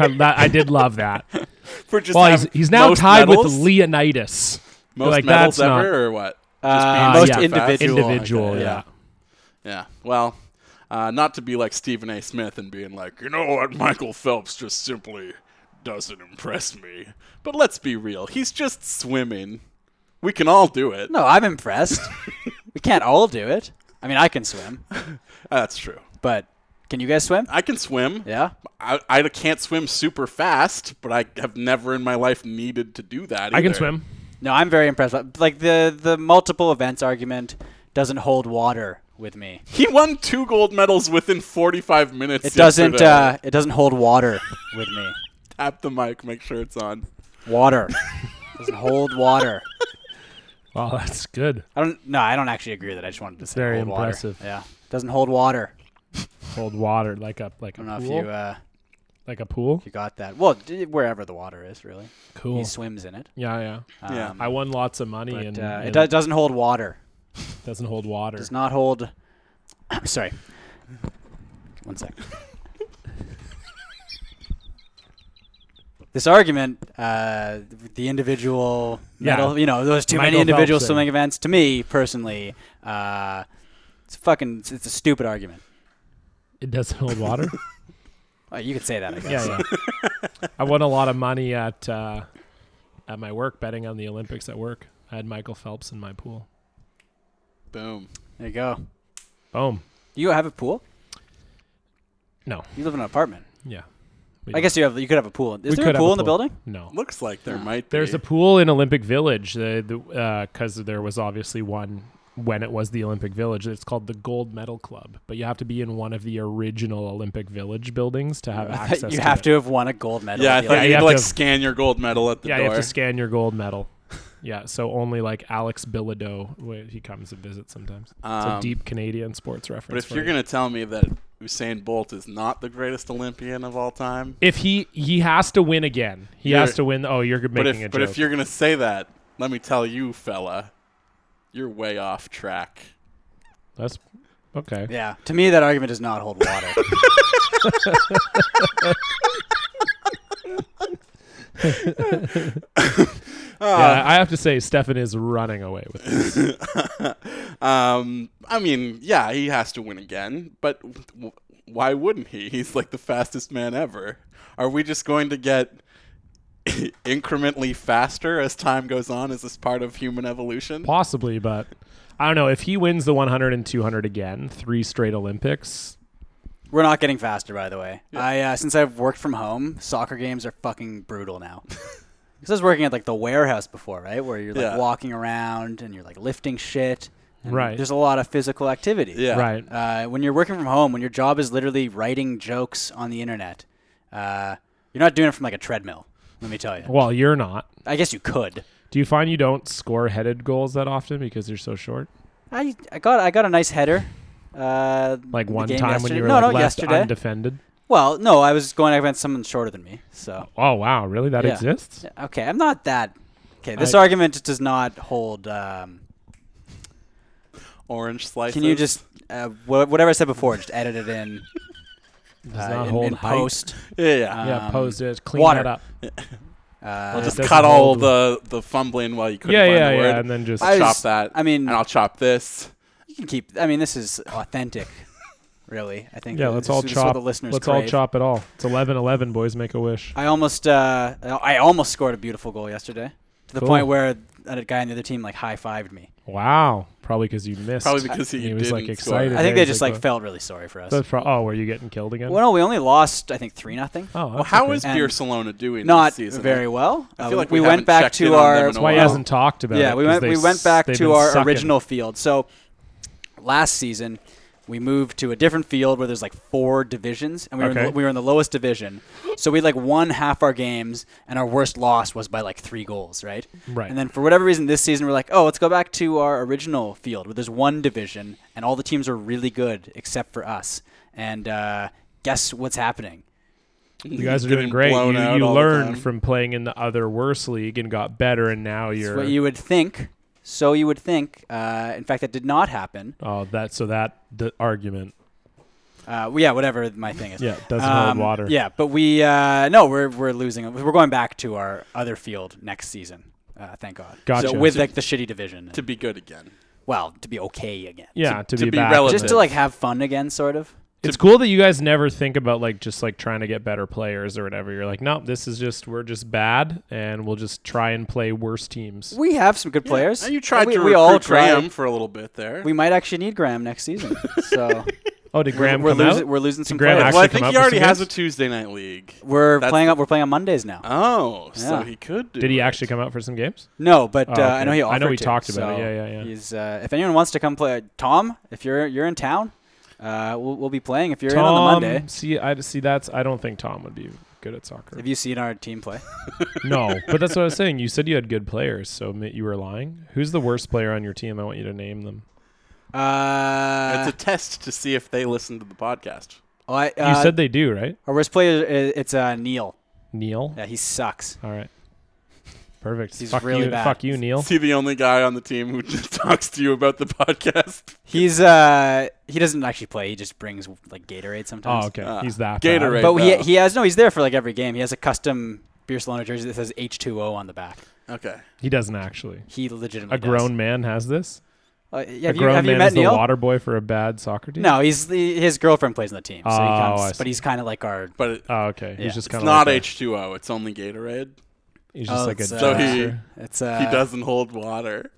Speaker 6: I, that- I did love that.
Speaker 3: for just
Speaker 6: Well,
Speaker 3: have
Speaker 6: he's, he's now
Speaker 3: most
Speaker 6: tied
Speaker 3: medals?
Speaker 6: with Leonidas.
Speaker 3: Most
Speaker 6: like,
Speaker 3: medals
Speaker 6: that's not-
Speaker 3: ever, or what?
Speaker 4: Uh,
Speaker 3: being
Speaker 4: most
Speaker 3: fast?
Speaker 4: individual.
Speaker 6: Individual,
Speaker 3: Okay,
Speaker 6: yeah.
Speaker 3: Yeah. Well, uh, not to be like Stephen A. Smith and being like, you know what, Michael Phelps just simply doesn't impress me. But let's be real. He's just swimming. We can all do it.
Speaker 4: No, I'm impressed. we can't all do it. I mean, I can swim,
Speaker 3: That's true.
Speaker 4: but can you guys swim?
Speaker 3: I can swim.
Speaker 4: Yeah.
Speaker 3: I, I can't swim super fast, but I have never in my life needed to do that.
Speaker 6: I can
Speaker 3: either.
Speaker 6: swim.
Speaker 4: No, I'm very impressed. by- Like the the multiple events argument doesn't hold water with me.
Speaker 3: He won two gold medals within 45 minutes.
Speaker 4: It doesn't.
Speaker 3: yesterday.
Speaker 4: Uh, it doesn't hold water with me.
Speaker 3: Tap the mic, make sure it's on.
Speaker 4: Water doesn't hold water.
Speaker 6: Wow, that's good.
Speaker 4: I don't. No, I don't actually agree with it. I just wanted to say
Speaker 6: Very
Speaker 4: hold
Speaker 6: impressive.
Speaker 4: water. Yeah, doesn't hold water.
Speaker 6: Hold water like a like a
Speaker 4: I don't know
Speaker 6: pool.
Speaker 4: if you uh,
Speaker 6: like a pool.
Speaker 4: you got that. Well, d- wherever the water is, really.
Speaker 6: Cool.
Speaker 4: He swims in it. Um,
Speaker 6: Yeah, yeah.
Speaker 3: yeah.
Speaker 6: I won lots of money
Speaker 4: But
Speaker 6: and,
Speaker 4: uh, it
Speaker 6: and
Speaker 4: do- doesn't hold water.
Speaker 6: doesn't hold water.
Speaker 4: Does not hold. I'm sorry. One sec. this argument, uh, the individual
Speaker 6: Yeah.
Speaker 4: medal, you know, those too
Speaker 6: Michael
Speaker 4: many individual
Speaker 6: Phelps thing.
Speaker 4: swimming events. To me personally, uh, it's fucking. It's, it's a stupid argument.
Speaker 6: It doesn't hold water.
Speaker 4: Well, you could say that, I guess.
Speaker 6: yeah, yeah. I won a lot of money at uh, at my work betting on the Olympics at work. I had Michael Phelps in my pool.
Speaker 3: Boom.
Speaker 4: There you go.
Speaker 6: Boom.
Speaker 4: Do you have a pool?
Speaker 6: No.
Speaker 4: You live in an apartment.
Speaker 6: Yeah.
Speaker 4: I guess you have. You could have a pool. Is
Speaker 6: We
Speaker 4: there
Speaker 6: could
Speaker 4: a
Speaker 6: have
Speaker 4: pool in the building?
Speaker 6: No.
Speaker 3: Looks like there might be.
Speaker 6: There's a pool in Olympic Village because the, uh 'cause there was obviously one when it was the Olympic Village. It's called the Gold Medal Club, but you have to be in one of the original Olympic Village buildings to have access.
Speaker 4: you have
Speaker 6: it.
Speaker 4: to have won a gold medal.
Speaker 3: yeah, I
Speaker 4: at the
Speaker 3: thought you
Speaker 6: you
Speaker 3: had
Speaker 6: have
Speaker 3: to like
Speaker 6: to-
Speaker 3: scan your gold medal at the
Speaker 6: Yeah,
Speaker 3: door.
Speaker 6: you have to scan your gold medal. yeah, so only like Alex Bilodeau, wh- he comes and visits sometimes.
Speaker 3: Um,
Speaker 6: it's a deep Canadian sports reference.
Speaker 3: but if
Speaker 6: for
Speaker 3: you're
Speaker 6: you.
Speaker 3: gonna tell me that Usain Bolt is not the greatest Olympian of all time,
Speaker 6: if he he has to win again, he
Speaker 3: You're-
Speaker 6: has to win. Oh, you're making
Speaker 3: but
Speaker 6: a
Speaker 3: if
Speaker 6: joke.
Speaker 3: but if you're gonna say that, let me tell you, fella, you're way off track.
Speaker 6: that's okay.
Speaker 4: Yeah. To me, that argument does not hold water.
Speaker 6: Yeah, I have to say, Stefan is running away with it.
Speaker 3: Um, I mean, yeah, he has to win again, but w- w- why wouldn't he? He's like the fastest man ever. Are we just going to get incrementally faster as time goes on? Is this part of human evolution?
Speaker 6: possibly, but I don't know if he wins the 100 and 200 again, three straight Olympics.
Speaker 4: We're not getting faster, by the way. I uh, since I've worked from home, soccer games are fucking brutal now. Because I was working at like the warehouse before, right? Where you're like
Speaker 3: Yeah.
Speaker 4: walking around and you're like lifting shit. and
Speaker 6: Right.
Speaker 4: There's a lot of physical activity.
Speaker 3: Yeah.
Speaker 6: Right.
Speaker 4: Uh, when you're working from home, when your job is literally writing jokes on the internet, uh, you're not doing it from like a treadmill. Let me tell you.
Speaker 6: Well, you're not.
Speaker 4: I guess you could.
Speaker 6: Do you find you don't score headed goals that often because you're so short?
Speaker 4: I, I got I got a nice header. Uh,
Speaker 6: Like
Speaker 4: the
Speaker 6: one
Speaker 4: game
Speaker 6: time when
Speaker 4: yesterday.
Speaker 6: you were
Speaker 4: no
Speaker 6: like
Speaker 4: no
Speaker 6: left
Speaker 4: yesterday.
Speaker 6: undefended.
Speaker 4: well, no, I was going against someone shorter than me, so.
Speaker 6: Oh wow, really? That
Speaker 4: Yeah.
Speaker 6: exists?
Speaker 4: Okay, I'm not that. Okay, this
Speaker 6: I-
Speaker 4: argument does not hold. Um,
Speaker 3: Orange slices.
Speaker 4: can you just uh, wha- whatever I said before, just edit it in,
Speaker 6: Does
Speaker 4: uh,
Speaker 6: not
Speaker 4: in,
Speaker 6: hold
Speaker 4: in
Speaker 6: height.
Speaker 4: post.
Speaker 3: yeah, yeah.
Speaker 6: Yeah,
Speaker 4: um,
Speaker 6: post it. Clean
Speaker 4: water.
Speaker 6: that up.
Speaker 4: Uh,
Speaker 3: just
Speaker 6: doesn't
Speaker 3: cut all
Speaker 6: hold.
Speaker 3: the the fumbling while you couldn't
Speaker 6: Yeah,
Speaker 3: find
Speaker 6: yeah,
Speaker 3: the
Speaker 6: yeah,
Speaker 3: word.
Speaker 6: and then just-
Speaker 3: I'll
Speaker 4: I
Speaker 3: chop
Speaker 4: just-
Speaker 3: that.
Speaker 4: I mean-
Speaker 3: and I'll chop this.
Speaker 4: you can keep. I mean, this is authentic, really. I think.
Speaker 6: Yeah,
Speaker 4: that
Speaker 6: let's
Speaker 4: this
Speaker 6: all
Speaker 4: is
Speaker 6: chop.
Speaker 4: What the listeners
Speaker 6: Let's all
Speaker 4: crave.
Speaker 6: chop it all. It's 11-11, boys. Make a wish.
Speaker 4: I almost, uh, I almost scored a beautiful goal yesterday, to the
Speaker 6: Cool.
Speaker 4: point where a guy on the other team like high fived me.
Speaker 6: Wow. Probably because you missed.
Speaker 3: Probably because he
Speaker 6: he was like
Speaker 3: didn't score.
Speaker 6: excited.
Speaker 4: I think
Speaker 6: Yeah,
Speaker 4: they
Speaker 6: he's
Speaker 4: just like
Speaker 6: "Well,
Speaker 4: felt really sorry for us.
Speaker 6: that's pro- oh, were you getting killed again?
Speaker 4: well, no, we only lost. I think three nothing.
Speaker 6: oh,
Speaker 3: Well, how is
Speaker 4: And
Speaker 3: Beer Salona doing
Speaker 4: not
Speaker 3: this season?
Speaker 4: very well.
Speaker 3: I
Speaker 4: Uh,
Speaker 3: feel like
Speaker 4: we,
Speaker 3: we haven't
Speaker 4: went back
Speaker 3: checked in
Speaker 4: to
Speaker 3: on
Speaker 4: our
Speaker 3: them in a
Speaker 6: That's why he
Speaker 3: Well-
Speaker 6: hasn't talked about it.
Speaker 4: yeah, we
Speaker 6: 'cause
Speaker 4: went
Speaker 6: they
Speaker 4: we went
Speaker 6: s-
Speaker 4: back
Speaker 6: they've
Speaker 4: to
Speaker 6: been
Speaker 4: our
Speaker 6: sucking.
Speaker 4: original field. So last season we moved to a different field where there's like four divisions and we were, in
Speaker 6: Okay.
Speaker 4: the, we were in the lowest division. So we like won half our games and our worst loss was by like 3 goals, right?
Speaker 6: Right.
Speaker 4: And then for whatever reason this season we're like, "Oh, let's go back to our original field where there's one division and all the teams are really good except for us." And uh, guess what's happening?
Speaker 6: You guys are
Speaker 3: Getting
Speaker 6: doing great.
Speaker 3: blown
Speaker 6: You,
Speaker 3: out
Speaker 6: you
Speaker 3: all the time.
Speaker 6: learned from playing in the other worse league and got better, and now
Speaker 4: It's
Speaker 6: you're.
Speaker 4: what you would think. So you would think. Uh, in fact, that did not happen.
Speaker 6: oh, that so that the argument.
Speaker 4: Uh, well, yeah, whatever my thing is.
Speaker 6: Yeah, doesn't
Speaker 4: Um,
Speaker 6: hold water.
Speaker 4: Yeah, but we uh, no, we're we're losing. We're going back to our other field next season. Uh, thank God.
Speaker 6: Gotcha.
Speaker 4: So with like the shitty division.
Speaker 3: to be good again.
Speaker 4: well, to be okay again.
Speaker 6: yeah, to,
Speaker 3: to
Speaker 6: be,
Speaker 3: be
Speaker 6: back.
Speaker 3: relevant.
Speaker 4: Just to like have fun again, sort of.
Speaker 6: It's cool that you guys never think about like just like trying to get better players or whatever. You're like, nope, this is just we're just bad, and we'll just try and play worse teams.
Speaker 4: We have some good players.
Speaker 3: you tried
Speaker 4: we,
Speaker 3: to
Speaker 4: we
Speaker 3: recruit
Speaker 4: all tried.
Speaker 3: Graham for a little bit there.
Speaker 4: We might actually need Graham next season. So
Speaker 6: Oh, did Graham
Speaker 4: we're,
Speaker 6: come out?
Speaker 4: losing, we're losing some
Speaker 6: Graham
Speaker 4: players.
Speaker 3: well, I
Speaker 6: actually come
Speaker 3: think
Speaker 6: up
Speaker 3: he already
Speaker 6: with some
Speaker 3: has a
Speaker 6: hits?
Speaker 3: Tuesday night league.
Speaker 4: We're
Speaker 3: That's-
Speaker 4: playing up. We're playing on Mondays now.
Speaker 3: Oh, so
Speaker 4: Yeah.
Speaker 3: he could do.
Speaker 6: Did he
Speaker 3: it.
Speaker 6: actually come out for some games?
Speaker 4: No, but
Speaker 6: Oh,
Speaker 4: uh, I know
Speaker 6: okay.
Speaker 4: he
Speaker 6: I
Speaker 4: offered
Speaker 6: know we
Speaker 4: to,
Speaker 6: talked about it.
Speaker 4: so
Speaker 6: Yeah, yeah, yeah.
Speaker 4: He's, uh, if anyone wants to come play, Tom, if you're you're in town, uh, we'll, we'll be playing. If you're in on
Speaker 6: Tom,
Speaker 4: the Monday,
Speaker 6: see, I see. That's I don't think Tom would be good at soccer.
Speaker 4: have you seen our team play?
Speaker 6: no, but that's what I was saying. You said you had good players, so ma- you were lying. Who's the worst player on your team? I want you to name them.
Speaker 4: Uh,
Speaker 3: It's a test to see if they listen to the podcast.
Speaker 4: oh, I-
Speaker 6: You
Speaker 4: uh,
Speaker 6: said they do, right?
Speaker 4: our worst player. i- It's uh, Neil.
Speaker 6: Neil.
Speaker 4: Yeah, he sucks.
Speaker 6: All right. Perfect.
Speaker 4: He's
Speaker 6: fuck
Speaker 4: really
Speaker 6: you.
Speaker 4: bad.
Speaker 6: Fuck you, Neil.
Speaker 3: Is he the only guy on the team who just talks to you about the podcast?
Speaker 4: He's uh, he doesn't actually play. He just brings like Gatorade sometimes.
Speaker 6: Oh, okay. Uh,
Speaker 3: Ah,
Speaker 6: He's that.
Speaker 3: Gatorade.
Speaker 6: Bad.
Speaker 4: But he
Speaker 3: though.
Speaker 4: he has no. He's there for like every game. He has a custom Beer Salona jersey that says H2O on the back.
Speaker 3: Okay.
Speaker 6: He doesn't actually.
Speaker 4: He legitimately
Speaker 6: A grown man has this.
Speaker 4: does. Uh, yeah, have
Speaker 6: a
Speaker 4: you,
Speaker 6: grown
Speaker 4: have
Speaker 6: man
Speaker 4: you met
Speaker 6: is
Speaker 4: Neil?
Speaker 6: the water boy for a bad soccer team.
Speaker 4: No, he's the, his girlfriend plays on the team, so he
Speaker 6: Oh,
Speaker 4: comes.
Speaker 6: I
Speaker 4: But
Speaker 6: see.
Speaker 4: he's kind of like our.
Speaker 3: But it,
Speaker 6: Oh, okay.
Speaker 4: Yeah.
Speaker 6: He's just
Speaker 3: it's
Speaker 6: kind of
Speaker 3: not
Speaker 6: like a-
Speaker 3: H2O. It's only Gatorade.
Speaker 6: He's just
Speaker 4: Oh,
Speaker 6: like a.
Speaker 4: it's, uh,
Speaker 3: So he
Speaker 6: joker.
Speaker 4: It's uh,
Speaker 3: he doesn't hold water.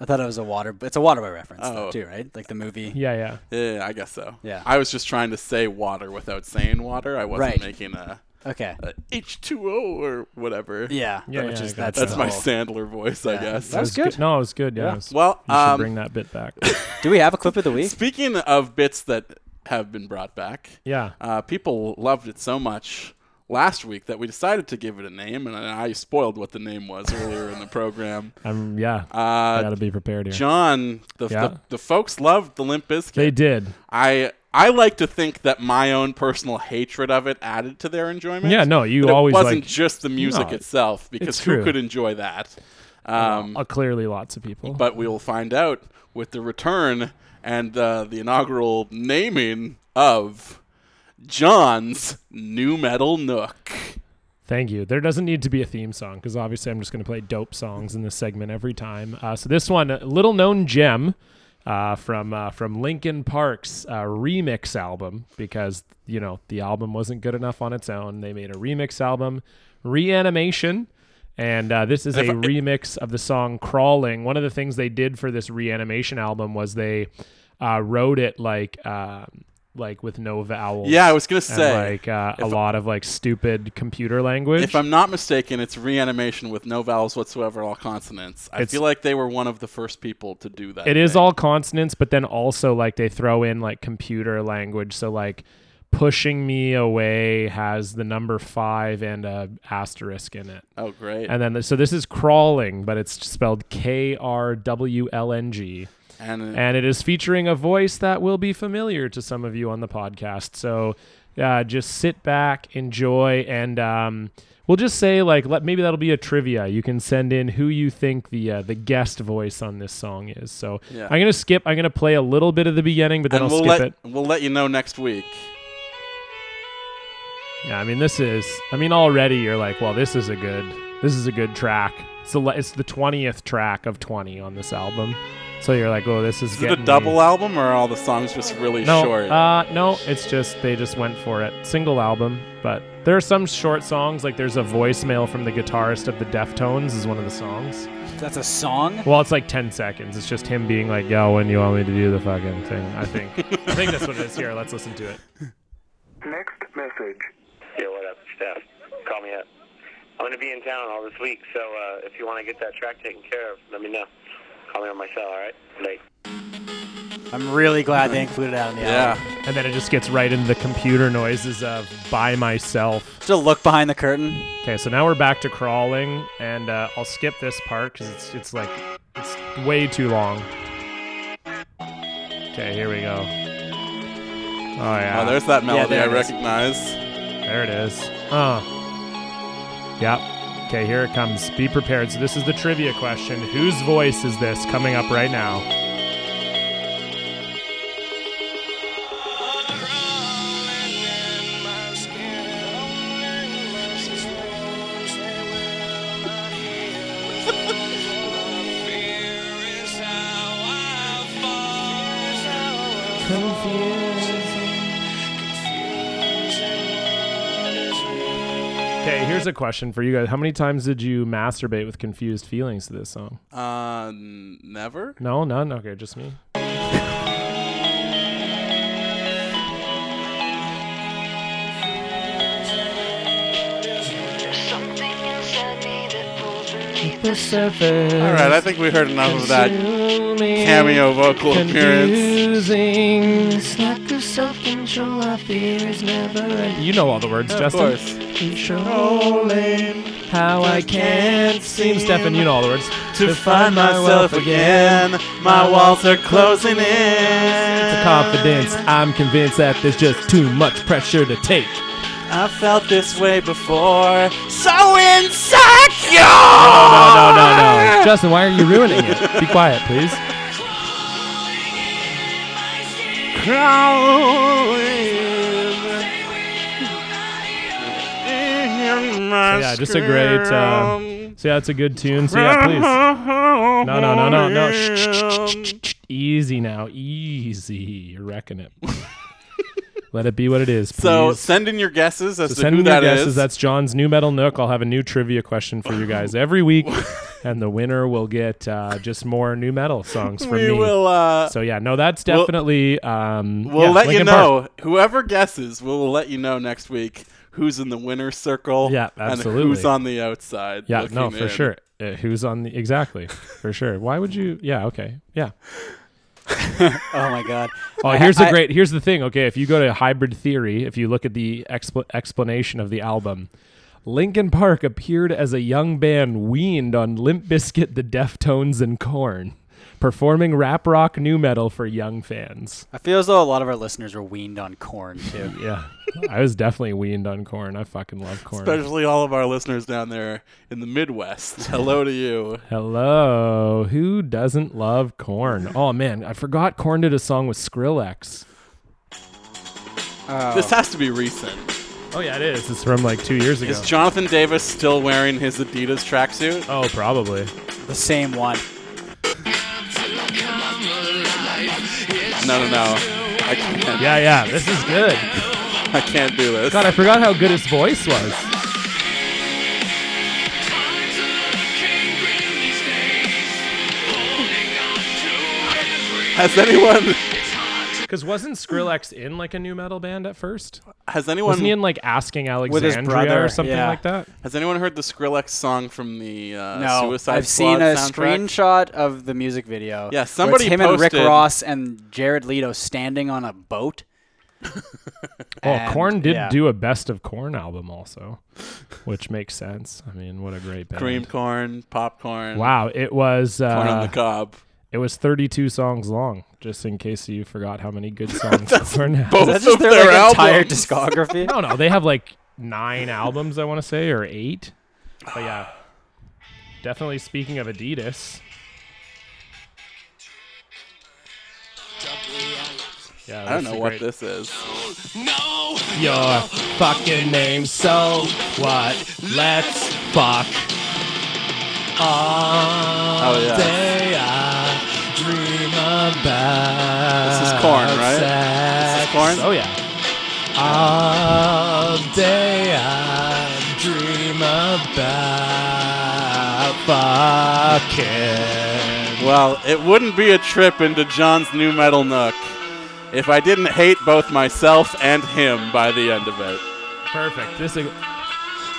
Speaker 4: I thought it was a water. It's a Waterboy reference though,
Speaker 3: Oh.
Speaker 4: too, right? Like the movie.
Speaker 6: Yeah, yeah.
Speaker 3: Yeah, I guess so.
Speaker 4: Yeah.
Speaker 3: I was just trying to say water without saying water. I wasn't
Speaker 4: Right.
Speaker 3: making a,
Speaker 4: Okay.
Speaker 3: a H2O or whatever.
Speaker 4: Yeah.
Speaker 6: Yeah,
Speaker 4: which
Speaker 6: yeah,
Speaker 4: is that's
Speaker 6: I got you.
Speaker 3: That's
Speaker 4: the
Speaker 3: my
Speaker 4: whole-
Speaker 3: Sandler voice, I guess.
Speaker 4: That was good.
Speaker 6: No, it was good. Yeah.
Speaker 4: Yeah.
Speaker 6: it was-
Speaker 3: Well,
Speaker 6: you
Speaker 3: um,
Speaker 6: should bring that bit back.
Speaker 4: Do we have a clip of the week?
Speaker 3: Speaking of bits that have been brought back,
Speaker 6: yeah.
Speaker 3: uh, people loved it so much last week that we decided to give it a name, and I spoiled what the name was earlier in the program.
Speaker 6: I'm. Yeah. I
Speaker 3: Uh,
Speaker 6: gotta be prepared here.
Speaker 3: John, the,
Speaker 6: Yeah.
Speaker 3: the the folks loved the Limp Bizkit.
Speaker 6: they did.
Speaker 3: I I like to think that my own personal hatred of it added to their enjoyment.
Speaker 6: Yeah, no, you
Speaker 3: That
Speaker 6: always,
Speaker 3: it wasn't
Speaker 6: like-
Speaker 3: just the music
Speaker 6: No,
Speaker 3: itself because
Speaker 6: it's
Speaker 3: who
Speaker 6: true.
Speaker 3: could enjoy that? Um,
Speaker 6: Uh, clearly, lots of people.
Speaker 3: but we will find out with the return and uh, the inaugural naming of John's new metal nook.
Speaker 6: Thank you. There doesn't need to be a theme song because obviously I'm just going to play dope songs in this segment every time. Uh, so this one, a little known gem uh, from uh, from Linkin Park's uh, remix album because you know the album wasn't good enough on its own. They made a remix album, Reanimation. And uh, this is a remix of the song "Crawling." One of the things they did for this reanimation album was they uh, wrote it like uh, like with no vowels.
Speaker 3: Yeah, I was gonna
Speaker 6: and,
Speaker 3: say
Speaker 6: like uh, a lot of like stupid computer language.
Speaker 3: If I'm not mistaken, it's reanimation with no vowels whatsoever, all consonants. I
Speaker 6: It's-
Speaker 3: feel like they were one of the first people to do that.
Speaker 6: it is
Speaker 3: thing.
Speaker 6: all consonants, but then also like they throw in like computer language. So like pushing me away has the number five and a asterisk in it.
Speaker 3: Oh, great!
Speaker 6: And then so this is crawling, but it's spelled K R W L N G.
Speaker 3: And, uh,
Speaker 6: and it is featuring a voice that will be familiar to some of you on the podcast. So uh, just sit back, enjoy, and um, we'll just say like let, maybe that'll be a trivia. You can send in who you think the uh, the guest voice on this song is. So
Speaker 3: Yeah.
Speaker 6: I'm gonna skip. I'm gonna play a little bit of the beginning, but then
Speaker 3: and
Speaker 6: I'll
Speaker 3: we'll
Speaker 6: skip
Speaker 3: let
Speaker 6: it.
Speaker 3: we'll let you know next week.
Speaker 6: Yeah, I mean this is. I mean already you're like, well, this is a good. This is a good track. It's the le- it's the twentieth track of twenty on this album. So you're like, oh, this is,
Speaker 3: Is it
Speaker 6: getting
Speaker 3: a
Speaker 6: me.
Speaker 3: double album or are all the songs just really
Speaker 6: No,
Speaker 3: short?
Speaker 6: uh, no, it's just they just went for it. Single album, but there are some short songs. Like there's a voicemail from the guitarist of the Deftones is one of the songs.
Speaker 4: That's a song.
Speaker 6: Well, it's like ten seconds. It's just him being like, "Yo, when do you want me to do the fucking thing?" I think. I think that's what it is. Here, let's listen to it.
Speaker 9: Next message.
Speaker 10: Yeah, what up, Steph? Call me up. I'm going to be in town all this week, so uh, if you want to get that track taken care of, let me know. Call me on my cell, all right? Late.
Speaker 4: I'm really glad they included that on the album.
Speaker 3: yeah.
Speaker 6: And then it just gets right into the computer noises of "By Myself."
Speaker 4: Just a look behind the curtain.
Speaker 6: Okay, so now we're back to crawling, and uh, I'll skip this part because it's it's like it's way too long. Okay, here we go. Oh uh, yeah,
Speaker 3: Oh, there's that melody
Speaker 4: there
Speaker 3: I
Speaker 4: it is.
Speaker 3: recognize.
Speaker 6: there it is. Huh. Yep. Okay, here it comes. Be prepared. So this is the trivia question: Whose voice is this coming up right now?
Speaker 5: Fear is how I fall.
Speaker 6: Confused. Okay, here's a question for you guys. How many times did you masturbate with confused feelings to this song?
Speaker 3: Uh, n- never.
Speaker 6: No, none. Okay, just me.
Speaker 5: Surface.
Speaker 3: All right, I think we heard enough of that cameo vocal appearance.
Speaker 6: Confusing.
Speaker 5: Lack of self-control, I fear is never ending.
Speaker 6: You know all the words,
Speaker 3: Of
Speaker 6: Justin.
Speaker 3: course. Controlling
Speaker 6: How I can't seem, Stefan. You know all the words.
Speaker 3: to find myself again. My walls are closing in.
Speaker 6: The confidence. I'm convinced that there's just too much pressure to take.
Speaker 3: I felt this way before. So insecure.
Speaker 6: No, no, no, no. Justin, why are you ruining it? Be quiet, please.
Speaker 3: Crawling in my
Speaker 6: Yeah, just a great. Uh, so yeah, it's a good tune. So yeah, please. No, no, no, no, no. Shh, shh, shh, shh, shh. Easy now. Easy. You're wrecking it. Let it be what it is. Please.
Speaker 3: So send in your guesses as
Speaker 6: So
Speaker 3: to
Speaker 6: send
Speaker 3: who
Speaker 6: me your
Speaker 3: that
Speaker 6: guesses.
Speaker 3: is.
Speaker 6: That's John's new metal nook. I'll have a new trivia question for you guys every week, and the winner will get uh, just more new metal songs from
Speaker 3: we
Speaker 6: me.
Speaker 3: will. Uh,
Speaker 6: So yeah, no, that's
Speaker 3: We'll-
Speaker 6: definitely. um,
Speaker 3: we'll
Speaker 6: yeah,
Speaker 3: let you
Speaker 6: Linkin Park.
Speaker 3: know. Whoever guesses, we'll let you know next week who's in the winner's circle.
Speaker 6: Yeah,
Speaker 3: And who's
Speaker 6: absolutely.
Speaker 3: on the outside.
Speaker 6: Yeah,
Speaker 3: looking
Speaker 6: no, for
Speaker 3: in.
Speaker 6: sure. Uh, who's on the exactly? For sure. Why would you? Yeah, okay, yeah.
Speaker 4: Oh my god.
Speaker 6: Oh,
Speaker 4: I-
Speaker 6: here's the
Speaker 4: I-
Speaker 6: great. Here's the thing. Okay, if you go to Hybrid Theory, if you look at the expl- explanation of the album, Linkin Park appeared as a young band weaned on Limp Bizkit, The Deftones, and Corn, performing rap rock new metal for young fans.
Speaker 4: I feel as though a lot of our listeners were weaned on corn too.
Speaker 6: Yeah, I was definitely weaned on Corn. I fucking love Corn.
Speaker 3: Especially all of our listeners down there in the Midwest. Hello to you.
Speaker 6: Hello, who doesn't love Corn? Oh man, I forgot Corn did a song with Skrillex.
Speaker 4: Oh.
Speaker 3: This
Speaker 6: Um,
Speaker 3: has to be recent.
Speaker 6: Oh yeah, it is. It's from like two years ago.
Speaker 3: Is Jonathan Davis still wearing his Adidas tracksuit?
Speaker 6: oh, probably.
Speaker 4: the same one.
Speaker 3: No, no, no. I can't.
Speaker 6: Yeah, yeah. This is good.
Speaker 3: I can't do this.
Speaker 6: God, I forgot how good his voice was.
Speaker 3: Has anyone?
Speaker 6: Because wasn't Skrillex in like a new metal band at first?
Speaker 3: Has
Speaker 6: Wasn't he
Speaker 3: anyone?
Speaker 6: in like Asking
Speaker 4: his
Speaker 6: Alexandria
Speaker 4: brother,
Speaker 6: or something
Speaker 4: yeah.
Speaker 6: like that?
Speaker 3: Has anyone heard the Skrillex song from the uh,
Speaker 4: No,
Speaker 3: Suicide
Speaker 4: I've
Speaker 3: Squad
Speaker 4: seen a
Speaker 3: soundtrack?
Speaker 4: screenshot of the music video.
Speaker 3: Yeah,
Speaker 4: where it's
Speaker 3: somebody
Speaker 4: him and Rick
Speaker 3: posted-
Speaker 4: Ross and Jared Leto standing on a boat.
Speaker 6: Oh, Korn
Speaker 4: And,
Speaker 6: did
Speaker 4: yeah.
Speaker 6: do a Best of Korn album also, which makes sense. I mean, what a great band.
Speaker 3: Cream corn, popcorn,
Speaker 6: Wow, it was
Speaker 3: corn on the
Speaker 6: uh,
Speaker 3: cob.
Speaker 6: it was 32 songs long. Just in case you forgot how many good songs Korn has.
Speaker 3: both.
Speaker 4: That's
Speaker 3: Both
Speaker 4: just their,
Speaker 3: their
Speaker 4: like, entire
Speaker 3: albums.
Speaker 4: discography.
Speaker 6: No, no, they have like nine albums, I want to say, or eight. But yeah, definitely. Speaking of Adidas, yeah,
Speaker 3: I don't know what this is. Oh,
Speaker 6: Your fucking name, so what? Let's fuck. All
Speaker 3: Oh, yeah.
Speaker 6: day I dream about.
Speaker 3: This is Korn, right? This is
Speaker 6: sex.
Speaker 3: Korn?
Speaker 6: Oh yeah. All day I dream about fucking.
Speaker 3: Well, it wouldn't be a trip into John's new metal nook if I didn't hate both myself and him by the end of it.
Speaker 6: Perfect. This is.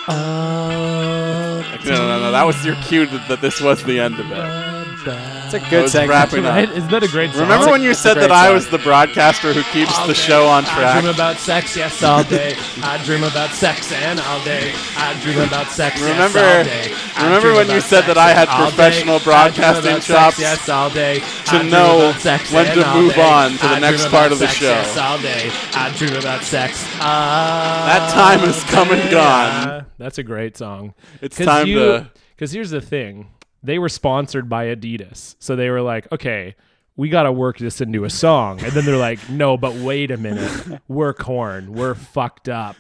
Speaker 6: All
Speaker 3: No, no, no, that was your cue that, that this was the end of it.
Speaker 4: It's a
Speaker 3: I
Speaker 4: good
Speaker 3: was
Speaker 4: segment.
Speaker 3: wrapping
Speaker 6: Right?
Speaker 3: up.
Speaker 6: Isn't that a great song?
Speaker 3: Remember when you said
Speaker 4: great
Speaker 3: that I
Speaker 4: song.
Speaker 3: was the broadcaster who keeps the show on
Speaker 6: I dream
Speaker 3: track?
Speaker 6: about sex, yes, all day. I dream about sex and all day. I dream about sex,
Speaker 3: Remember-
Speaker 6: yes, all day. I
Speaker 3: remember
Speaker 6: dream
Speaker 3: when you
Speaker 6: about
Speaker 3: said
Speaker 6: sex
Speaker 3: that I
Speaker 6: and
Speaker 3: had
Speaker 6: all day.
Speaker 3: professional
Speaker 6: I dream
Speaker 3: broadcasting
Speaker 6: about sex,
Speaker 3: chops
Speaker 6: yes, all day.
Speaker 3: to
Speaker 6: I dream
Speaker 3: know
Speaker 6: about sex
Speaker 3: when
Speaker 6: and
Speaker 3: to
Speaker 6: all
Speaker 3: move
Speaker 6: day.
Speaker 3: on to the
Speaker 6: I
Speaker 3: next
Speaker 6: dream
Speaker 3: part
Speaker 6: about
Speaker 3: of the
Speaker 6: sex,
Speaker 3: show.
Speaker 6: Yes, all day. I dream about sex. uh, all
Speaker 3: That time has come and
Speaker 6: day.
Speaker 3: gone.
Speaker 6: That's a great song.
Speaker 3: It's
Speaker 6: 'Cause
Speaker 3: time
Speaker 6: you-
Speaker 3: to.
Speaker 6: because here's the thing they were sponsored by Adidas. So they were like, okay, we got to work this into a song. And then they're like, no, but wait a minute. We're corn. We're fucked up.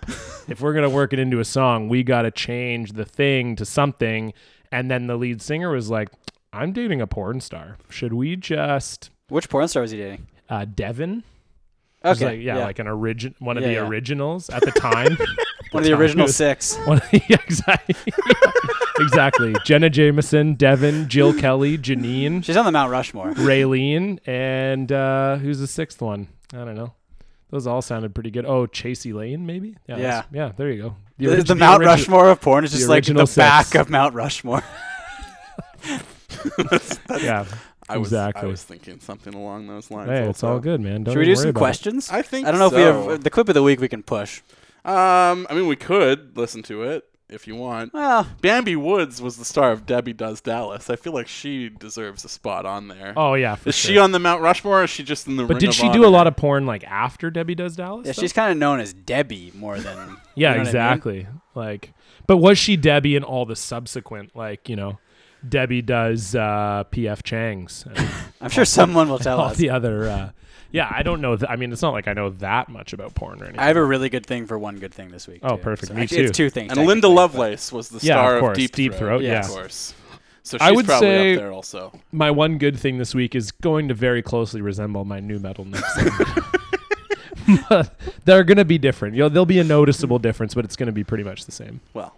Speaker 6: If we're going to work it into a song, we got to change the thing to something. And then the lead singer was like, I'm dating a porn star. Should we just.
Speaker 4: Which porn star was he dating?
Speaker 6: Uh, Devin? It was
Speaker 4: Okay,
Speaker 6: like- yeah, like an origin, one of
Speaker 4: Yeah,
Speaker 6: the
Speaker 4: yeah.
Speaker 6: originals at the time.
Speaker 4: One of the original six.
Speaker 6: One- yeah, exactly. exactly. Jenna Jameson, Devin, Jill Kelly, Janine,
Speaker 4: She's on the Mount Rushmore.
Speaker 6: Raylene, and uh, who's the sixth one? I don't know. Those all sounded pretty good. Oh, Chasey Lane, maybe. that's- yeah. There you go. The,
Speaker 4: The,
Speaker 6: orig-
Speaker 4: the Mount
Speaker 6: origi-
Speaker 4: Rushmore of porn is just like the
Speaker 6: original six.
Speaker 4: back of Mount Rushmore.
Speaker 6: Yeah,
Speaker 3: I was,
Speaker 6: exactly.
Speaker 3: I was thinking something along those lines.
Speaker 6: hey, it's
Speaker 3: also.
Speaker 6: all good, man. Don't
Speaker 4: Should we
Speaker 6: even
Speaker 4: do
Speaker 6: worry
Speaker 4: some
Speaker 6: about it.
Speaker 4: questions?
Speaker 3: I think
Speaker 4: I don't know if we
Speaker 3: so.
Speaker 4: have the clip of the week we can push.
Speaker 3: Um, I mean, we could listen to it if you want.
Speaker 4: Well,
Speaker 3: Bambi Woods was the star of Debbie Does Dallas. I feel like she deserves a spot on there.
Speaker 6: Oh yeah. For
Speaker 3: is
Speaker 6: sure.
Speaker 3: she on the Mount Rushmore? or is she just in the?
Speaker 6: But
Speaker 3: Ring
Speaker 6: did
Speaker 3: of
Speaker 6: she do
Speaker 3: Honor?
Speaker 6: a lot of porn like after Debbie Does Dallas?
Speaker 4: yeah,
Speaker 6: though?
Speaker 4: she's kind of known as Debbie more than.
Speaker 6: Yeah,
Speaker 4: you know what I mean?
Speaker 6: exactly. Like, but was she Debbie in all the subsequent? Like, you know, Debbie does uh, P.F. Chang's and
Speaker 4: I'm sure someone will tell
Speaker 6: all
Speaker 4: us.
Speaker 6: the other. Uh, yeah, I don't know. Th- I mean, it's not like I know that much about porn or anything.
Speaker 4: I have a really good thing for one good thing this week.
Speaker 6: Oh,
Speaker 4: too.
Speaker 6: perfect.
Speaker 4: So
Speaker 6: Me
Speaker 4: actually, It's
Speaker 6: too.
Speaker 4: two things.
Speaker 3: And Linda
Speaker 4: technically.
Speaker 3: Lovelace was the
Speaker 6: Yeah,
Speaker 3: star
Speaker 6: of course.
Speaker 3: Deep,
Speaker 6: Deep Throat,
Speaker 3: Yeah,
Speaker 4: yes.
Speaker 3: of course. So she's
Speaker 6: I would
Speaker 3: probably
Speaker 6: say-
Speaker 3: up there also.
Speaker 6: my one good thing this week is going to very closely resemble my new metal next. time. They're going to be different. You know, there'll be a noticeable difference, but it's going to be pretty much the same.
Speaker 3: Well,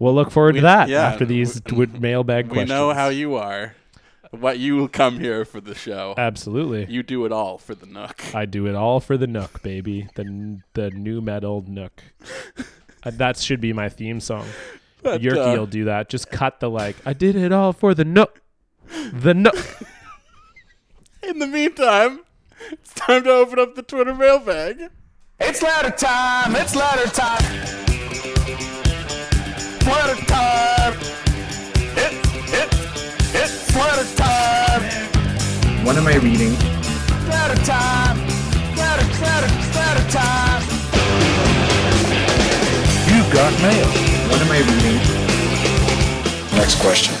Speaker 6: We'll look forward
Speaker 3: We-
Speaker 6: to that
Speaker 3: yeah,
Speaker 6: after these
Speaker 3: we-
Speaker 6: w- mailbag
Speaker 3: we
Speaker 6: questions.
Speaker 3: know how you are. What you will come here for the show.
Speaker 6: Uh, Absolutely.
Speaker 3: you do it all for the Nook.
Speaker 6: I do it all for the Nook, baby. The n- the new metal Nook. Uh, that should be my theme song. Yerky
Speaker 3: uh,
Speaker 6: will do that. Just cut the like. I did it all for the Nook. The Nook.
Speaker 3: In the meantime, it's time to open up the Twitter mailbag.
Speaker 2: It's letter time. It's letter time. Letter time. It's it's it's letter time.
Speaker 9: What am I reading?
Speaker 2: Letter time. Letter letter letter time.
Speaker 9: You've got mail. What am I reading? Next question.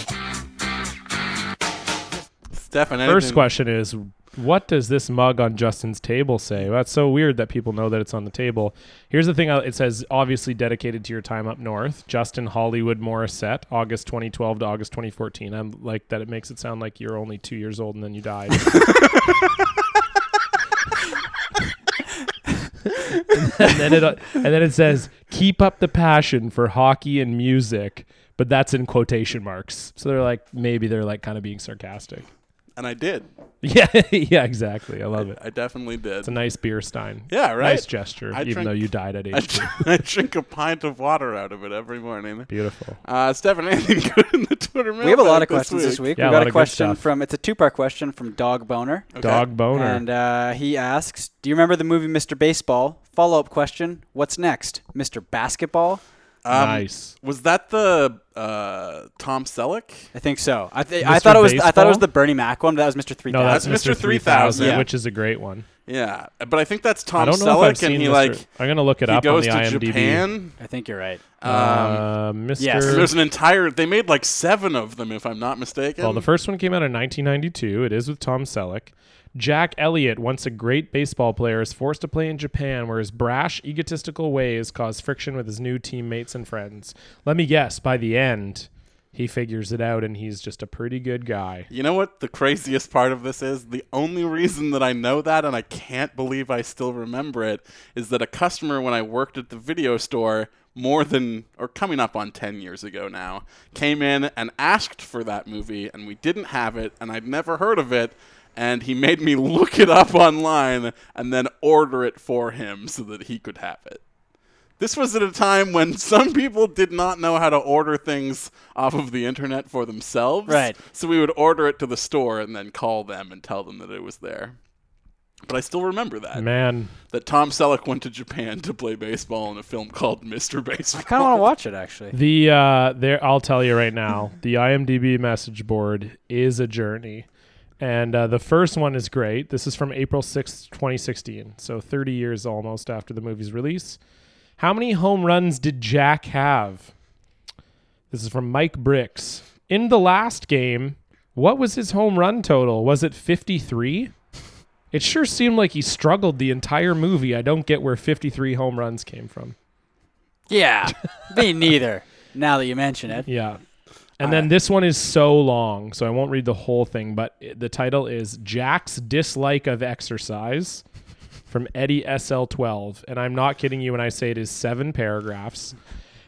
Speaker 3: Stefan,
Speaker 6: First
Speaker 3: anything-
Speaker 6: question is, what does this mug on Justin's table say? That's so weird that people know that it's on the table. Here's the thing. uh, It says, obviously dedicated to your time up north. Justin Hollywood Morissette, August 2012 to August 2014. I'm like that. It makes it sound like you're only two years old and then you died. and then it uh, and then it says keep up the passion for hockey and music but that's in quotation marks so they're like maybe they're like kind of being sarcastic
Speaker 3: And I did.
Speaker 6: yeah yeah exactly i love it
Speaker 3: I definitely did.
Speaker 6: it's a nice beer stein
Speaker 3: Yeah, right.
Speaker 6: nice gesture
Speaker 3: I
Speaker 6: even
Speaker 3: drink-
Speaker 6: though you died at
Speaker 3: I
Speaker 6: age two.
Speaker 3: drink, I drink a pint of water out of it every morning.
Speaker 6: beautiful
Speaker 3: Uh, Stefan, anything good in the Twitter mailbag?
Speaker 4: We have a lot of questions this week.
Speaker 6: Yeah,
Speaker 4: we
Speaker 6: a
Speaker 4: got a
Speaker 6: lot of good
Speaker 4: question
Speaker 6: stuff.
Speaker 4: from. It's a two-part question from Dog Boner.
Speaker 3: Okay. um,
Speaker 6: dog boner
Speaker 4: And uh, he asks, "Do you remember the movie Mr. Baseball?" Follow-up question: What's next, Mr. Basketball?
Speaker 3: Um,
Speaker 6: nice
Speaker 3: Was that the uh, Tom Selleck?
Speaker 4: I think so. I, th- I
Speaker 6: Mr.
Speaker 4: thought it was. I thought it was
Speaker 6: Baseball?
Speaker 4: the Bernie Mac one. But that was Mr. Three
Speaker 6: no that's,
Speaker 4: Thousand.
Speaker 3: that's
Speaker 6: mr
Speaker 3: Mr.
Speaker 6: 3000
Speaker 4: Yeah.
Speaker 6: which is a great one
Speaker 3: Yeah, but I think that's
Speaker 6: i
Speaker 3: Tom
Speaker 6: don't know if i've
Speaker 3: Selleck,
Speaker 6: seen
Speaker 3: and he
Speaker 6: Mr.
Speaker 3: like
Speaker 6: i'm gonna look it
Speaker 3: he
Speaker 6: up
Speaker 3: goes to
Speaker 6: on the imdb
Speaker 3: Japan.
Speaker 4: I think you're right.
Speaker 3: Um,
Speaker 6: uh, mr
Speaker 4: Yes.
Speaker 3: and there's an entire. They made like seven of them, if I'm not mistaken.
Speaker 6: Well, the first one came out in 1992. It is with Tom Selleck. Jack Elliott, once a great baseball player, is forced to play in Japan, where his brash, egotistical ways cause friction with his new teammates and friends. Let me guess, by the end, he figures it out and he's just a pretty good guy.
Speaker 3: You know what the craziest part of this is? The only reason that I know that and I can't believe I still remember it is that a customer when I worked at the video store more than or coming up on 10 years ago now came in and asked for that movie and we didn't have it and I'd never heard of it and he made me look it up online and then order it for him so that he could have it. This was at a time when some people did not know how to order things off of the internet for themselves.
Speaker 4: Right.
Speaker 3: So we would order it to the store and then call them and tell them that it was there. But I still remember that.
Speaker 6: Man,
Speaker 3: That Tom Selleck went to Japan to play baseball in a film called Mr. Baseball.
Speaker 4: I kind of want to watch it actually.
Speaker 6: the uh, there I'll tell you right now, the IMDb message board is a journey. And uh, the first one is great. This is from April 6th, 2016. So 30 years almost after the movie's release. How many home runs did Jack have? This is from Mike Bricks. In the last game, what was his home run total? Was it 53? It sure seemed like he struggled the entire movie. I don't get where 53 home runs came from.
Speaker 4: Yeah, me neither. Now that you mention it,
Speaker 6: Yeah. And then this one is so long, so I won't read the whole thing, but i- the title is Jack's Dislike of Exercise. from Eddie SL12, and I'm not kidding you when I say it is seven paragraphs.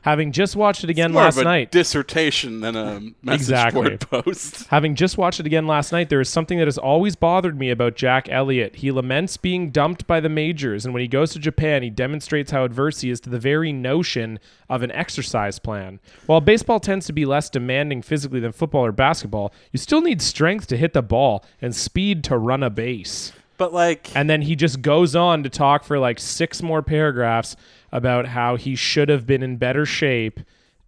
Speaker 6: Having just watched it again
Speaker 3: More
Speaker 6: last
Speaker 3: of a
Speaker 6: night,
Speaker 3: dissertation than a message
Speaker 6: Exactly.
Speaker 3: board post.
Speaker 6: Having just watched it again last night, there is something that has always bothered me about Jack Elliott. He laments being dumped by the majors, and when he goes to Japan, he demonstrates how adverse he is to the very notion of an exercise plan. While baseball tends to be less demanding physically than football or basketball, you still need strength to hit the ball and speed to run a base.
Speaker 4: But like,
Speaker 6: And then he just goes on to talk for like six more paragraphs about how he should have been in better shape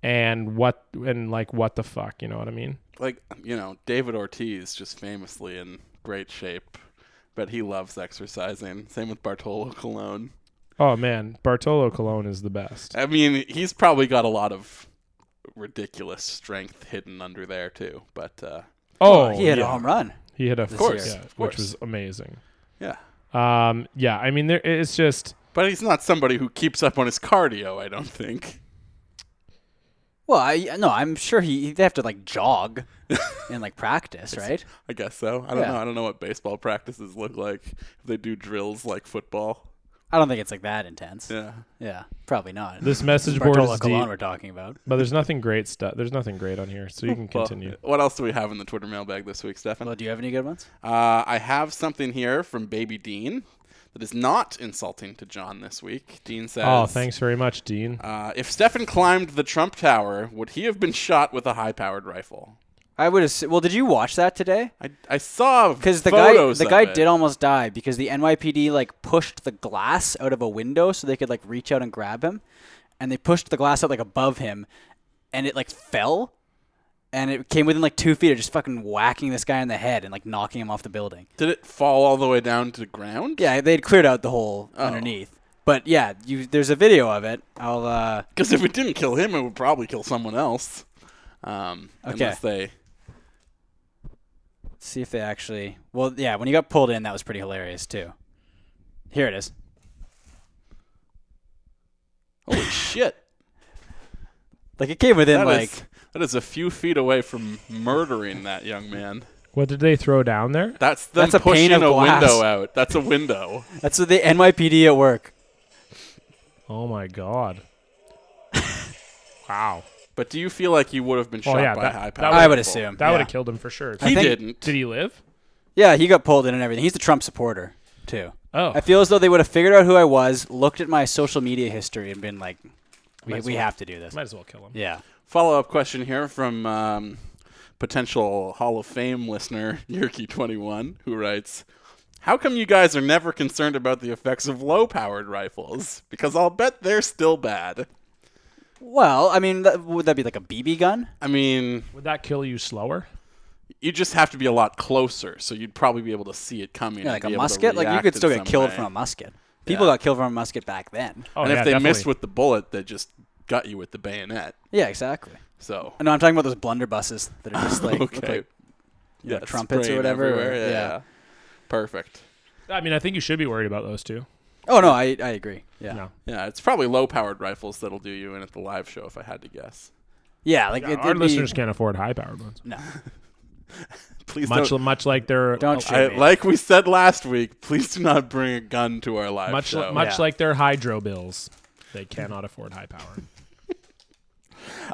Speaker 6: and what and like what the fuck, you know what I mean?
Speaker 3: like you know David Ortiz just famously in great shape, but he loves exercising. Same with Bartolo Colon.
Speaker 6: Oh man, Bartolo Colon is the best.
Speaker 3: I mean, he's probably got a lot of ridiculous strength hidden under there too. But uh,
Speaker 6: Oh,
Speaker 4: he hit
Speaker 6: yeah.
Speaker 4: a home run.
Speaker 6: He hit a of
Speaker 3: course,
Speaker 6: yeah,
Speaker 3: of course.
Speaker 6: which was amazing.
Speaker 3: yeah,
Speaker 6: Um, yeah, I mean, there it's just
Speaker 3: but he's not somebody who keeps up on his cardio. I don't think.
Speaker 4: Well, I, no, I'm sure he they have to like jog and like practice, right?
Speaker 3: I guess so. I don't
Speaker 4: Yeah.
Speaker 3: know. I don't know what baseball practices look like. If they do drills like football.
Speaker 4: I don't think it's like that intense. Yeah,
Speaker 3: Yeah.
Speaker 4: probably not.
Speaker 6: this message board
Speaker 4: Bartolo
Speaker 6: is
Speaker 4: Colon
Speaker 6: deep,
Speaker 4: we're talking about.
Speaker 6: but there's nothing great stuff. There's nothing great on here, so you can
Speaker 3: Well, uh,
Speaker 6: continue.
Speaker 3: what else do we have in the Twitter mailbag this week, Stefan?
Speaker 4: Well, do you have any good ones?
Speaker 3: Uh, I have something here from Baby Dean that is not insulting to John this week. Dean says,
Speaker 6: Oh, thanks very much, Dean.
Speaker 3: Uh, if Stefan climbed the Trump Tower, would he have been shot with a high-powered rifle?
Speaker 4: I would assume. Well, did you watch that today?
Speaker 3: I, I saw
Speaker 4: Because the guy,
Speaker 3: photos
Speaker 4: the
Speaker 3: of
Speaker 4: guy
Speaker 3: it.
Speaker 4: did almost die because the NYPD like pushed the glass out of a window so they could like reach out and grab him, and they pushed the glass out like above him, and it like fell, and it came within like two feet of just fucking whacking this guy in the head and like knocking him off the building.
Speaker 3: Did it fall all the way down to the ground?
Speaker 4: Yeah, they had cleared out the hole
Speaker 3: Oh.
Speaker 4: underneath. But yeah, you there's a video of it. I'll uh
Speaker 3: Because if it didn't kill him, it would probably kill someone else. Um,
Speaker 4: Okay.
Speaker 3: Unless they.
Speaker 4: see if they actually. Well, yeah, when he got pulled in, that was pretty hilarious too. Here it is.
Speaker 3: Holy shit!
Speaker 4: Like it came within
Speaker 3: That
Speaker 4: like
Speaker 3: is- that is a few feet away from murdering that young man.
Speaker 6: What did they throw down there?
Speaker 3: That's them
Speaker 4: That's a
Speaker 3: pushing
Speaker 4: pane of
Speaker 3: a
Speaker 4: glass.
Speaker 3: window out. That's a window.
Speaker 4: that's what the NYPD at work.
Speaker 6: Oh my god! wow.
Speaker 3: But do you feel like you would have been
Speaker 6: Oh
Speaker 3: shot
Speaker 6: yeah,
Speaker 3: by
Speaker 6: that,
Speaker 3: high
Speaker 6: that
Speaker 3: power?
Speaker 4: I would
Speaker 3: people?
Speaker 4: assume.
Speaker 6: That would
Speaker 4: yeah.
Speaker 6: have killed him for sure.
Speaker 3: He
Speaker 4: I think-
Speaker 3: didn't.
Speaker 6: Did he live?
Speaker 4: Yeah, he got pulled in and everything. He's the Trump supporter too.
Speaker 6: Oh.
Speaker 4: I feel as though they would have figured out who I was, looked at my social media history, and been like, "We,
Speaker 6: as
Speaker 4: we
Speaker 6: well.
Speaker 4: have to do this."
Speaker 6: Might as well kill him.
Speaker 4: Yeah.
Speaker 3: Follow up question here from um, potential Hall of Fame listener Yerky21, who writes, "How come you guys are never concerned about the effects of low-powered rifles? Because I'll bet they're still bad.
Speaker 4: Well, I mean, that, would that be like a BB gun?
Speaker 3: I mean,
Speaker 6: Would that kill you slower?
Speaker 3: you just have to be a lot closer, so you'd probably be able to see it coming. and
Speaker 4: Yeah, like
Speaker 3: be
Speaker 4: a
Speaker 3: able to
Speaker 4: musket. Like you
Speaker 3: react
Speaker 4: could
Speaker 3: in
Speaker 4: still get
Speaker 3: some
Speaker 4: killed
Speaker 3: way.
Speaker 4: from a musket. People
Speaker 3: Yeah.
Speaker 4: got killed from a musket back then.
Speaker 6: Oh,
Speaker 3: and
Speaker 6: yeah,
Speaker 3: if they
Speaker 6: definitely.
Speaker 3: missed with the bullet, they just got you with the bayonet.
Speaker 4: Yeah, exactly.
Speaker 3: So
Speaker 4: No, I'm talking about those blunderbusses that are just like, look
Speaker 3: okay,
Speaker 4: like-
Speaker 3: yeah,
Speaker 4: trumpets or
Speaker 3: spraying
Speaker 4: whatever, or-
Speaker 3: everywhere, yeah,
Speaker 4: yeah.
Speaker 3: yeah, perfect.
Speaker 6: I mean, I think you should be worried about those two.
Speaker 4: oh no, I I agree. Yeah,
Speaker 6: No.
Speaker 3: Yeah, it's probably low powered rifles that'll do you in at the live show if I had to guess.
Speaker 4: yeah, like it,
Speaker 6: Our
Speaker 4: it'd be-
Speaker 6: listeners can't afford high powered ones.
Speaker 4: no,
Speaker 3: Please
Speaker 6: Much
Speaker 3: don't,
Speaker 6: much like their
Speaker 4: don't shoot
Speaker 3: I,
Speaker 4: me.
Speaker 3: like we said last week, please do not bring a gun to our live
Speaker 6: much
Speaker 3: show.
Speaker 6: li- much
Speaker 4: Yeah.
Speaker 6: like their hydro bills. They cannot afford high power.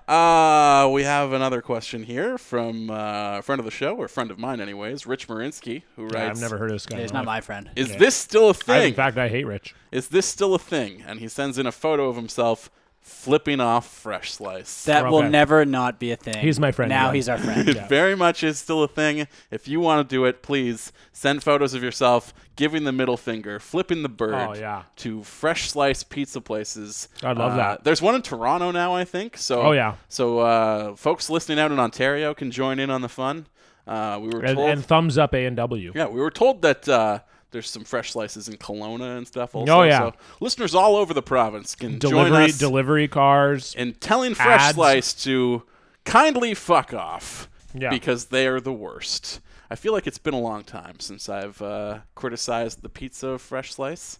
Speaker 3: uh, we have another question here from uh, a friend of the show, or a friend of mine anyways, Rich Marinsky, who writes
Speaker 6: I've never heard of this guy. in
Speaker 4: he's
Speaker 6: my
Speaker 4: not
Speaker 6: life.
Speaker 4: my friend.
Speaker 3: Is this still a
Speaker 6: I, in
Speaker 3: thing?
Speaker 6: fact, I hate Rich.
Speaker 3: Is this still a thing? And he sends in a photo of himself flipping off fresh slice.
Speaker 4: that will
Speaker 6: okay.
Speaker 4: never not be a thing.
Speaker 6: He's my friend,
Speaker 4: Now
Speaker 6: yeah.
Speaker 4: he's our friend.
Speaker 3: It very much is still a thing. If you want to do it, please send photos of yourself giving the middle finger, flipping the bird
Speaker 6: Oh, yeah.
Speaker 3: to fresh slice pizza places.
Speaker 6: I love
Speaker 3: Uh,
Speaker 6: that.
Speaker 3: There's one in Toronto now, I think. So
Speaker 6: Oh, yeah.
Speaker 3: So uh, folks listening out in Ontario can join in on the fun. Uh, we were
Speaker 6: And,
Speaker 3: told,
Speaker 6: and thumbs up A and W.
Speaker 3: yeah, we were told that uh, there's some fresh slices in Kelowna and stuff. Also.
Speaker 6: Oh, yeah.
Speaker 3: So listeners all over the province can join
Speaker 6: Delivery
Speaker 3: us
Speaker 6: delivery cars.
Speaker 3: in telling fresh
Speaker 6: Ads.
Speaker 3: slice to kindly fuck off
Speaker 6: Yeah.
Speaker 3: because they are the worst. I feel like it's been a long time since I've uh, criticized the pizza of fresh slice.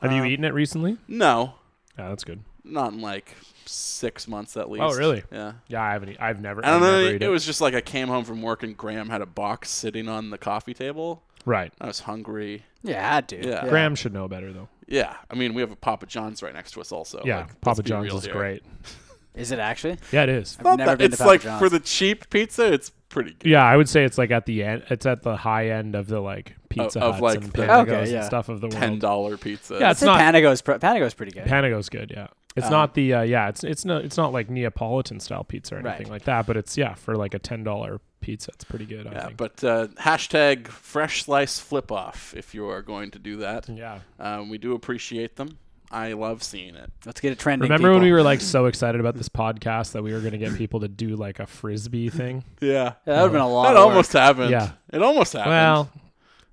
Speaker 6: Have
Speaker 3: uh,
Speaker 6: you eaten it recently?
Speaker 3: No,
Speaker 6: Yeah, that's good.
Speaker 3: not in like six months at least.
Speaker 6: Oh, really?
Speaker 3: Yeah.
Speaker 6: Yeah, I haven't. e- I've never.
Speaker 3: I don't
Speaker 6: I've
Speaker 3: know.
Speaker 6: never
Speaker 3: It,
Speaker 6: eaten
Speaker 3: was just like I came home from work and Graham had a box sitting on the coffee table.
Speaker 6: Right.
Speaker 3: I was hungry.
Speaker 4: Yeah, dude.
Speaker 3: Yeah.
Speaker 6: Graham should know better though.
Speaker 3: Yeah. I mean, we have a Papa John's right next to us, also.
Speaker 6: Yeah,
Speaker 3: Oh, Like, let's
Speaker 6: Papa
Speaker 3: be
Speaker 6: John's
Speaker 3: real
Speaker 6: is
Speaker 3: here.
Speaker 6: great.
Speaker 4: Is it actually?
Speaker 6: Yeah, it is.
Speaker 4: I've never
Speaker 3: That-
Speaker 4: been to
Speaker 3: it's
Speaker 4: Papa
Speaker 3: like
Speaker 4: John's.
Speaker 3: for the cheap pizza, it's pretty good.
Speaker 6: Yeah, I would say it's like at the end. It's at the high end of the like pizza
Speaker 3: of,
Speaker 6: huts
Speaker 3: like,
Speaker 6: and
Speaker 3: the-
Speaker 6: Panagos
Speaker 4: Okay, yeah.
Speaker 6: and stuff of the world.
Speaker 3: Ten dollar pizza.
Speaker 6: Yeah,
Speaker 4: I'd
Speaker 6: it's
Speaker 4: say
Speaker 6: not-
Speaker 4: Panago's pr- Panago's pretty good.
Speaker 6: Panago's good. Yeah, it's
Speaker 3: Uh-huh.
Speaker 6: not the uh, yeah. It's it's no it's not like Neapolitan style pizza or
Speaker 4: Right.
Speaker 6: anything like that. But it's yeah for like a ten dollar pizza. It's pretty good. I
Speaker 3: Yeah,
Speaker 6: think.
Speaker 3: but uh, hashtag fresh slice flip off if you are going to do that.
Speaker 6: yeah.
Speaker 3: Um, we do appreciate them. I love seeing it.
Speaker 4: Let's get it trending.
Speaker 6: Remember when
Speaker 4: people.
Speaker 6: we were like so excited about this podcast that we were going to get people to do like a frisbee thing?
Speaker 3: Yeah.
Speaker 4: Yeah, that would have been a lot.
Speaker 3: That
Speaker 4: of work.
Speaker 3: almost happened.
Speaker 6: Yeah.
Speaker 3: It almost happened.
Speaker 6: well,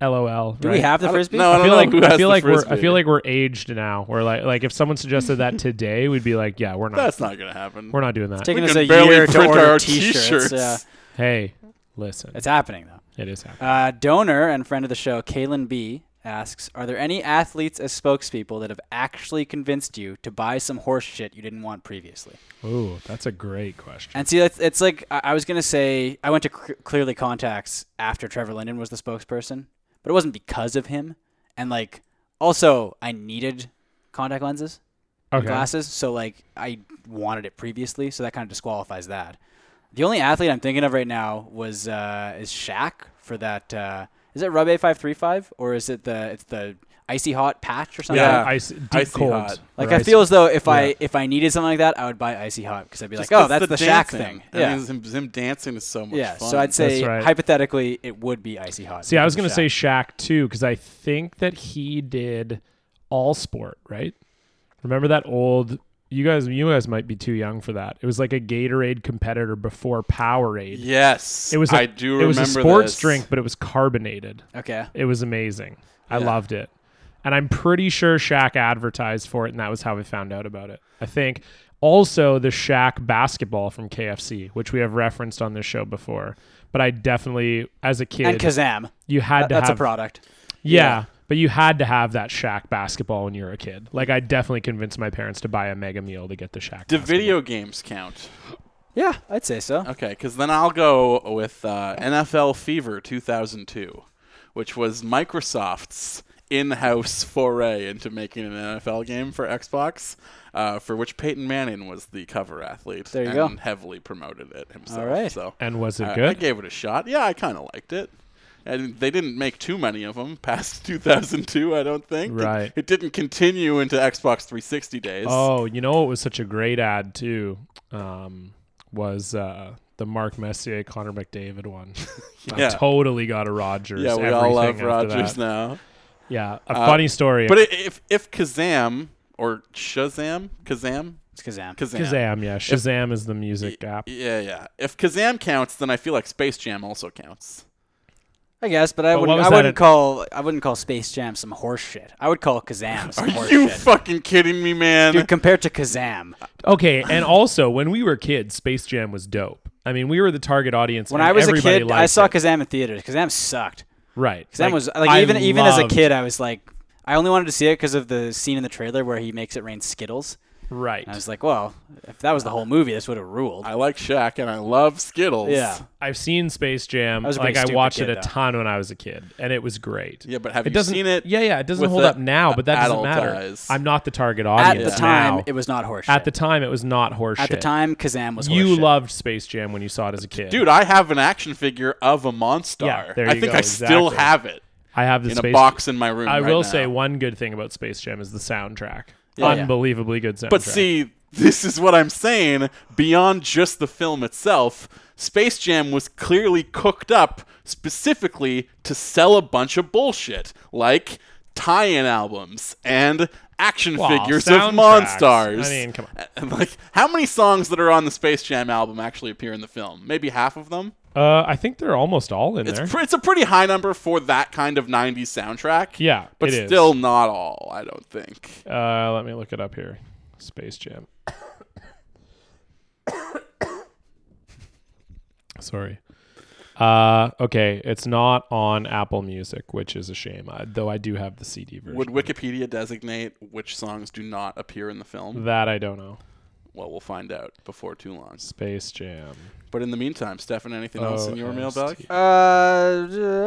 Speaker 6: lol.
Speaker 4: Do
Speaker 6: right?
Speaker 4: we have
Speaker 3: I
Speaker 4: the
Speaker 3: don't-
Speaker 4: frisbee?
Speaker 3: No, I
Speaker 6: I
Speaker 3: don't
Speaker 6: feel
Speaker 3: know
Speaker 6: like
Speaker 3: who
Speaker 6: I
Speaker 3: has
Speaker 6: feel
Speaker 3: the
Speaker 6: like we're I
Speaker 3: Frisbee.
Speaker 6: feel like we're aged now. We're like like if someone suggested that today, we'd be like, yeah, we're not
Speaker 3: that's not gonna happen.
Speaker 6: we're not doing that.
Speaker 4: taking
Speaker 3: We
Speaker 4: us
Speaker 3: can
Speaker 4: a
Speaker 3: barely
Speaker 4: year to
Speaker 3: print
Speaker 4: order
Speaker 3: our
Speaker 4: t-shirts.
Speaker 3: t-shirts.
Speaker 4: Yeah,
Speaker 6: hey, listen,
Speaker 4: it's happening though.
Speaker 6: it is happening.
Speaker 4: Uh, donor and friend of the show, Kaylin B, asks, "Are there any athletes as spokespeople that have actually convinced you to buy some horse shit you didn't want previously?"
Speaker 6: Ooh, that's a great question.
Speaker 4: And see, that's it's like I, I was gonna say I went to C- Clearly Contacts after Trevor Linden was the spokesperson, but it wasn't because of him. And like, also I needed contact lenses, and
Speaker 6: Okay.
Speaker 4: glasses, so like I wanted it previously, so that kind of disqualifies that. The only athlete I'm thinking of right now was uh, is Shaq for that. Uh, is it Rub A five three five or is it the it's the icy hot patch or something?
Speaker 6: Yeah,
Speaker 3: Yeah.
Speaker 6: ice, deep
Speaker 3: Icy
Speaker 6: cold.
Speaker 3: hot.
Speaker 4: Like I
Speaker 6: Or ice-
Speaker 4: feel as though if
Speaker 6: yeah.
Speaker 4: I if I needed something like that, I would buy icy hot because I'd be
Speaker 3: Just
Speaker 4: like, oh,
Speaker 3: 'cause
Speaker 4: that's the, Shaq
Speaker 3: dancing.
Speaker 4: thing.
Speaker 3: I
Speaker 4: Yeah,
Speaker 3: mean, him, him dancing is so much
Speaker 4: yeah.
Speaker 3: fun.
Speaker 4: So I'd say
Speaker 6: That's right.
Speaker 4: hypothetically it would be icy hot.
Speaker 6: See, I was
Speaker 4: because of
Speaker 6: gonna say
Speaker 4: Shaq.
Speaker 6: Shaq too, because I think that he did all sport, right? Remember that old you guys you guys might be too young for that. It was like a Gatorade competitor before Powerade.
Speaker 3: yes.
Speaker 6: It was a,
Speaker 3: I do remember
Speaker 6: it was a sports
Speaker 3: this.
Speaker 6: drink, but it was carbonated.
Speaker 4: okay.
Speaker 6: It was amazing. I
Speaker 3: Yeah.
Speaker 6: loved it. And I'm pretty sure Shaq advertised for it, and that was how I found out about it. I think. Also, the Shaq basketball from KFC, which we have referenced on this show before. But I definitely, as a kid,
Speaker 4: And Kazam,
Speaker 6: you had
Speaker 4: That-
Speaker 6: to
Speaker 4: that's
Speaker 6: have
Speaker 4: a product.
Speaker 6: yeah, but you had to have that Shaq basketball when you were a kid. Like I definitely convinced my parents to buy a mega meal to get the Shaq.
Speaker 3: Do
Speaker 6: basketball.
Speaker 3: video games count?
Speaker 4: Yeah, I'd say so.
Speaker 3: Okay, because then I'll go with uh, NFL Fever 2002, which was Microsoft's in-house foray into making an NFL game for Xbox, uh, for which Peyton Manning was the cover athlete.
Speaker 4: There you
Speaker 3: and
Speaker 4: go.
Speaker 3: Heavily promoted it himself.
Speaker 4: All right.
Speaker 3: So
Speaker 6: And was it
Speaker 3: I- I
Speaker 6: good?
Speaker 3: gave it a shot. Yeah, I kind of liked it. And they didn't make too many of them past 2002, I don't think. It-
Speaker 6: Right.
Speaker 3: It, didn't continue into Xbox 360 days.
Speaker 6: oh, you know what was such a great ad too? Um, was uh, the Mark Messier Connor McDavid one?
Speaker 3: Yeah.
Speaker 6: I totally got a Rogers.
Speaker 3: yeah, we all love
Speaker 6: everything after
Speaker 3: Rogers
Speaker 6: that.
Speaker 3: now.
Speaker 6: Yeah, a
Speaker 4: Uh,
Speaker 6: funny story.
Speaker 3: But i- if if Kazam or Shazam, Kazam,
Speaker 4: It's Kazam.
Speaker 3: Kazam,
Speaker 6: Kazam, yeah, Shazam is the music app.
Speaker 3: yeah, yeah. If Kazam counts, then I feel like Space Jam also counts.
Speaker 4: I guess, but I
Speaker 6: But what
Speaker 4: wouldn't.
Speaker 6: was
Speaker 4: I
Speaker 6: that
Speaker 4: wouldn't
Speaker 6: at-
Speaker 4: call. I wouldn't call Space Jam some horse shit. I would call Kazam some
Speaker 3: Are
Speaker 4: horse
Speaker 3: you
Speaker 4: shit.
Speaker 3: fucking kidding me, man?
Speaker 4: Dude, compared to Kazam,
Speaker 6: Okay, and also when we were kids, Space Jam was dope. I mean, we were the target audience.
Speaker 4: when
Speaker 6: and
Speaker 4: I was a
Speaker 6: everybody
Speaker 4: kid, I
Speaker 6: liked
Speaker 4: saw
Speaker 6: it.
Speaker 4: Kazam in theaters. Kazam sucked.
Speaker 6: right.
Speaker 4: Kazam was like
Speaker 6: I
Speaker 4: even even as a
Speaker 6: loved-
Speaker 4: kid, I was like, I only wanted to see it because of the scene in the trailer where he makes it rain Skittles.
Speaker 6: Right.
Speaker 4: And I was like, well, if that was the whole movie, this would have ruled.
Speaker 3: I like Shaq and I love Skittles.
Speaker 4: yeah.
Speaker 6: I've seen Space Jam.
Speaker 4: I was a
Speaker 6: like
Speaker 4: pretty
Speaker 6: I
Speaker 4: stupid
Speaker 6: watched
Speaker 4: kid,
Speaker 6: it a
Speaker 4: though.
Speaker 6: ton when I was a kid, and it was great.
Speaker 3: Yeah, but have
Speaker 6: it
Speaker 3: you
Speaker 6: doesn't,
Speaker 3: seen it
Speaker 6: Yeah, yeah. It doesn't
Speaker 3: with
Speaker 6: hold
Speaker 3: the
Speaker 6: up now, but that doesn't
Speaker 3: adult
Speaker 6: matter.
Speaker 3: eyes?
Speaker 6: I'm not the target
Speaker 4: At
Speaker 6: audience
Speaker 4: the time,
Speaker 6: now.
Speaker 4: it was not horse.
Speaker 6: At the
Speaker 4: shit.
Speaker 6: time, it was not horseshit.
Speaker 4: at the time, Kazam was.
Speaker 6: you
Speaker 4: horse shit.
Speaker 6: loved Space Jam when you saw it as a kid,
Speaker 3: Dude, I have an action figure of a Monstar.
Speaker 6: Yeah, there
Speaker 3: I
Speaker 6: you
Speaker 3: think
Speaker 6: go,
Speaker 3: I still
Speaker 6: exactly.
Speaker 3: have it
Speaker 6: I have the
Speaker 3: in
Speaker 6: Space
Speaker 3: a box in my room.
Speaker 6: I
Speaker 3: right
Speaker 6: will
Speaker 3: now.
Speaker 6: say one good thing about Space Jam is the soundtrack.
Speaker 4: Yeah.
Speaker 6: Unbelievably good soundtrack.
Speaker 3: But see, this is what I'm saying. Beyond just the film itself, Space Jam was clearly cooked up specifically to sell a bunch of bullshit, like tie in albums and action
Speaker 6: Well,
Speaker 3: figures of
Speaker 6: soundtracks.
Speaker 3: Monstars.
Speaker 6: I mean, come on.
Speaker 3: And, Like, how many songs that are on the Space Jam album actually appear in the film? Maybe half of them?
Speaker 6: uh, I think they're almost all in
Speaker 3: It's,
Speaker 6: there.
Speaker 3: pre- it's a pretty high number for that kind of 90s soundtrack.
Speaker 6: Yeah,
Speaker 3: But
Speaker 6: it is.
Speaker 3: still not all, I don't think.
Speaker 6: Uh, let me look it up here. Space Jam. Sorry. Uh, okay, it's not on Apple Music, which is a shame. I, though I do have the CD version.
Speaker 3: Would Wikipedia designate which songs do not appear in the film?
Speaker 6: that I don't know.
Speaker 3: Well, we'll find out before too long.
Speaker 6: Space Jam.
Speaker 3: But in the meantime, Stefan, anything else in your
Speaker 6: OST.
Speaker 3: mailbag?
Speaker 4: Uh,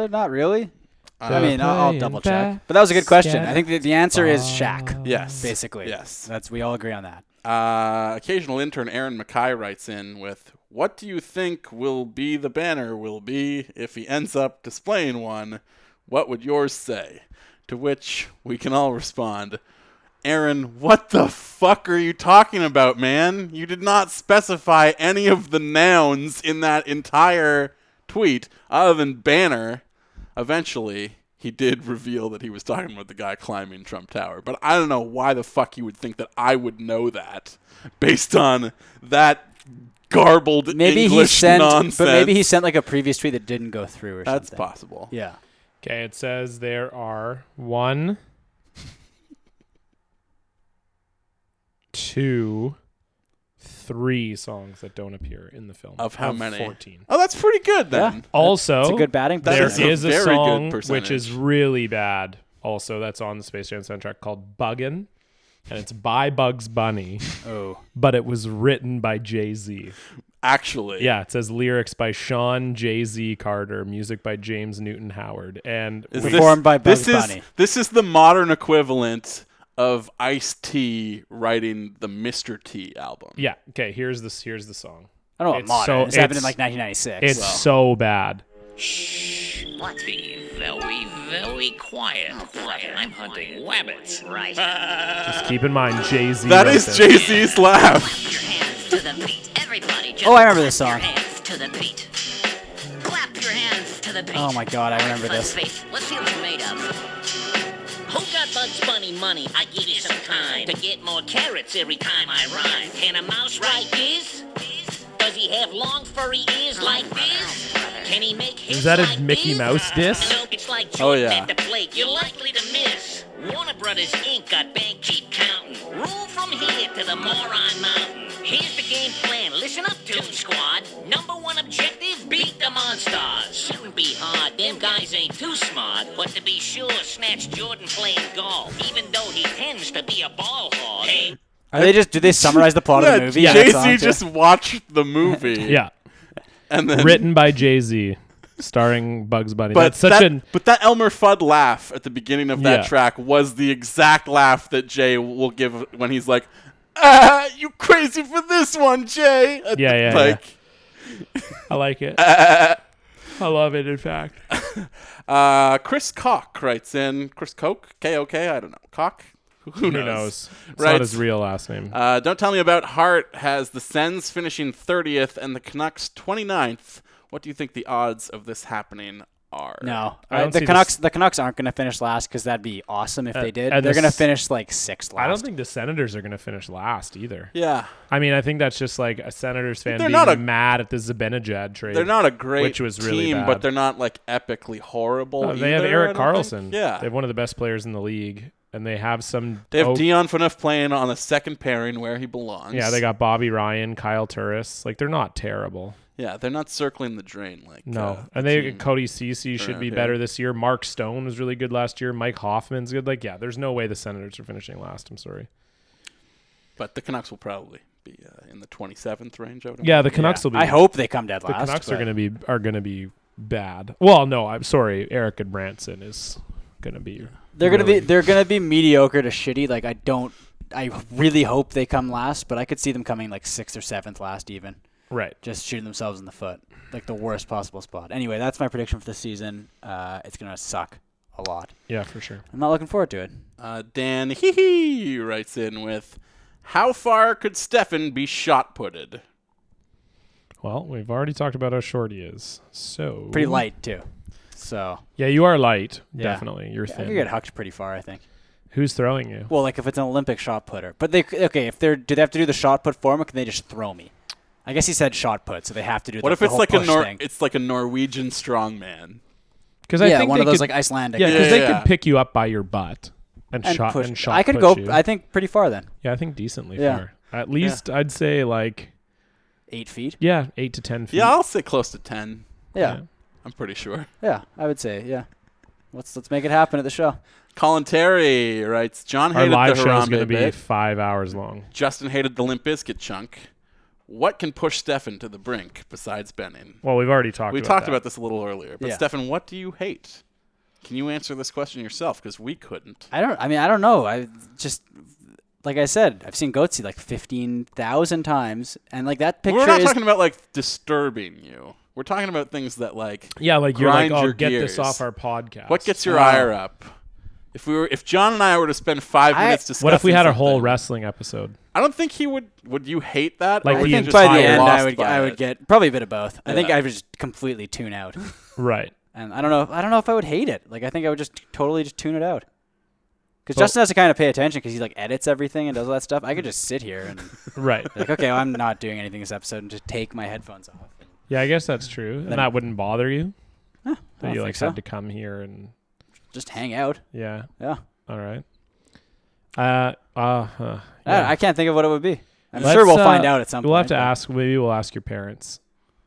Speaker 4: uh, not really. I mean, I'll, I'll
Speaker 6: Playing
Speaker 4: double check.
Speaker 6: back
Speaker 4: But that was a good question.
Speaker 6: scat-
Speaker 4: I think the, the answer is Shaq.
Speaker 3: Yes.
Speaker 4: Basically.
Speaker 3: Yes.
Speaker 4: That's we all agree on that.
Speaker 3: Uh, occasional intern Aaron Mackay writes in with, "What do you think will be the banner? Will be if he ends up displaying one? What would yours say?" To which we can all respond, "Aaron, what the fuck are you talking about, man? You did not specify any of the nouns in that entire tweet, other than banner." Eventually. He did reveal that he was talking about the guy climbing Trump Tower, but I don't know why the fuck you would think that I would know that based on that garbled
Speaker 4: Maybe
Speaker 3: English
Speaker 4: he sent
Speaker 3: nonsense.
Speaker 4: but maybe he sent like a previous tweet that didn't go through or
Speaker 3: That's
Speaker 4: something.
Speaker 3: possible.
Speaker 4: Yeah.
Speaker 6: Okay, it says there are one, two, three songs that don't appear in the film.
Speaker 3: Of how many?
Speaker 6: Fourteen.
Speaker 3: Oh, that's pretty good then.
Speaker 6: Also,
Speaker 4: It's a good batting
Speaker 3: That
Speaker 6: Oh, there
Speaker 3: is a
Speaker 6: is a
Speaker 3: very good
Speaker 6: song
Speaker 3: percentage.
Speaker 6: which is really bad. Also, that's on the Space Jam soundtrack called "Buggin," and it's by Bugs Bunny,
Speaker 4: Oh.
Speaker 6: but it was written by Jay Z.
Speaker 3: Actually,
Speaker 6: Yeah, it says lyrics by Sean Jay Z Carter, music by James Newton Howard, and
Speaker 3: Is
Speaker 6: we-
Speaker 3: this-
Speaker 4: Performed by Bugs
Speaker 3: this is,
Speaker 4: Bunny.
Speaker 3: This is the modern equivalent of Ice T writing the Mr. T album.
Speaker 6: yeah. Okay, here's this. Here's the song.
Speaker 4: I don't know
Speaker 6: It's
Speaker 4: what modern.
Speaker 6: so-
Speaker 4: this happened in
Speaker 6: it's-
Speaker 4: like 1996.
Speaker 6: It's so bad.
Speaker 5: Be very, very quiet. I'm hunting rabbits. Oh, Right.
Speaker 6: Just keep in mind, Jay Z.
Speaker 3: That is Jay Z's laugh.
Speaker 5: Your hands to the beat. Everybody just
Speaker 4: Oh, I remember this
Speaker 5: clap
Speaker 4: song.
Speaker 5: Your hands to the beat. Clap your hands to the beat.
Speaker 4: oh my god, I remember
Speaker 5: Let's
Speaker 4: this.
Speaker 5: face it, Let's see what it's made of. Who got Bugs Bunny money? I give you some kind. To get more carrots every time I rhyme. Can a mouse write this? Does he have long furry ears like this? Can he make hits
Speaker 6: Is that
Speaker 5: like
Speaker 6: a Mickey
Speaker 5: this?
Speaker 6: Mouse diss?
Speaker 5: No, it's like
Speaker 3: Oh,
Speaker 5: Jordan
Speaker 3: yeah.
Speaker 5: at the plate. You're likely to miss. Warner Brothers Inc. got bank keep counting. Rule from here to the Moron Mountain. Here's the game plan. Listen up, Toon Squad. Number one objective, beat the Monstars. Shouldn't be hard. Them guys ain't too smart. But to be sure, snatch Jordan playing golf. Even though he tends to be a ball hog. Hey,
Speaker 4: Are they just do they summarize the plot of the movie? in that
Speaker 3: Jay
Speaker 4: song, too?
Speaker 3: Z just watched the movie.
Speaker 6: Yeah,
Speaker 3: and then
Speaker 6: written by Jay Z, starring Bugs Bunny.
Speaker 3: But
Speaker 6: that's such
Speaker 3: that,
Speaker 6: an
Speaker 3: but that Elmer Fudd laugh at the beginning of that
Speaker 6: Yeah.
Speaker 3: track was the exact laugh that Jay will give when he's like, "Ah, you crazy for this one, Jay?" Uh,
Speaker 6: Yeah, yeah,
Speaker 3: like,
Speaker 6: I like it. I love it. In fact,
Speaker 3: Uh, Chris Koch writes in Chris Koch, K O K, I don't know, Koch. Who knows?
Speaker 6: who knows? It's
Speaker 3: Right.
Speaker 6: not his real last name.
Speaker 3: Uh, don't tell me about Hart has the Sens finishing 30th and the Canucks 29th. What do you think the odds of this happening are?
Speaker 4: No,
Speaker 6: I don't
Speaker 4: the
Speaker 6: see this- Uh,
Speaker 4: Canucks. The Canucks aren't going to finish last because that'd be awesome if they did.
Speaker 6: and
Speaker 4: They're
Speaker 6: this-
Speaker 4: going to finish like sixth last.
Speaker 6: I don't think the Senators are going to finish last either.
Speaker 3: Yeah,
Speaker 6: I mean, I think that's just like a Senators fan
Speaker 3: They're
Speaker 6: being
Speaker 3: not a-
Speaker 6: mad at the Zibanejad trade.
Speaker 3: they're not a great
Speaker 6: Which was really
Speaker 3: team,
Speaker 6: bad.
Speaker 3: but they're not like epically horrible.
Speaker 6: Uh, they have
Speaker 3: either, I
Speaker 6: Eric
Speaker 3: don't
Speaker 6: Carlson.
Speaker 3: think. Yeah,
Speaker 6: they have one of the best players in the league, and they have some.
Speaker 3: They have
Speaker 6: oh,
Speaker 3: Dion Phaneuf playing on the second pairing where he belongs.
Speaker 6: Yeah, they got Bobby Ryan, Kyle Turris. Like they're not terrible.
Speaker 3: Yeah, they're not circling the drain like
Speaker 6: No,
Speaker 3: uh,
Speaker 6: and
Speaker 3: the
Speaker 6: they
Speaker 3: team.
Speaker 6: Cody Cece should
Speaker 3: around
Speaker 6: be
Speaker 3: here.
Speaker 6: better this year. Mark Stone was really good last year. Mike Hoffman's good. Like yeah, there's no way the Senators are finishing last. I'm sorry.
Speaker 3: but the Canucks will probably be uh, in the 27th range. I would
Speaker 6: Yeah, the Canucks will be.
Speaker 4: I hope they come dead
Speaker 6: the
Speaker 4: last.
Speaker 6: Canucks
Speaker 4: but-
Speaker 6: are gonna be are gonna be bad. Well, no, I'm sorry. Eric and Branson is gonna be.
Speaker 4: They're going to
Speaker 6: really-
Speaker 4: be. They're going to be mediocre to shitty. Like I don't. I really hope they come last, but I could see them coming like sixth or seventh last, even
Speaker 6: right.
Speaker 4: just shooting themselves in the foot, like the worst possible spot. Anyway, that's my prediction for this season. Uh, it's going to suck a lot.
Speaker 6: Yeah, for sure.
Speaker 4: I'm not looking forward to it.
Speaker 3: Uh, Dan Hee Hee writes in with, "How far could Stefan be shot putted?"
Speaker 6: Well, we've already talked about how short he is. So
Speaker 4: Pretty light too. So
Speaker 6: Yeah, you are light.
Speaker 4: Yeah.
Speaker 6: Definitely, you're
Speaker 4: I
Speaker 6: thin.
Speaker 4: could get hucked pretty far, I think.
Speaker 6: Who's throwing you?
Speaker 4: Well, like if it's an Olympic shot putter, but they okay. If they're do they have to do the shot put form, or can they just throw me? I guess he said shot put, so they have to do.
Speaker 3: What
Speaker 4: the,
Speaker 3: if
Speaker 4: the
Speaker 3: it's
Speaker 4: whole
Speaker 3: like a
Speaker 4: push
Speaker 3: Nor-
Speaker 4: thing.
Speaker 3: it's like a Norwegian strongman?
Speaker 6: Because I
Speaker 4: yeah,
Speaker 6: think
Speaker 4: one
Speaker 6: they
Speaker 4: of those
Speaker 6: could,
Speaker 4: like Icelandic.
Speaker 6: yeah,
Speaker 4: guys.
Speaker 6: because
Speaker 3: Yeah,
Speaker 6: they
Speaker 3: yeah.
Speaker 6: could pick you up by your butt and,
Speaker 4: and
Speaker 6: shot
Speaker 4: push.
Speaker 6: and shot.
Speaker 4: I could
Speaker 6: push
Speaker 4: go.
Speaker 6: you.
Speaker 4: I think pretty far then.
Speaker 6: Yeah, I think decently
Speaker 4: Yeah.
Speaker 6: far. At least I'd say like
Speaker 4: Eight feet.
Speaker 6: yeah, eight to ten feet.
Speaker 3: Yeah, I'll say close to 10.
Speaker 4: Yeah,
Speaker 3: I'm pretty sure.
Speaker 4: yeah. I would say yeah. Let's let's make it happen at the show.
Speaker 3: Colin Terry writes, "John
Speaker 6: Our
Speaker 3: hated
Speaker 6: live
Speaker 3: the
Speaker 6: show is
Speaker 3: Harambe
Speaker 6: going to be
Speaker 3: bit.
Speaker 6: five hours long.
Speaker 3: Justin hated the Limp Bizkit chunk. What can push Stefan to the brink besides Benning?"
Speaker 6: Well, we've already talked.
Speaker 3: We
Speaker 6: about
Speaker 3: talked
Speaker 6: that.
Speaker 3: about this a little earlier, but
Speaker 4: Yeah.
Speaker 3: Stefan, what do you hate? Can you answer this question yourself? Because we couldn't.
Speaker 4: I don't. I mean, I don't know. I just like I said, I've seen Goatsy like fifteen thousand times, and like that picture
Speaker 3: We're not
Speaker 4: is.
Speaker 3: talking about like disturbing you. We're talking about things that like
Speaker 6: Yeah, like you're like,
Speaker 3: grind
Speaker 6: oh,
Speaker 3: your
Speaker 6: get
Speaker 3: gears.
Speaker 6: this off our podcast.
Speaker 3: What gets your ire up? If we were, if John and I were to spend five
Speaker 4: I-
Speaker 3: minutes discussing,
Speaker 6: What if we had a whole
Speaker 3: something?
Speaker 6: wrestling episode?
Speaker 3: I don't think he would. Would you hate that?
Speaker 6: Like
Speaker 3: Or would
Speaker 6: the
Speaker 3: you
Speaker 4: I
Speaker 3: just
Speaker 4: think by
Speaker 3: be
Speaker 4: the end, I
Speaker 3: lost
Speaker 4: would.
Speaker 3: by
Speaker 4: I would
Speaker 3: it?
Speaker 4: get probably a bit of both. I think
Speaker 3: Yeah.
Speaker 4: I would just completely tune out,
Speaker 6: Right.
Speaker 4: and I don't know. I don't know if I would hate it. Like I think I would just totally just tune it out. Because Justin has to kind of pay attention because he like edits everything and does all that stuff. I could just sit here and
Speaker 6: Right.
Speaker 4: like, okay, well, I'm not doing anything this episode, and just take my headphones off.
Speaker 6: Yeah, I guess that's true. And that wouldn't bother you.
Speaker 4: I
Speaker 6: That you
Speaker 4: don't
Speaker 6: like
Speaker 4: think so.
Speaker 6: had to come here and
Speaker 4: Just hang out.
Speaker 6: yeah.
Speaker 4: Yeah.
Speaker 6: All right. Uh uh huh.
Speaker 4: I don't know, I, can't think of what it would be. I'm
Speaker 6: Let's,
Speaker 4: sure we'll
Speaker 6: uh,
Speaker 4: find out at some point.
Speaker 6: We'll have to
Speaker 4: but-
Speaker 6: ask maybe we'll ask your parents.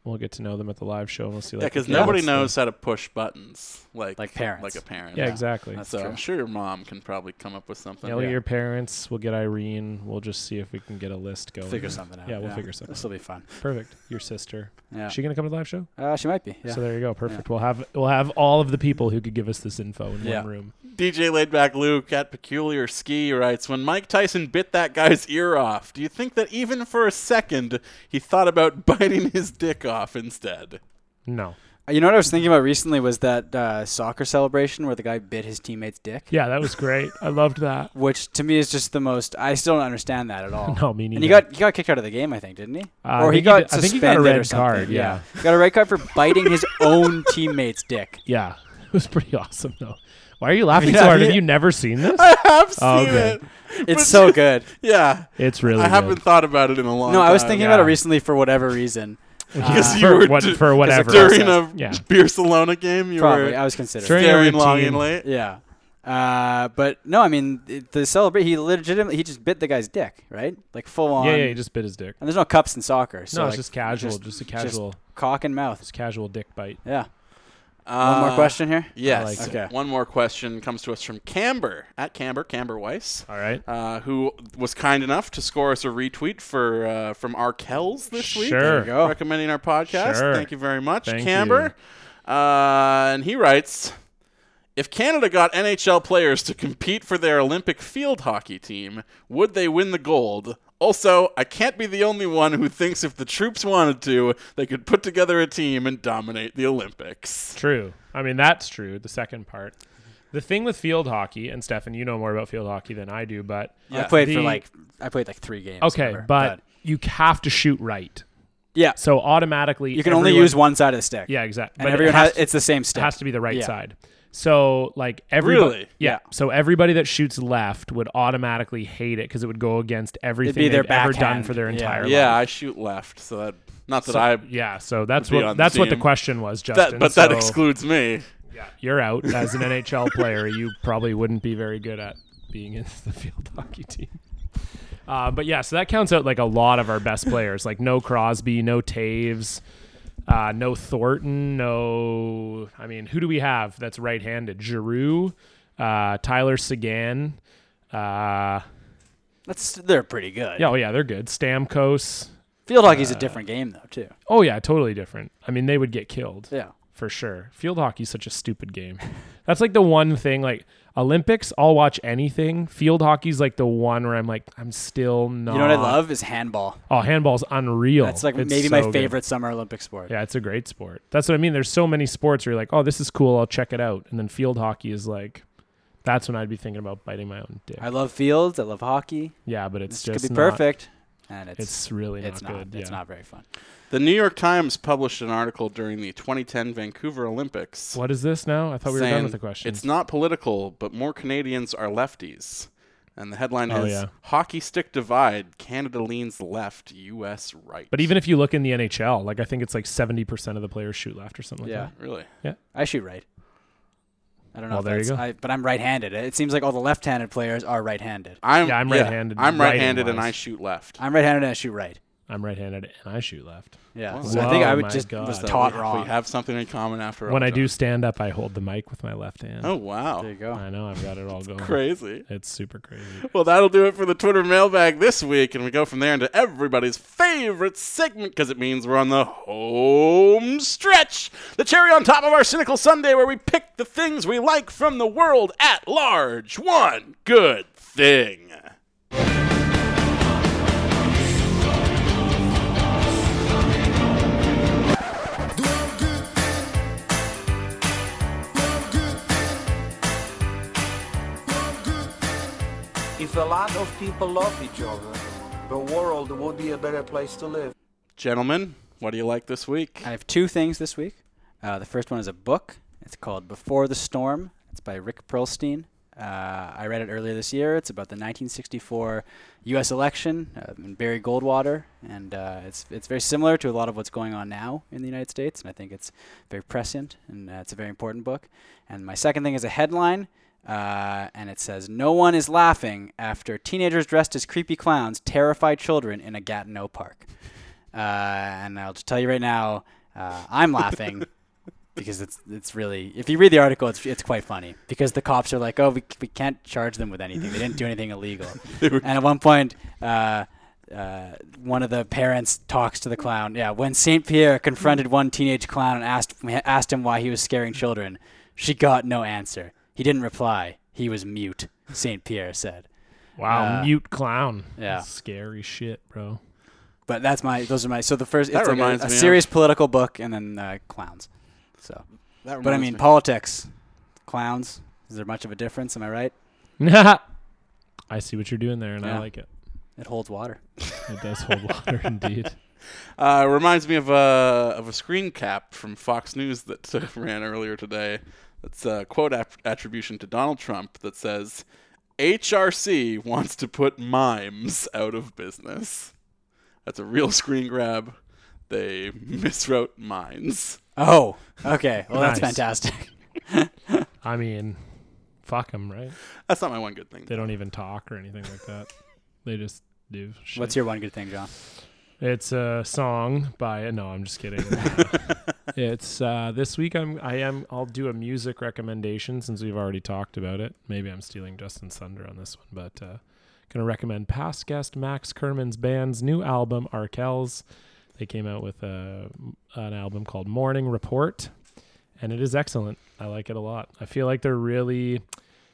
Speaker 6: We'll get to know them at the live show and we'll see like
Speaker 3: Yeah, because
Speaker 6: okay,
Speaker 3: nobody
Speaker 6: what's the-
Speaker 3: knows how to push buttons like
Speaker 4: Like parents.
Speaker 3: like a parent.
Speaker 6: Yeah, exactly.
Speaker 4: That's
Speaker 3: So
Speaker 4: true.
Speaker 3: I'm sure your mom can probably come up with something.
Speaker 6: Yeah, we'll get your parents, we'll get Irene, we'll just see if we can get a list going.
Speaker 4: figure something out.
Speaker 6: Yeah, we'll figure something
Speaker 4: This will be fun.
Speaker 6: Perfect. Your sister.
Speaker 4: Yeah.
Speaker 6: Is she gonna come to the live show?
Speaker 4: Uh, she might be. Yeah.
Speaker 6: So there you go. Perfect. We'll have we'll have all of the people who could give us this info in
Speaker 4: Yeah.
Speaker 6: one room.
Speaker 3: DJ Laidback Luke at Peculiar Ski writes When Mike Tyson bit that guy's ear off, do you think that even for a second he thought about biting his dick off instead?
Speaker 6: No.
Speaker 4: Uh, you know what I was thinking about recently was that uh, soccer celebration where the guy bit his teammate's dick,
Speaker 6: Yeah, that was great. I loved that.
Speaker 4: which to me is just the most. I still don't understand that at all.
Speaker 6: No, me
Speaker 4: And
Speaker 6: neither. Uh,
Speaker 4: he got he got kicked out of the game, I think, didn't he?
Speaker 6: I
Speaker 4: or he
Speaker 6: think he
Speaker 4: got
Speaker 6: did- I think he
Speaker 4: suspended
Speaker 6: got a
Speaker 4: or
Speaker 6: red
Speaker 4: something.
Speaker 6: card, yeah.
Speaker 4: He got a red card for biting his own teammate's dick.
Speaker 6: Yeah, it was pretty awesome though. Why are you laughing
Speaker 4: mean,
Speaker 6: so
Speaker 4: I
Speaker 6: hard?
Speaker 4: mean-
Speaker 6: Have you never seen this?
Speaker 3: I've seen
Speaker 6: Oh, okay.
Speaker 3: it.
Speaker 4: It's so good.
Speaker 3: Yeah.
Speaker 6: It's really.
Speaker 3: I haven't
Speaker 6: good.
Speaker 3: thought about it in a long
Speaker 4: No,
Speaker 3: time.
Speaker 4: I was thinking about it
Speaker 6: yeah.
Speaker 4: recently for whatever reason.
Speaker 3: Because you
Speaker 6: Uh, for
Speaker 3: were
Speaker 6: what-
Speaker 3: d-
Speaker 6: for whatever.
Speaker 3: During a
Speaker 6: Yeah.
Speaker 3: Beer Salona game, you
Speaker 4: Probably, I
Speaker 3: were
Speaker 4: was considering.
Speaker 6: During a
Speaker 3: staring long
Speaker 6: routine.
Speaker 3: and late.
Speaker 4: Yeah. Uh, but no, I mean it- the celebrate. He legitimately he just bit the guy's dick, right? Like full on.
Speaker 6: Yeah, yeah. He just bit his dick.
Speaker 4: And there's no cups in soccer. So
Speaker 6: No,
Speaker 4: like,
Speaker 6: it's just casual. Just, a casual.
Speaker 4: cock and mouth.
Speaker 6: Just casual dick bite.
Speaker 4: Yeah.
Speaker 3: Uh,
Speaker 4: One more question here.
Speaker 3: Yes.
Speaker 6: like
Speaker 4: Okay. it.
Speaker 3: One more question comes to us from Camber at Camber, Camber Weiss.
Speaker 6: All right.
Speaker 3: uh, who was kind enough to score us a retweet for uh, from Arkells this week.
Speaker 6: Sure. There you
Speaker 4: go.
Speaker 3: Recommending our podcast.
Speaker 6: Sure.
Speaker 3: Thank you very much,
Speaker 6: Thank
Speaker 3: Camber. Uh, and he writes If Canada got NHL players to compete for their Olympic field hockey team, would they win the gold? Also, I can't be the only one who thinks if the troops wanted to, they could put together a team and dominate the Olympics.
Speaker 6: True. I mean, that's true. The second part. The thing with field hockey, and Stefan, you know more about field hockey than I do, but
Speaker 4: I played for
Speaker 6: The-
Speaker 4: like I played like three games.
Speaker 6: okay,
Speaker 4: ever,
Speaker 6: but you have to shoot right.
Speaker 4: yeah,
Speaker 6: So automatically,
Speaker 4: you can only
Speaker 6: everyone-
Speaker 4: use one side of the stick.
Speaker 6: Yeah, exactly.
Speaker 4: And everyone has, it's the same stick.
Speaker 6: has to be the right
Speaker 4: Yeah.
Speaker 6: side. So like everybody,
Speaker 3: Really?
Speaker 6: yeah.
Speaker 4: Yeah.
Speaker 6: So everybody that shoots left would automatically hate it because it would go against everything
Speaker 4: be their
Speaker 6: they've ever done
Speaker 4: backhand.
Speaker 6: for their
Speaker 4: Yeah.
Speaker 6: entire life.
Speaker 3: Yeah, I shoot left, so that. Not that I.
Speaker 6: Yeah, so that's
Speaker 3: Would be
Speaker 6: what
Speaker 3: on
Speaker 6: that's
Speaker 3: the
Speaker 6: what the
Speaker 3: team.
Speaker 6: question was, Justin.
Speaker 3: That, but that
Speaker 6: So
Speaker 3: excludes me.
Speaker 6: you're out as an NHL player. You probably wouldn't be very good at being in the field hockey team. Uh, but yeah, so that counts out like a lot of our best players. Like no Crosby, no Taves, uh, no Thornton, no. I mean, who do we have that's right-handed? Giroux, uh, Tyler Sagan. Uh,
Speaker 4: That's they're pretty good.
Speaker 6: yeah, Uh, oh yeah, they're good. Stamkos.
Speaker 4: Field hockey's a different game though too.
Speaker 6: Oh yeah, totally different. I mean, they would get killed.
Speaker 4: Yeah.
Speaker 6: for sure. Field hockey's such a stupid game. That's like the one thing like Olympics, I'll watch anything. Field hockey's like the one where I'm like, I'm still not.
Speaker 4: You know what I love is handball.
Speaker 6: Oh, handball's unreal.
Speaker 4: That's like
Speaker 6: It's
Speaker 4: maybe
Speaker 6: so
Speaker 4: my
Speaker 6: good.
Speaker 4: favorite summer Olympic sport.
Speaker 6: Yeah, it's a great sport. That's what I mean. There's so many sports where you're like, oh, this is cool. I'll check it out. And then field hockey is like, that's when I'd be thinking about biting my own dick.
Speaker 4: I love fields. I love hockey.
Speaker 6: yeah, but it's
Speaker 4: This
Speaker 6: just
Speaker 4: could be
Speaker 6: not-
Speaker 4: perfect, and it's
Speaker 6: It's really
Speaker 4: it's
Speaker 6: not,
Speaker 4: not,
Speaker 6: good.
Speaker 4: it's
Speaker 6: yeah.
Speaker 4: not very fun.
Speaker 3: The New York Times published an article during the 2010 Vancouver Olympics.
Speaker 6: What is this now? I thought we were done
Speaker 3: saying,
Speaker 6: with the question.
Speaker 3: It's not political, but more Canadians are lefties. And the headline
Speaker 6: Oh,
Speaker 3: is
Speaker 6: yeah.
Speaker 3: Hockey Stick Divide Canada leans left, U.S. right.
Speaker 6: But even if you look in the NHL, like I think it's like 70% of the players shoot left or something like
Speaker 4: Yeah.
Speaker 6: that.
Speaker 3: Really?
Speaker 4: I shoot right. I don't know.
Speaker 6: Well,
Speaker 4: if
Speaker 6: there you
Speaker 4: that's-
Speaker 6: go.
Speaker 4: I, but I'm right-handed. It seems like all the left-handed players are right-handed.
Speaker 3: I'm,
Speaker 6: Yeah, I'm right-handed,
Speaker 3: I'm right handed
Speaker 6: writing-wise.
Speaker 3: and I shoot left.
Speaker 4: I'm right-handed and I shoot right.
Speaker 6: I'm right-handed and I shoot left.
Speaker 4: Yeah.
Speaker 3: Wow.
Speaker 4: So I think I
Speaker 6: Whoa,
Speaker 4: would
Speaker 6: Oh, my
Speaker 4: just
Speaker 6: God.
Speaker 4: was
Speaker 6: So
Speaker 4: taught
Speaker 3: we,
Speaker 4: wrong.
Speaker 3: We have something in common after all
Speaker 6: When I
Speaker 3: John.
Speaker 6: do stand up, I hold the mic with my left hand.
Speaker 3: Oh wow.
Speaker 4: there you go.
Speaker 6: I know I've got it all going.
Speaker 3: Crazy.
Speaker 6: It's super crazy.
Speaker 3: Well, that'll do it for the Twitter mailbag this week, and we go from there into everybody's favorite segment because it means we're on the home stretch. The cherry on top of our cynical Sunday, where we pick the things we like from the world at large. One good thing.
Speaker 2: If a lot of people love each other, the world would be a better place to live.
Speaker 3: Gentlemen, what do you like this week?
Speaker 4: I have two things this week. Uh, the first one is a book. It's called Before the Storm. It's by Rick Perlstein. Uh, I read it earlier this year. It's about the 1964 U.S. election uh, and Barry Goldwater, and uh, it's it's very similar to a lot of what's going on now in the United States. And I think it's very prescient, and uh, it's a very important book. And my second thing is a headline, uh, and it says, "No one is laughing after teenagers dressed as creepy clowns terrify children in a Gatineau park." uh, and I'll just tell you right now, uh, I'm laughing because it's it's really if you read the article, it's it's quite funny because the cops are like, oh, we, we can't charge them with anything. They didn't do anything illegal. and at one point. Uh, uh, one of the parents talks to the clown. Yeah, when Saint Pierre confronted one teenage clown and asked asked him why he was scaring children, she got no answer. He didn't reply. He was mute. Saint Pierre said.
Speaker 6: Wow,
Speaker 4: Uh,
Speaker 6: mute clown.
Speaker 4: yeah.
Speaker 6: That's scary shit, bro.
Speaker 4: But that's my those are my so the first
Speaker 3: That
Speaker 4: it's like a-
Speaker 3: reminds
Speaker 4: a,
Speaker 3: me of-
Speaker 4: serious political book and then uh, clowns. So,
Speaker 3: That
Speaker 4: but I
Speaker 3: reminds
Speaker 4: mean
Speaker 3: me.
Speaker 4: politics, clowns. Is there much of a difference? Am I right?
Speaker 6: I see what you're doing there, and I
Speaker 4: Yeah.
Speaker 6: like it.
Speaker 4: It holds water.
Speaker 6: It does hold water, indeed.
Speaker 3: Uh, it reminds me of a of a screen cap from Fox News that uh, ran earlier today. That's a quote ap- attribution to Donald Trump that says, "HRC wants to put mimes out of business." That's a real screen grab. They miswrote mines.
Speaker 4: Oh, okay. Well, that's
Speaker 6: Nice.
Speaker 4: fantastic.
Speaker 6: I mean, fuck them, right?
Speaker 3: That's not my one good thing.
Speaker 6: They don't even talk or anything like that. They just do. Shit.
Speaker 4: What's your one good thing, John?
Speaker 6: It's a song by. No, I'm just kidding. it's uh, this week. I'm. I am. I'll do a music recommendation since we've already talked about it. Maybe I'm stealing Justin thunder on this one, but uh, gonna recommend past guest Max Kerman's band's new album Arkells. They came out with a, an album called Morning Report, and it is excellent. I like it a lot. I feel like they're really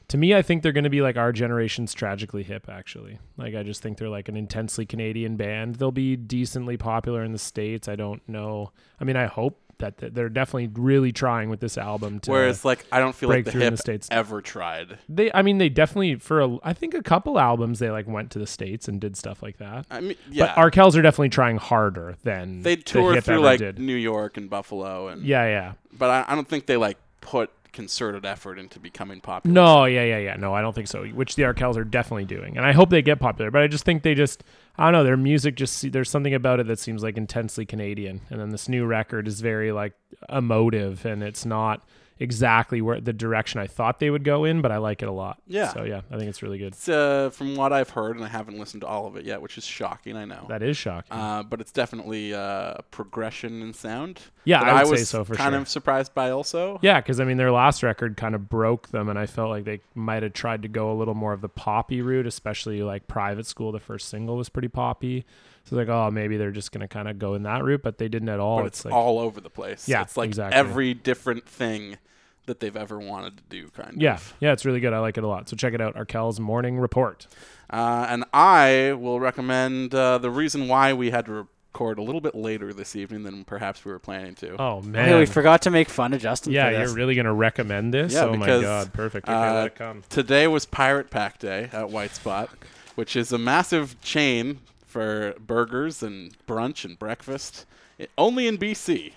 Speaker 6: to me, I think they're going to be like our generation's tragically hip, actually. Like, I just think they're like an intensely Canadian band. They'll be decently popular in the States. I don't know. I mean, I hope that th- they're definitely really trying with this album to.
Speaker 3: Whereas, like, I don't feel like the
Speaker 6: Breakthrough in
Speaker 3: hip
Speaker 6: the States.
Speaker 3: ever tried.
Speaker 6: they, I mean, they definitely, for a, I think a couple albums, they like went to the States and did stuff like that.
Speaker 3: I mean, yeah,
Speaker 6: But Arkells are definitely trying harder than
Speaker 3: they
Speaker 6: the
Speaker 3: toured
Speaker 6: hip
Speaker 3: through
Speaker 6: ever
Speaker 3: like
Speaker 6: did.
Speaker 3: New York and Buffalo, and
Speaker 6: yeah, yeah.
Speaker 3: but I, I don't think they like put concerted effort into becoming popular.
Speaker 6: No, yeah, yeah, yeah. No, I don't think so. Which the Arkells are definitely doing, and I hope they get popular. But I just think they just, I don't know, their music just se- there's something about it that seems like intensely Canadian, and then this new record is very like emotive, and it's not exactly where the direction I thought they would go in, but I like it a lot.
Speaker 3: Yeah.
Speaker 6: So yeah, I think it's really good.
Speaker 3: It's, uh, from what I've heard, and I haven't listened to all of it yet, which is shocking. I know.
Speaker 6: That is shocking.
Speaker 3: uh, but it's definitely uh, progression in sound.
Speaker 6: Yeah,
Speaker 3: that
Speaker 6: I would
Speaker 3: was
Speaker 6: say so for
Speaker 3: kind
Speaker 6: sure.
Speaker 3: of surprised by also.
Speaker 6: Yeah, because I mean, their last record kind of broke them, and I felt like they might have tried to go a little more of the poppy route, especially like Private School. The first single was pretty poppy, so it's like, oh, maybe they're just gonna kind of go in that route, but they didn't at all.
Speaker 3: but
Speaker 6: Oh, it's,
Speaker 3: it's,
Speaker 6: like,
Speaker 3: all over the place.
Speaker 6: Yeah,
Speaker 3: it's like
Speaker 6: exactly.
Speaker 3: every different thing that they've ever wanted to do, kind
Speaker 6: yeah,
Speaker 3: of.
Speaker 6: yeah, it's really good. I like it a lot. So check it out, Arkell's Morning Report.
Speaker 3: Uh, and I will recommend uh, the reason why we had to record a little bit later this evening than perhaps we were planning to.
Speaker 6: Oh man,
Speaker 4: Hey, we forgot to make fun of Justin.
Speaker 6: yeah,
Speaker 4: for this.
Speaker 6: you're really gonna recommend this?
Speaker 3: Yeah,
Speaker 6: oh
Speaker 3: because,
Speaker 6: my god, perfect. Okay,
Speaker 3: uh,
Speaker 6: let it come.
Speaker 3: Today was Pirate Pack Day at White Spot, which is a massive chain for burgers and brunch and breakfast. It, only in BC.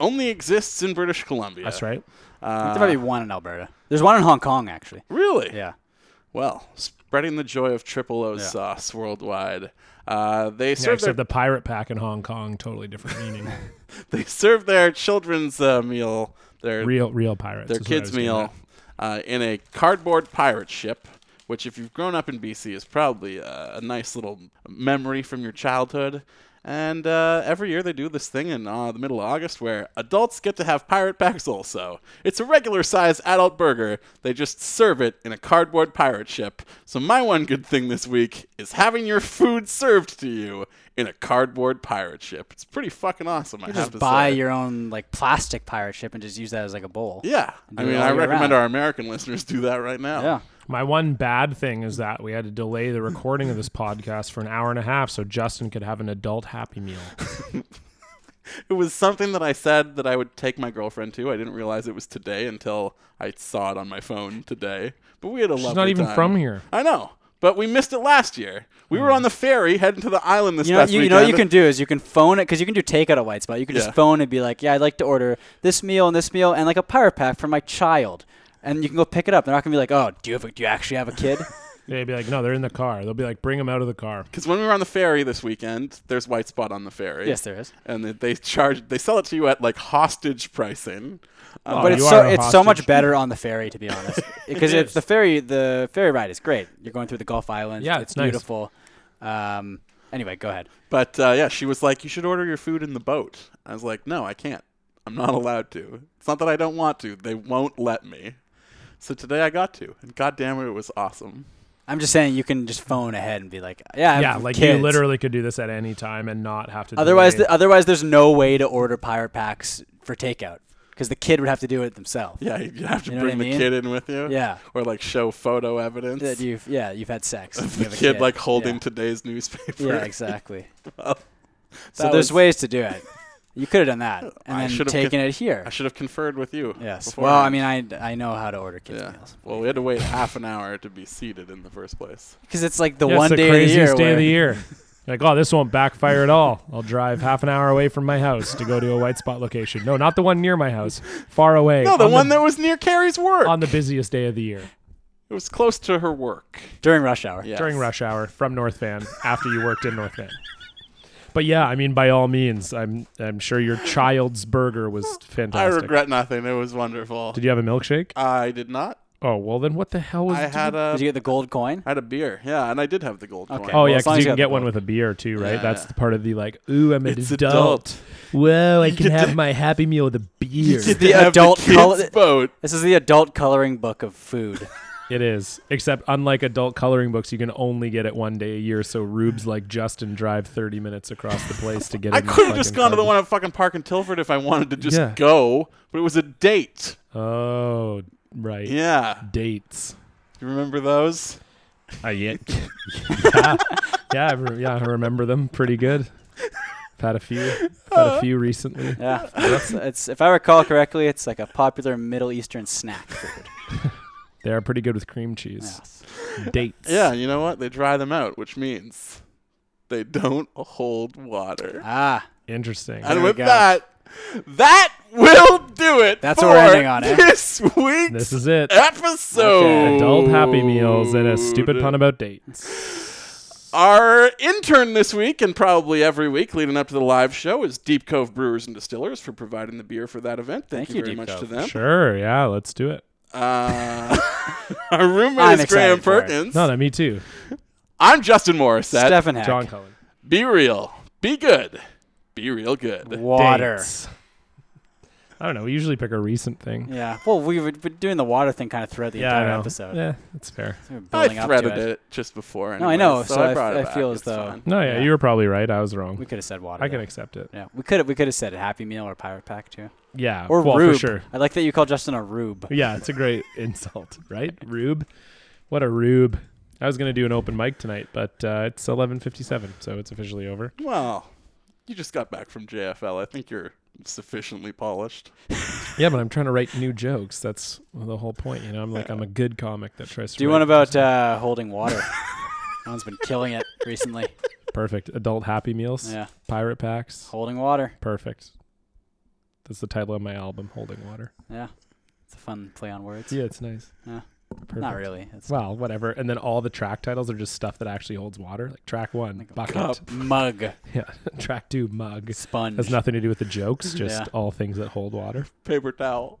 Speaker 3: Only exists in British Columbia.
Speaker 6: That's right.
Speaker 4: I think Uh, there might be one in Alberta. There's one in Hong Kong actually.
Speaker 3: Really?
Speaker 4: Yeah.
Speaker 3: Well, spreading the joy of Triple O's
Speaker 4: Yeah.
Speaker 3: sauce worldwide. Uh, they
Speaker 6: Yeah,
Speaker 3: serve their
Speaker 6: except the pirate pack in Hong Kong, totally different meaning.
Speaker 3: they serve their children's uh, meal, their
Speaker 6: real, real pirates.
Speaker 3: their
Speaker 6: is what I
Speaker 3: kids'
Speaker 6: was getting at.
Speaker 3: meal uh, in a cardboard pirate ship, which, if you've grown up in BC, is probably uh, a nice little memory from your childhood. And uh, every year they do this thing in uh, the middle of August where adults get to have pirate packs also. It's a regular sized adult burger, they just serve it in a cardboard pirate ship. So, my one good thing this week is having your food served to you in a cardboard pirate ship. It's pretty fucking awesome, I
Speaker 4: You
Speaker 3: have
Speaker 4: just
Speaker 3: to
Speaker 4: buy
Speaker 3: say.
Speaker 4: your own like plastic pirate ship and just use that as like a bowl.
Speaker 3: yeah,
Speaker 4: and
Speaker 3: I
Speaker 4: do it
Speaker 3: mean,
Speaker 4: all
Speaker 3: I
Speaker 4: year
Speaker 3: recommend
Speaker 4: round.
Speaker 3: our American listeners do that right now.
Speaker 4: Yeah.
Speaker 6: My one bad thing is that we had to delay the recording of this podcast for an hour and a half so Justin could have an adult happy meal.
Speaker 3: It was something that I said that I would take my girlfriend to. I didn't realize it was today until I saw it on my phone today. But we had a
Speaker 6: She's
Speaker 3: lovely
Speaker 6: not even
Speaker 3: time.
Speaker 6: from here.
Speaker 3: I know, but we missed it last year. We were on the ferry heading to the island this
Speaker 4: Hmm. You know,
Speaker 3: past
Speaker 4: you, you
Speaker 3: weekend.
Speaker 4: know what you can do is you can phone it because you can do takeout at White Spot. You can
Speaker 3: Yeah.
Speaker 4: just phone and be like, "Yeah, I'd like to order this meal and this meal and like a pirate pack for my child," and you can go pick it up. They're not gonna be like, "Oh, do you have a, do you actually have a kid?"
Speaker 6: They'd be like, no, they're in the car. They'll be like, bring them out of the car.
Speaker 3: Because when we were on the ferry this weekend, there's white spot on the ferry.
Speaker 4: yes, there is.
Speaker 3: And they, they charge, they sell it to you at like hostage pricing. Um,
Speaker 6: Oh,
Speaker 4: but
Speaker 6: you
Speaker 4: it's
Speaker 6: are
Speaker 4: so
Speaker 6: a
Speaker 4: it's so much
Speaker 6: hostage.
Speaker 4: better on the ferry, to be honest, because
Speaker 6: It
Speaker 4: it's the
Speaker 6: is.
Speaker 4: ferry the ferry ride is great. You're going through the Gulf Islands.
Speaker 6: Yeah,
Speaker 4: it's
Speaker 6: it's nice.
Speaker 4: beautiful. Um, anyway, go ahead.
Speaker 3: but uh, yeah, she was like, "You should order your food in the boat." I was like, "No, I can't. I'm not allowed to. It's not that I don't want to. They won't let me." So today I got to, and goddamn it, it was awesome.
Speaker 4: I'm just saying you can just phone ahead and be like, "Yeah, I have
Speaker 6: yeah, like
Speaker 4: kids."
Speaker 6: you literally could do this at any time and not have to.
Speaker 4: Otherwise, uh,
Speaker 6: delay.
Speaker 4: th- otherwise, there's no way to order pirate packs for takeout because the kid would have to do it themselves.
Speaker 3: Yeah, you have to
Speaker 4: You know what
Speaker 3: bring
Speaker 4: I
Speaker 3: the
Speaker 4: mean?
Speaker 3: kid in with you.
Speaker 4: Yeah.
Speaker 3: Or like show photo evidence.
Speaker 4: That you've yeah you've had sex.
Speaker 3: of the
Speaker 4: you have a
Speaker 3: kid, like holding
Speaker 4: Yeah.
Speaker 3: today's newspaper.
Speaker 4: Yeah, exactly. so
Speaker 3: that
Speaker 4: there's
Speaker 3: was-
Speaker 4: ways to do it. You could have done that
Speaker 3: I
Speaker 4: and then
Speaker 3: should've
Speaker 4: taken
Speaker 3: con-
Speaker 4: it here.
Speaker 3: I should have conferred with you.
Speaker 4: yes.
Speaker 3: beforehand.
Speaker 4: Well, I mean, I, I know how to order kids
Speaker 3: Yeah.
Speaker 4: meals
Speaker 3: Well, we had to wait half an hour to be seated in the first place.
Speaker 4: because it's like the
Speaker 6: Yeah, it's
Speaker 4: one
Speaker 6: the
Speaker 4: day of the
Speaker 6: craziest
Speaker 4: year.
Speaker 6: day
Speaker 4: where,
Speaker 6: of the year. Like, oh, this won't backfire at all. I'll drive half an hour away from my house to go to a white spot location. No, not the one near my house. Far away.
Speaker 3: No, the
Speaker 6: on
Speaker 3: one that was near Carrie's work.
Speaker 6: on the busiest day of the year
Speaker 3: it was close to her work.
Speaker 4: during rush hour.
Speaker 3: Yes.
Speaker 6: during rush hour from North Van after you worked in North Van. But yeah, I mean, by all means, I'm I'm sure your child's burger was
Speaker 3: I
Speaker 6: fantastic.
Speaker 3: regret nothing. It was wonderful.
Speaker 6: Did you have a milkshake?
Speaker 3: I did not.
Speaker 6: Oh well, then what the hell was?
Speaker 3: I had a
Speaker 4: Did you get the gold coin?
Speaker 3: I had a beer. Yeah, and I did have the gold
Speaker 4: Okay.
Speaker 3: coin.
Speaker 6: Oh
Speaker 4: Well,
Speaker 6: yeah,
Speaker 4: as long
Speaker 6: 'cause
Speaker 4: as you
Speaker 6: you can
Speaker 4: got the
Speaker 6: get one
Speaker 4: book.
Speaker 6: with a beer too, right?
Speaker 3: Yeah,
Speaker 6: That's
Speaker 3: yeah.
Speaker 6: the part of the like, ooh, I'm an
Speaker 3: It's
Speaker 6: adult.
Speaker 3: adult.
Speaker 6: Whoa, I
Speaker 3: You
Speaker 6: can
Speaker 3: get
Speaker 6: have
Speaker 3: to-
Speaker 6: my happy meal with a beer.
Speaker 4: get the
Speaker 3: Have
Speaker 4: adult
Speaker 3: kids
Speaker 4: color-
Speaker 3: boat.
Speaker 4: This is the adult coloring book of food.
Speaker 6: It is, except unlike adult coloring books, you can only get it one day a year. So rubes like Justin drive 30 minutes across the place to get.
Speaker 3: I
Speaker 6: it in the
Speaker 3: could have just
Speaker 6: fucking
Speaker 3: gone to the
Speaker 6: cardboard.
Speaker 3: one at fucking Park in Tilford if I wanted to just
Speaker 6: Yeah.
Speaker 3: go, but it was a date.
Speaker 6: Oh right,
Speaker 3: Yeah.
Speaker 6: dates.
Speaker 3: You remember those?
Speaker 6: I yeah. yeah, yeah, I re- yeah, I remember them pretty good. I've had a few, I've had a few recently.
Speaker 4: Yeah, it's, it's if I recall correctly, it's like a popular Middle Eastern snack food.
Speaker 6: They are pretty good with cream cheese.
Speaker 4: Yes.
Speaker 6: Dates.
Speaker 3: Yeah, you know what? They dry them out, which means they don't hold water.
Speaker 4: Ah,
Speaker 6: Interesting.
Speaker 3: and
Speaker 4: we
Speaker 3: with
Speaker 4: go.
Speaker 3: that, that will do it.
Speaker 4: That's
Speaker 3: for
Speaker 4: what we're ending on, eh?
Speaker 3: This week's
Speaker 6: This is it.
Speaker 3: episode.
Speaker 4: Okay.
Speaker 6: Adult Happy Meals and a stupid pun about dates.
Speaker 3: Our intern this week, and probably every week leading up to the live show, is Deep Cove Brewers and Distillers for providing the beer for that event. Thank,
Speaker 4: Thank
Speaker 3: you
Speaker 4: you,
Speaker 3: very
Speaker 4: Deep
Speaker 3: much
Speaker 4: Cove.
Speaker 3: to them.
Speaker 6: Sure, yeah, let's do it.
Speaker 3: Uh, our roommate
Speaker 4: I'm
Speaker 3: is Graham
Speaker 4: excited for it.
Speaker 3: Perkins.
Speaker 6: No, no, me too.
Speaker 3: I'm Justin Morissette.
Speaker 4: Stefan Heck.
Speaker 6: John Cullen.
Speaker 3: Be real. Be good. Be real good.
Speaker 4: water.
Speaker 6: Dates. I don't know. We usually pick a recent thing.
Speaker 4: Yeah. Well, we were been doing the water thing kind of throughout the
Speaker 6: Yeah, I
Speaker 4: entire
Speaker 6: know.
Speaker 4: episode.
Speaker 6: Yeah, that's fair.
Speaker 4: We were
Speaker 3: I
Speaker 4: building up to
Speaker 3: threaded it. just before. Anyway,
Speaker 4: No, I know,
Speaker 3: So,
Speaker 4: so
Speaker 3: I
Speaker 4: I-
Speaker 3: brought it
Speaker 4: I
Speaker 3: back.
Speaker 4: feel as
Speaker 3: It's
Speaker 4: though-
Speaker 3: fine.
Speaker 6: No, yeah,
Speaker 4: Yeah.
Speaker 6: you were probably right. I was wrong.
Speaker 4: We could have said water.
Speaker 6: I can
Speaker 4: though.
Speaker 6: accept it.
Speaker 4: Yeah, we could have we could have said Happy Meal or Pirate Pack too,
Speaker 6: Yeah,
Speaker 4: or
Speaker 6: well,
Speaker 4: Rube.
Speaker 6: for sure.
Speaker 4: I like that you call Justin a Rube.
Speaker 6: Yeah, it's a great insult, right? Rube. What a rube. I was going to do an open mic tonight, but uh, it's 11:57, so it's officially over.
Speaker 3: Well, you just got back from JFL. I think you're sufficiently polished.
Speaker 6: Yeah, but I'm trying to write new jokes. That's the whole point, you know. I'm like I'm a good comic that tries to
Speaker 4: Do you
Speaker 6: write-
Speaker 4: one about uh, holding water? that one's uh, been killing it recently.
Speaker 6: perfect adult happy meals,
Speaker 4: Yeah, Oh.
Speaker 6: pirate packs.
Speaker 4: holding water.
Speaker 6: Perfect. That's the title of my album, Holding Water.
Speaker 4: Yeah, it's a fun play on words.
Speaker 6: Yeah, it's nice.
Speaker 4: Yeah.
Speaker 6: Perfect.
Speaker 4: Not really. It's
Speaker 6: Well, whatever. And then all the track titles are just stuff that actually holds water. Like track one,
Speaker 4: Like a
Speaker 6: bucket.
Speaker 3: cup.
Speaker 4: mug
Speaker 6: Yeah. track two, mug.
Speaker 4: sponge.
Speaker 6: has nothing to do with the jokes, just
Speaker 4: Yeah.
Speaker 6: all things that hold water.
Speaker 3: Paper towel.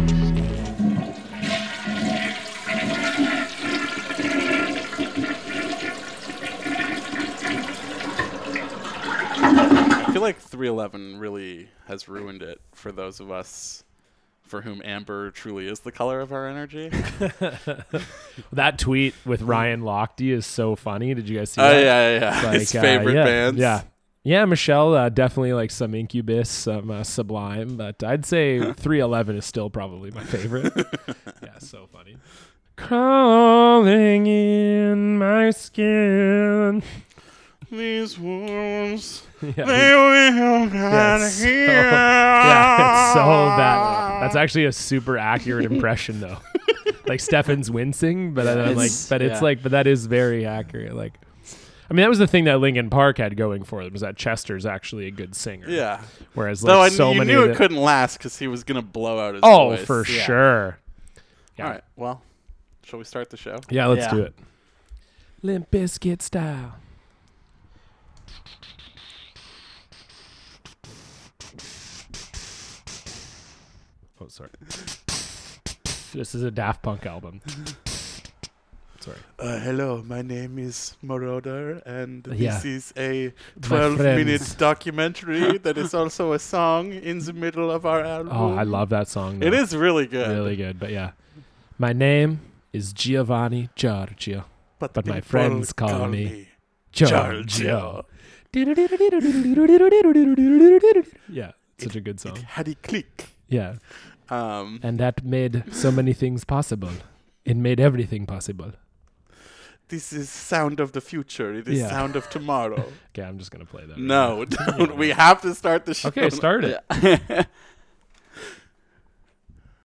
Speaker 5: surface.
Speaker 3: I feel like 311 really has ruined it for those of us for whom amber truly is the color of our energy.
Speaker 6: That tweet with Ryan Lochte is so funny. Did you guys see
Speaker 3: Oh
Speaker 6: that?
Speaker 3: yeah, yeah, yeah.
Speaker 6: Like,
Speaker 3: His
Speaker 6: uh,
Speaker 3: favorite
Speaker 6: yeah,
Speaker 3: bands.
Speaker 6: Yeah. Yeah, Michelle, uh, definitely like some Incubus, some uh, Sublime, but I'd say 311 is still probably my favorite. yeah, so funny. Crawling in my skin.
Speaker 3: These wounds,
Speaker 6: Yeah,
Speaker 3: they will not
Speaker 6: yeah, it's so,
Speaker 3: heal.
Speaker 6: yeah, it's so bad.
Speaker 3: Ah.
Speaker 6: That's actually a super accurate impression, though. like Stefan's wincing, but then I'm like,
Speaker 4: It's-
Speaker 6: but it's
Speaker 4: yeah.
Speaker 6: like, but that is very accurate. Like, I mean, that was the thing that Lincoln Park had going for them was that Chester's actually a good singer.
Speaker 3: Yeah.
Speaker 6: Whereas like
Speaker 3: Though I kn-
Speaker 6: so
Speaker 3: you
Speaker 6: many.
Speaker 3: knew
Speaker 6: of
Speaker 3: it
Speaker 6: the-
Speaker 3: couldn't last because he was gonna blow out his
Speaker 6: oh,
Speaker 3: voice.
Speaker 6: for
Speaker 3: Yeah.
Speaker 6: sure. Yeah.
Speaker 3: All right. Well, shall we start the show?
Speaker 6: Yeah, let's
Speaker 4: Yeah.
Speaker 6: do it. Limp Biscuit style. Oh, sorry. This is a Daft Punk album. Sorry.
Speaker 3: Uh, hello, my name is Moroder, and this
Speaker 6: Yeah.
Speaker 3: is a
Speaker 6: friends.
Speaker 3: 12-minute documentary that is also a song in the middle of our album.
Speaker 6: Oh, I love that song.
Speaker 3: It
Speaker 6: though.
Speaker 3: is really good.
Speaker 6: really good, but yeah. My name is Giovanni Giorgio. but my
Speaker 3: people
Speaker 6: friends call me
Speaker 3: Giorgio.
Speaker 6: Yeah, such a good
Speaker 3: It
Speaker 6: song.
Speaker 3: had a click.
Speaker 6: Yeah.
Speaker 3: Um,
Speaker 6: And that made so many things possible. It made everything possible.
Speaker 3: this is sound of the future. It is
Speaker 6: Yeah.
Speaker 3: sound of tomorrow.
Speaker 6: Okay, I'm just gonna play that. right
Speaker 3: no, don't. We have to start the show.
Speaker 6: now. Okay, start it.
Speaker 4: Yeah.